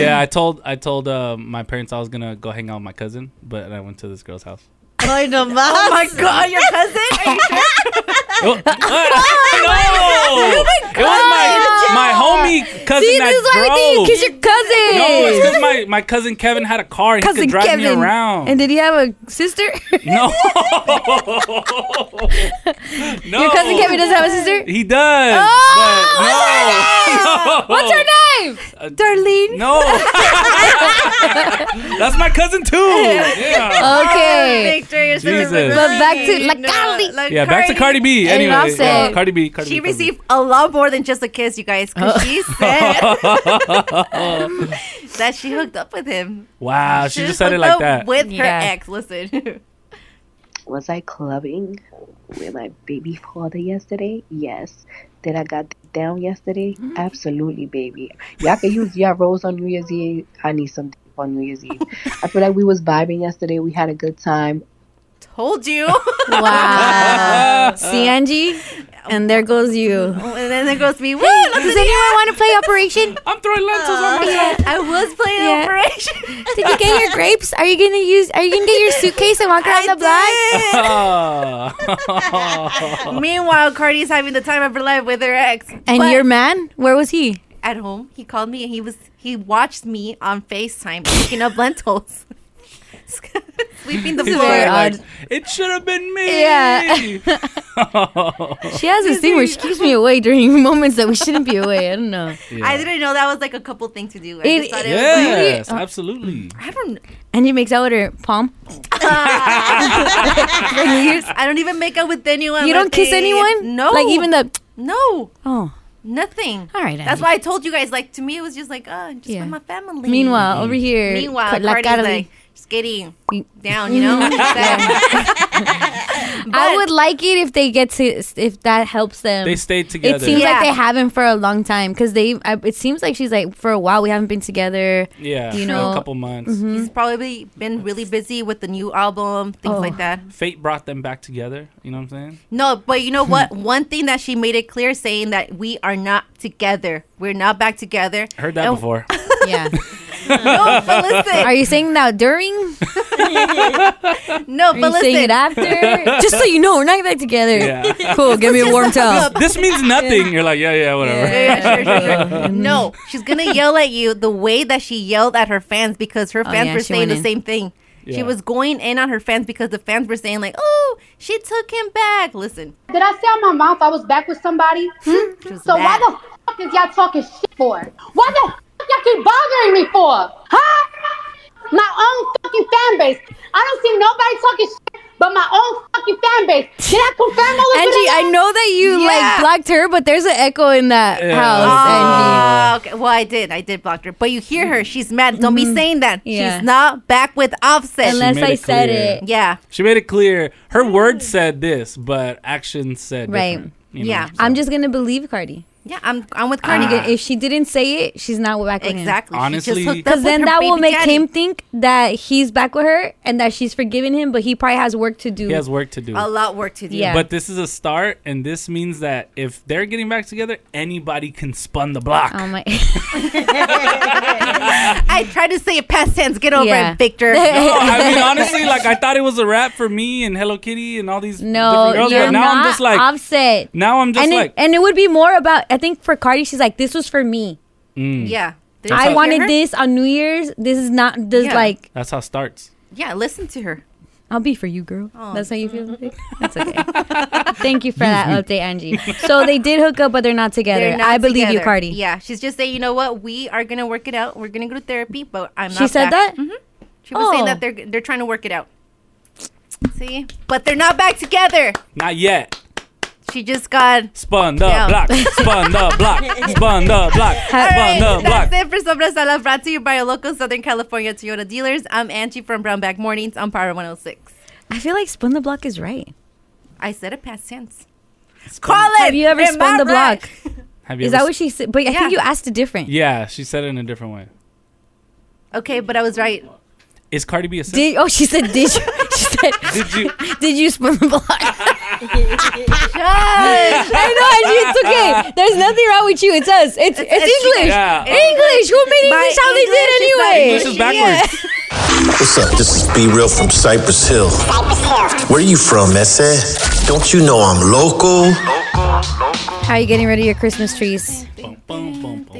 A: yeah, I told I told uh, my parents I was gonna go hang out with my cousin, but I went to this girl's house.
F: Ay, no más.
E: Oh my god, your cousin? Are you sure?
A: Oh, ah, no, it was my my homie cousin
D: See,
A: that
D: this is why we think
A: drove.
D: you kiss your cousin.
A: no, it's because my, my cousin Kevin had a car. He
D: cousin
A: could drive
D: Kevin.
A: me around.
D: And did he have a sister?
A: no, no,
D: Your cousin Kevin doesn't have a sister?
A: He does.
D: Oh,
A: but no. Uh,
D: What's her wife,
B: Darlene.
A: No. That's my cousin too. Yeah.
B: Okay.
E: Victor, you're
A: Jesus.
B: But back to like
A: Yeah, back to Cardi B.
E: And
A: Anyway,
E: Offset.
A: yeah, Cardi B. Cardi B. Cardi B.
E: she received a lot more than just a kiss, you guys. 'cause she said that she hooked up with him.
A: wow, Ah, she just said it
E: hooked
A: like
E: up
A: that.
E: With
F: Yeah.
E: her ex. Listen.
F: Was I clubbing with my baby father yesterday? Yes. Did I got down yesterday?
M: Mm-hmm.
F: Absolutely, baby. Y'all can use y'all rose on New Year's Eve. I need something on New Year's Eve. I feel like we was vibing yesterday. We had a good time.
E: Told you.
B: Wow.
D: See, Angie? And there goes you.
E: And then there goes me. Woo,
B: Does anyone want to play Operation?
A: I'm throwing lentils on my
E: head. I was playing Operation.
B: Did you get your grapes? Are you gonna use? Are you gonna get your suitcase and walk around the block?
E: Meanwhile, Cardi's having the time of her life with her ex.
B: And your man? Where was he?
E: At home, he called me and he was he watched me on FaceTime picking up lentils. Sweeping the
A: He's
E: floor. Uh,
A: probably like, it should have been me.
D: Yeah. She has this thing where she keeps me away during moments that we shouldn't be away. I don't know.
E: I didn't know that was like a couple thing to do. I
D: It-
E: just thought it was like-
A: Yes, absolutely.
E: I don't.
D: Angie makes out with her palm.
E: I don't even make out with anyone.
D: You
E: like
D: don't kiss
E: they-
D: anyone?
E: No.
D: Like, even the-
E: No.
D: Oh.
E: Nothing.
D: All right,
E: That's
D: Andy.
E: why I told you guys. Like to me, it was just like, uh, just with my family.
D: Meanwhile, over here,
E: Meanwhile,
D: Carla
E: Cardi's
D: Carly.
E: like, just getting down. You know.
D: I would like it if they get to if that helps them.
A: They stayed together.
D: Um, It seems
A: Yeah.
D: like they haven't for a long time because they. I, it seems like she's like for a while we haven't been together.
A: Yeah,
D: you
A: for a
D: know,
A: couple months.
E: He's probably been really busy with the new album, things
D: Oh.
E: like that.
A: Fate brought them back together. You know what I'm saying?
E: No, but you know what? One thing that she made it clear, saying that we are not together. We're not back together.
A: Heard that
E: And-
A: before.
D: Yeah.
E: no, but listen.
D: Are you saying that during?
E: no,
D: Are
E: but
D: you saying
E: listen.
D: it after? Just so you know, we're not back together.
A: Yeah.
D: Cool. Give me a warm towel.
A: This means nothing. You're like, yeah, yeah, whatever.
E: No, she's gonna yell at you the way that she yelled at her fans because her
D: Oh,
E: fans
D: yeah,
E: were
D: she
E: saying
D: went
E: the
D: in.
E: same thing. She
D: Yeah.
E: was going in on her fans because the fans were saying like, "Oh, she took him back." Listen,
M: Did I say out my mouth I was back with somebody? Hmm? So why the fuck is y'all talking shit for? Why the fuck y'all keep bothering me for? Huh? My own fucking fan base. I don't see nobody talking shit but my own fucking fan base. Did I confirm all of
D: Angie, I know that you like blocked her, but there's an echo in that house,
E: Oh, okay. Well, I did. I did block her, but you hear her. She's mad. Don't be saying that.
D: Mm-hmm. Yeah.
E: She's not back with Offset.
A: She Unless made I it said clear. it.
E: Yeah.
A: She made it clear. Her words said this, but actions said
D: Angie. Right.
A: different, you know?
D: I'm just gonna believe Cardi.
E: Yeah, I'm. I'm with
D: Cardi. If she didn't say it, she's not back with
E: Ah. Exactly.
D: him.
A: She just Honestly- hooked up
D: because
A: with
D: then
A: her
D: that will
A: baby
D: make
A: daddy.
D: him think that he's back with her and that she's forgiven him, but he probably has work to do.
A: He has work to do.
E: A lot work to do.
D: Yeah.
A: But this is a start, and this means that if they're getting back together, anybody can spun the block.
D: Oh my!
E: I tried to say it past tense. Get over
A: Yeah.
E: it, Victor.
A: No, I mean, honestly, like I thought it was a wrap for me and Hello Kitty and all these
D: No,
A: different girls,
D: you're
A: but now
D: not
A: I'm just like,
D: offset.
A: now I'm just
D: and
A: like,
D: it, and it would be more about. I think for Cardi, she's like, this was for me.
A: mm.
E: Yeah. Did
D: I
E: you hear
D: wanted
E: her?
D: this on New Year's. This is not. This
E: Yeah.
D: like
A: That's how it starts.
E: Yeah, listen to her.
D: I'll be for you, girl.
E: Oh,
D: That's how you feel.
E: mm-hmm.
D: That's okay. Thank you for that update, Angie. So they did hook up, but they're not together.
E: They're not
D: I believe you,
E: together.
D: Cardi.
E: Yeah, she's just saying, you know what? We are gonna work it out. We're gonna go to therapy, but I'm.
D: She
E: not
D: said
E: back.
D: that?
E: hmm She was saying
D: Oh.
E: that they're they're trying to work it out. See, but they're not back together.
A: Not yet.
E: She just got.
A: Spun the
E: Yeah.
A: block. Spun the block. Spun the block. Spun the block.
E: That's it for Sombras Salas, brought to you by your local Southern California Toyota dealers. I'm Angie from Brownback Mornings on Power 106.
D: I feel like spun the block is right.
E: I said it past tense. Call it.
D: Have you ever
E: Am
D: spun
E: I
D: the
E: right?
D: block?
A: Have
D: Is that what she said? But I think you asked it different.
A: Yeah, she said it in a different way.
E: Okay, but I was right.
A: Is Cardi B a sis?
D: Did oh she said did you? She said
A: Did you?
D: did you spin the block? I know
N: I
D: Angie, it's okay. There's nothing wrong with you. It's us. It's it's,
N: it's you.
D: English.
N: Yeah.
D: English. Who made
N: By
D: English how they did
N: English, it's not
D: anyway?
N: English is backwards.
O: What's up? This is Be Real from Cypress Hill. Where you from, Messe? Don't you know I'm local?
D: How are you getting rid of your Christmas trees?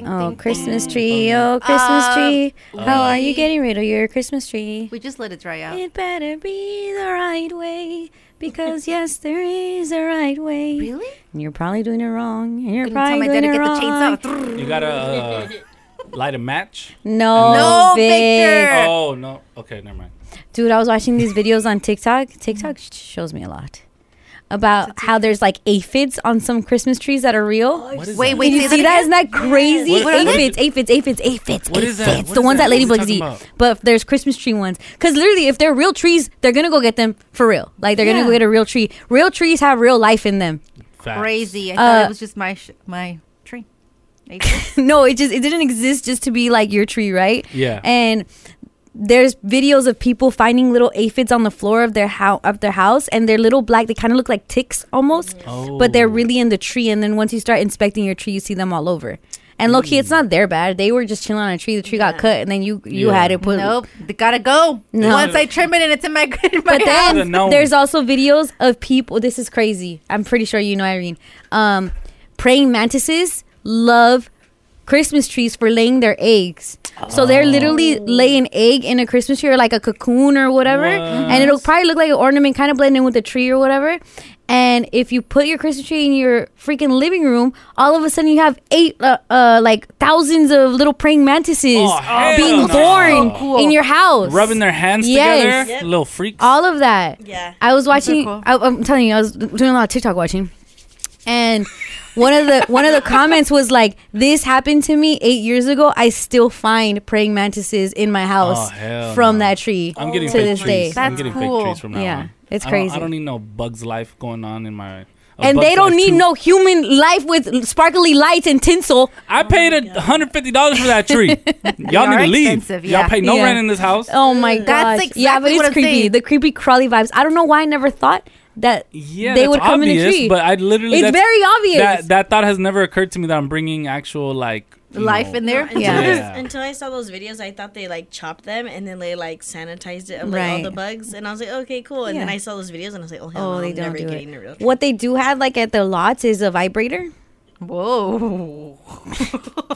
D: Oh, Christmas tree, oh, Christmas
E: Um,
D: tree. How are you
E: we-
D: getting rid of your Christmas tree?
E: We just let it dry out.
D: It better be the right way because, yes, there is a right way. Really? And you're probably doing it wrong. And you're
E: Gonna tell
D: probably
E: my
D: doing
E: dad
D: it
E: to get the
D: wrong.
E: chainsaw.
A: You gotta uh, Light a match?
D: No, No, Vic. Victor.
A: Oh, no. Okay, never mind.
D: Dude, I was watching these videos on TikTok. TikTok sh- shows me a lot about how there's like aphids on some Christmas trees that are real.
E: Wait, Oh, wait,
D: Did
E: say
D: you see
E: that
D: that? Isn't that crazy?
E: What- what are they?
D: aphids, aphids, aphids, aphids,
E: What
D: aphids.
E: is that? What
D: the
E: is
D: ones
E: that?
D: that,
E: What are
D: ladybugs
E: we
D: eat.
E: talking about?
D: But there's Christmas tree ones. Because literally, if they're real trees, they're gonna go get them for real. Like they're
E: Yeah.
D: gonna go get a real tree. Real trees have real life in them.
E: Crazy. I thought
D: Uh,
E: it was just my sh- my tree.
D: no, it just it didn't exist just to be like your tree, right?
E: Yeah.
D: And there's videos of people finding little aphids on the floor of their house of their house and they're little black they kind of look like ticks almost but they're really in the tree and then once you start inspecting your tree you see them all over and low key it's not their bad they were just chilling on a tree the tree got cut and then you you
E: Yeah.
D: had it put
E: Nope, they gotta go
D: No.
E: Once I trim it and it's in my, in my
D: but then
E: house.
D: there's also videos of people. This is crazy. I'm pretty sure you know Irene. Um, praying mantises love Christmas trees for laying their eggs. So they're literally
A: Oh.
D: lay an egg in a Christmas tree or like a cocoon or whatever, and it'll probably look like an ornament, kind of blend in with a tree or whatever. And if you put your Christmas tree in your freaking living room, all of a sudden you have eight, uh, uh, like thousands of little praying mantises
A: Oh, hell
D: being
A: no.
D: born
A: So cool.
D: in your house,
A: Rubbing their hands
D: Yes.
A: together? Little freak.
D: All of that. Yeah. I was watching. I, I'm telling you, I was doing a lot of TikTok watching, and one of the one of the comments was like, "This happened to me eight years ago. I still find praying mantises in my house
A: Oh, hell
D: from
A: no.
D: that tree.
A: I'm getting
D: to
A: fake
D: this
A: trees.
D: day.
A: I'm getting fake trees from now
D: yeah,
A: on.
D: it's
A: I don't-
D: crazy.
A: I don't need no bugs life going on in my. a
D: and
A: Bug's
D: they don't
A: Life
D: need
A: two.
D: no human life with sparkly lights and tinsel.
A: I paid a hundred fifty dollars for that tree. Y'all need to leave. Y'all pay no
D: Yeah.
A: rent in this house.
D: Oh my god.
E: That's
D: yeah, but
E: exactly what
D: it's
E: I'm
D: creepy.
E: saying.
D: The creepy crawly vibes. I don't know why I never thought that
A: Yeah,
D: they
A: that's
D: would come
A: obvious,
D: in a tree.
A: But I literally
D: It's
A: that's-
D: very obvious.
A: That that thought has never occurred to me that I'm bringing actual like you know,
F: Until,
A: Yeah.
F: until I saw those videos, I thought they like chopped them and then they like sanitized it of like, all
D: Right.
F: the bugs, and I was like, okay, cool. And then
D: Yeah.
F: I saw those videos and I was like, oh, hell
D: Oh,
F: no,
D: they
F: I'm
D: don't
F: never
D: do
F: getting
D: it.
F: a real.
D: What they do have like at their lots is a vibrator.
E: Whoa.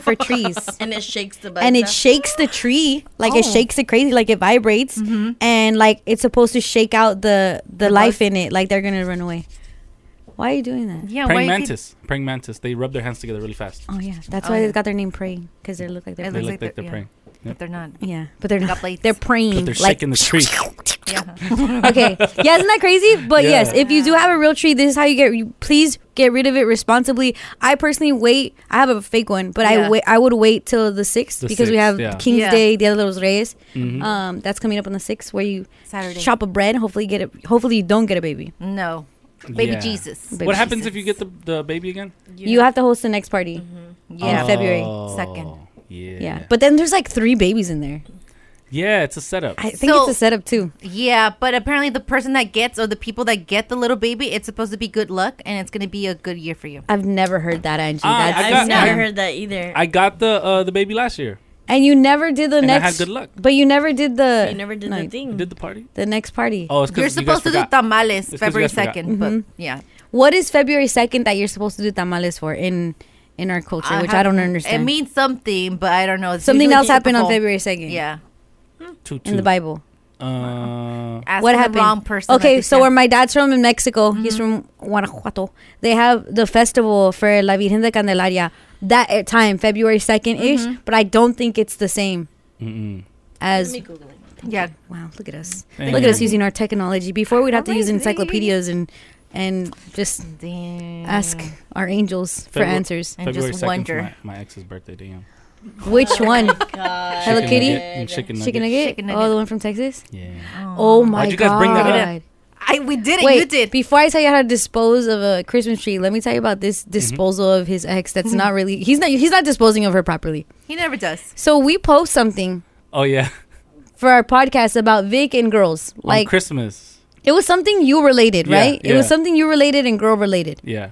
D: For trees.
F: and it shakes the bugs.
D: and it
F: out.
D: shakes the tree. Like it
F: Oh.
D: shakes it crazy, like it vibrates.
E: Mm-hmm.
D: And like it's supposed to shake out the the, life in it. Like they're gonna run away. Why are you doing that?
E: Yeah,
A: praying mantis. Praying mantis. They rub their hands together really fast.
D: Oh yeah. That's
E: Oh,
D: why
E: yeah.
D: they got their name praying. Because they look like they're
A: It
D: praying.
A: looks They look like like they're they're- praying.
E: But they're not.
D: Yeah, but they're
E: They got
D: not.
E: plates.
D: They're praying.
A: But they're
D: Mm, like,
A: shaking the tree.
D: okay. Yeah, isn't that crazy? But
A: Yeah.
D: yes, if you do have a real tree, this is how you get. You please get rid of it responsibly. I personally wait. I have a fake one, but
E: Yeah.
D: I wait. I would wait till the sixth
E: The
D: because we
E: 6th,
D: have
E: yeah.
D: King's
E: Yeah.
D: Day, Dia de los Reyes.
A: Mm-hmm.
E: Mhm.
D: Um, that's coming up on the sixth, where you
E: Saturday.
D: shop a bread. Hopefully, get a. Hopefully, you don't get a baby.
E: No, baby
D: Yeah.
E: Jesus.
D: Baby
A: what happens
D: Jesus.
A: if you get the, the baby again?
D: You have to host the next party.
F: Mm-hmm.
A: Yeah.
D: Yeah, February
A: Oh,
D: second.
A: yeah.
D: yeah, but then there's like three babies in there.
A: Yeah, it's a setup.
D: I think it's a setup too.
E: Yeah, but apparently the person that gets or the people that get the little baby, it's supposed to be good luck and it's gonna be a good year for you.
D: I've never heard that, Angie.
A: Ah,
D: That's
A: I got-
D: never
A: I-
D: heard
F: that either.
A: I got the uh, the baby last year.
D: And you never did the
A: And I had
D: next.
A: good luck.
D: But you never did the.
F: You never did the
D: Hmm.
F: thing.
A: Did the party?
D: The next party.
A: Oh, it's 'cause
E: You're
A: you guys
E: supposed to do
A: forgot.
E: tamales
A: It's 'cause you
E: February
A: guys forgot.
E: second, but
D: Mhm.
E: yeah.
D: What is February second that you're supposed to do tamales for in in our culture, which I
E: have-
D: don't
E: It
D: understand.
E: means something, but I don't know. It's
D: Something
E: usually
D: else happened on
E: typical.
D: February second.
E: Yeah.
A: Two,
D: In the Bible.
A: Uh,
E: Ask
D: what
E: the
D: happened?
E: wrong person at
D: okay,
E: the Mm-hmm.
D: so
E: time.
D: where my dad's from in Mexico, he's from Guanajuato. They have the festival for La Virgen de Candelaria that at time February second ish,
E: Mhm.
D: but I don't think it's the same
A: Mm-mm.
D: as.
E: Yeah.
D: Wow, look at us.
A: Thank
D: look at us
A: you.
D: using our technology. Before we'd have to use encyclopedias and and just ask our angels for
A: February-
D: answers.
A: February 2nd 's My, my ex's birthday. Damn.
D: Which one? Hello
A: Chicken
D: Kitty?
A: nugget and chicken nugget.
D: Chicken nugget?
E: Chicken
D: Oh,
E: nugget.
D: the one from Texas?
A: Yeah.
D: Oh, my
A: Why'd you guys bring that up?
D: God.
E: I we did it.
D: Wait,
E: you did.
D: Before I tell you how to dispose of a Christmas tree, let me tell you about this
A: Mm-hmm.
D: disposal of his ex that's
E: Mm-hmm.
D: not really he's not he's not disposing of her properly.
E: He never does.
D: So we post something
A: Oh yeah.
D: for our podcast about Vic and girls.
A: Like
D: Like
A: on Christmas.
D: it was something you related,
A: Yeah,
D: right? It was
A: yeah.
D: something you related and girl related.
A: Yeah.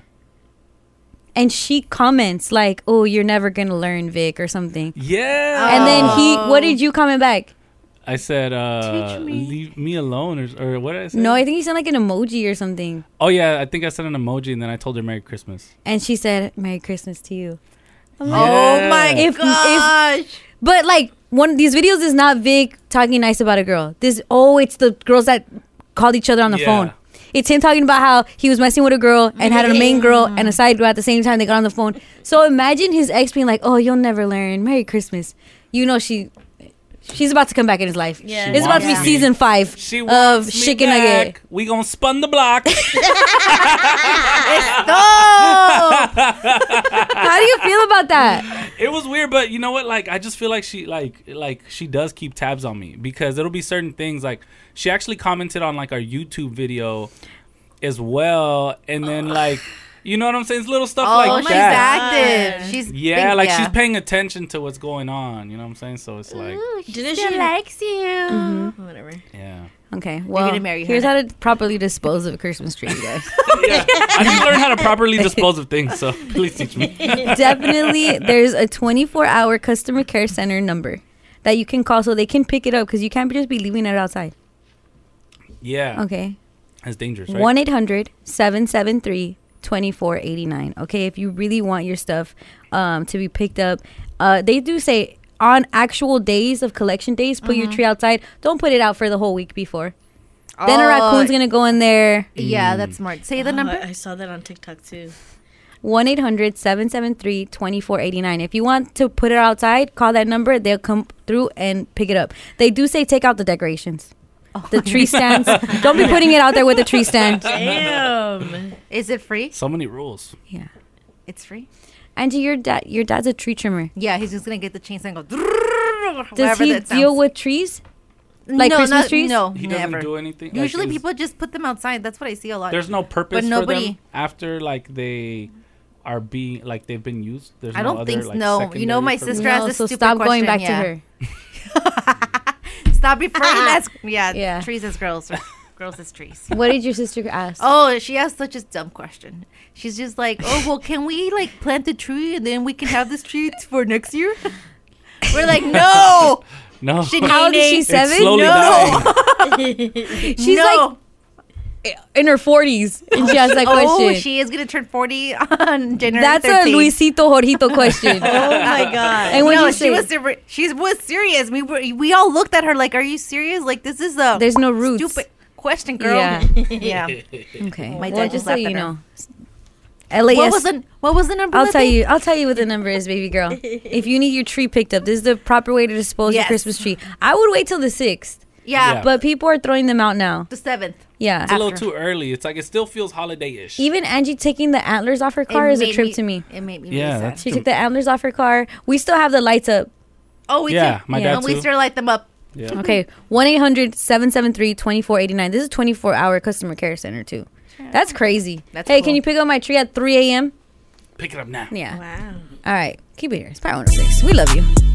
D: And she comments like, "Oh, you're never going to learn, Vic," or something.
A: Yeah.
D: And then he what did you comment back?
A: I said, uh, leave me alone, or, or what did I say?
D: No, I think he sent like an emoji or something.
A: Oh yeah, I think I sent an emoji, and then I told her Merry Christmas.
D: And she said, Merry Christmas to you. I'm
A: Oh my
D: If, but like one of these videos is not Vic talking nice about a girl. This oh, it's the girls that called each other on the
A: Yeah.
D: phone. It's him talking about how he was messing with a girl and had a main girl and a side girl at the same time. They got on the phone. So imagine his ex being like, "Oh, you'll never learn. Merry Christmas." You know she. She's about to come back in his life.
A: Yeah. She
D: It's about
A: wants
D: to be
A: me.
D: season five of
A: me
D: Chicken
A: back.
D: Nugget.
A: We gonna spun the block.
D: How do you feel about that?
A: it was weird, but you know what? Like, I just feel like she like like she does keep tabs on me because there'll be certain things like she actually commented on like our YouTube video as well, and then like you know what I'm saying? It's little stuff
E: Oh,
A: like
E: she's
A: that.
E: active. She's
A: yeah,
E: think-
A: like
E: yeah.
A: she's paying attention to what's going on. You know what I'm saying? So it's like
E: Didn't she likes you? Whatever.
A: yeah.
D: Okay,
E: You're
D: well,
E: gonna marry her.
D: here's how to properly dispose of a Christmas tree, you guys.
A: I just learned how to properly dispose of things, so please teach me.
D: Definitely, there's a 24 hour customer care center number that you can call so they can pick it up because you can't just be leaving it outside.
A: Yeah.
D: Okay.
A: That's dangerous, right?
D: 1 800 773 2489. Okay, if you really want your stuff um, to be picked up, uh, they do say on actual days of collection days, put your
E: Mhm.
D: tree outside. Don't put it out for the whole week before. Then
E: Oh,
D: a raccoon's gonna go in there.
E: Yeah, that's smart. Say the
F: Oh,
E: number.
F: I saw that on TikTok too.
D: 1 800 773 2489. If you want to put it outside, call that number. They'll come through and pick it up. They do say take out the decorations,
E: Oh,
D: the tree stands. Don't be putting it out there with a tree stand.
E: Damn. Is it free?
A: So many rules.
D: Yeah.
E: It's free.
D: Angie, your, dad, your dad's a tree trimmer.
E: Yeah, he's just gonna get the chainsaw and go.
D: Does
E: wherever
D: he
E: that
D: deal
E: sounds.
D: with trees? Like
E: no,
D: Christmas
E: not-
D: trees?
E: No,
A: He doesn't
E: never.
A: do anything? Like,
E: Usually,
A: is-
E: people just put them outside. That's what I see a lot.
A: There's no purpose
E: but
A: for
E: nobody.
A: them after like they are being like they've been used. There's
E: I
A: no
E: don't
A: other,
E: think
A: like,
E: no. You
A: secondary
E: know, my
A: purpose.
E: sister has
D: No,
E: this
D: so
E: stupid
D: stop going
E: question,
D: back to
E: yeah.
D: her.
E: Stop referring as yeah, trees as girls, or girls as trees.
D: What did your sister ask?
E: Oh, she asked such a dumb question. She's just like, oh well, can we like plant a tree and then we can have this tree t- for next year? We're like, no.
A: No.
E: Shit, How old is she,
A: It's
E: seven?
A: slowly
E: No.
A: dying.
D: She's like in her 40s and she asked that question.
E: Oh, she is gonna turn forty on January.
D: That's a
E: 13th.
D: Luisito Jorito question. And when
E: no,
D: you
E: she
D: say,
E: was super, she was serious. We were we all looked at her like, "Are you serious? Like this is a
D: There's no roots.
E: Stupid question, girl.
D: Yeah.
E: yeah.
D: okay,
E: My dad
D: well,
E: just
D: just so
E: laughed
D: you
E: at her.
D: know, LAS.
E: What was the what was the number?
D: I'll tell
E: Lippy?
D: you. I'll tell you what the number is, baby girl. if you need your tree picked up, this is the proper way to dispose your
E: Yes.
D: Christmas tree. I would wait till the sixth.
E: Yeah. Yeah.
D: But people are throwing them out now.
E: The seventh.
D: Yeah.
A: It's a little too early. It's like it still feels holiday-ish.
D: Even Angie taking the antlers off her
E: It
D: car is a
E: made
D: trip
E: me-
D: to me.
E: It made me.
A: Yeah,
E: really sad.
A: that's
D: She took the antlers off her car. We still have the lights up.
E: Oh, we
A: Yeah,
E: did.
A: my dad
E: And we
A: too.
E: still light them up.
A: Yeah.
D: Okay, 1 800 773 2489. This is 24 hour customer care center, too. That's crazy.
A: That's
D: hey,
A: cool.
D: can you pick up my tree at 3 a.m.?
A: Pick it up now.
D: Yeah. Wow. All right, keep it here. It's Power 106. We love you.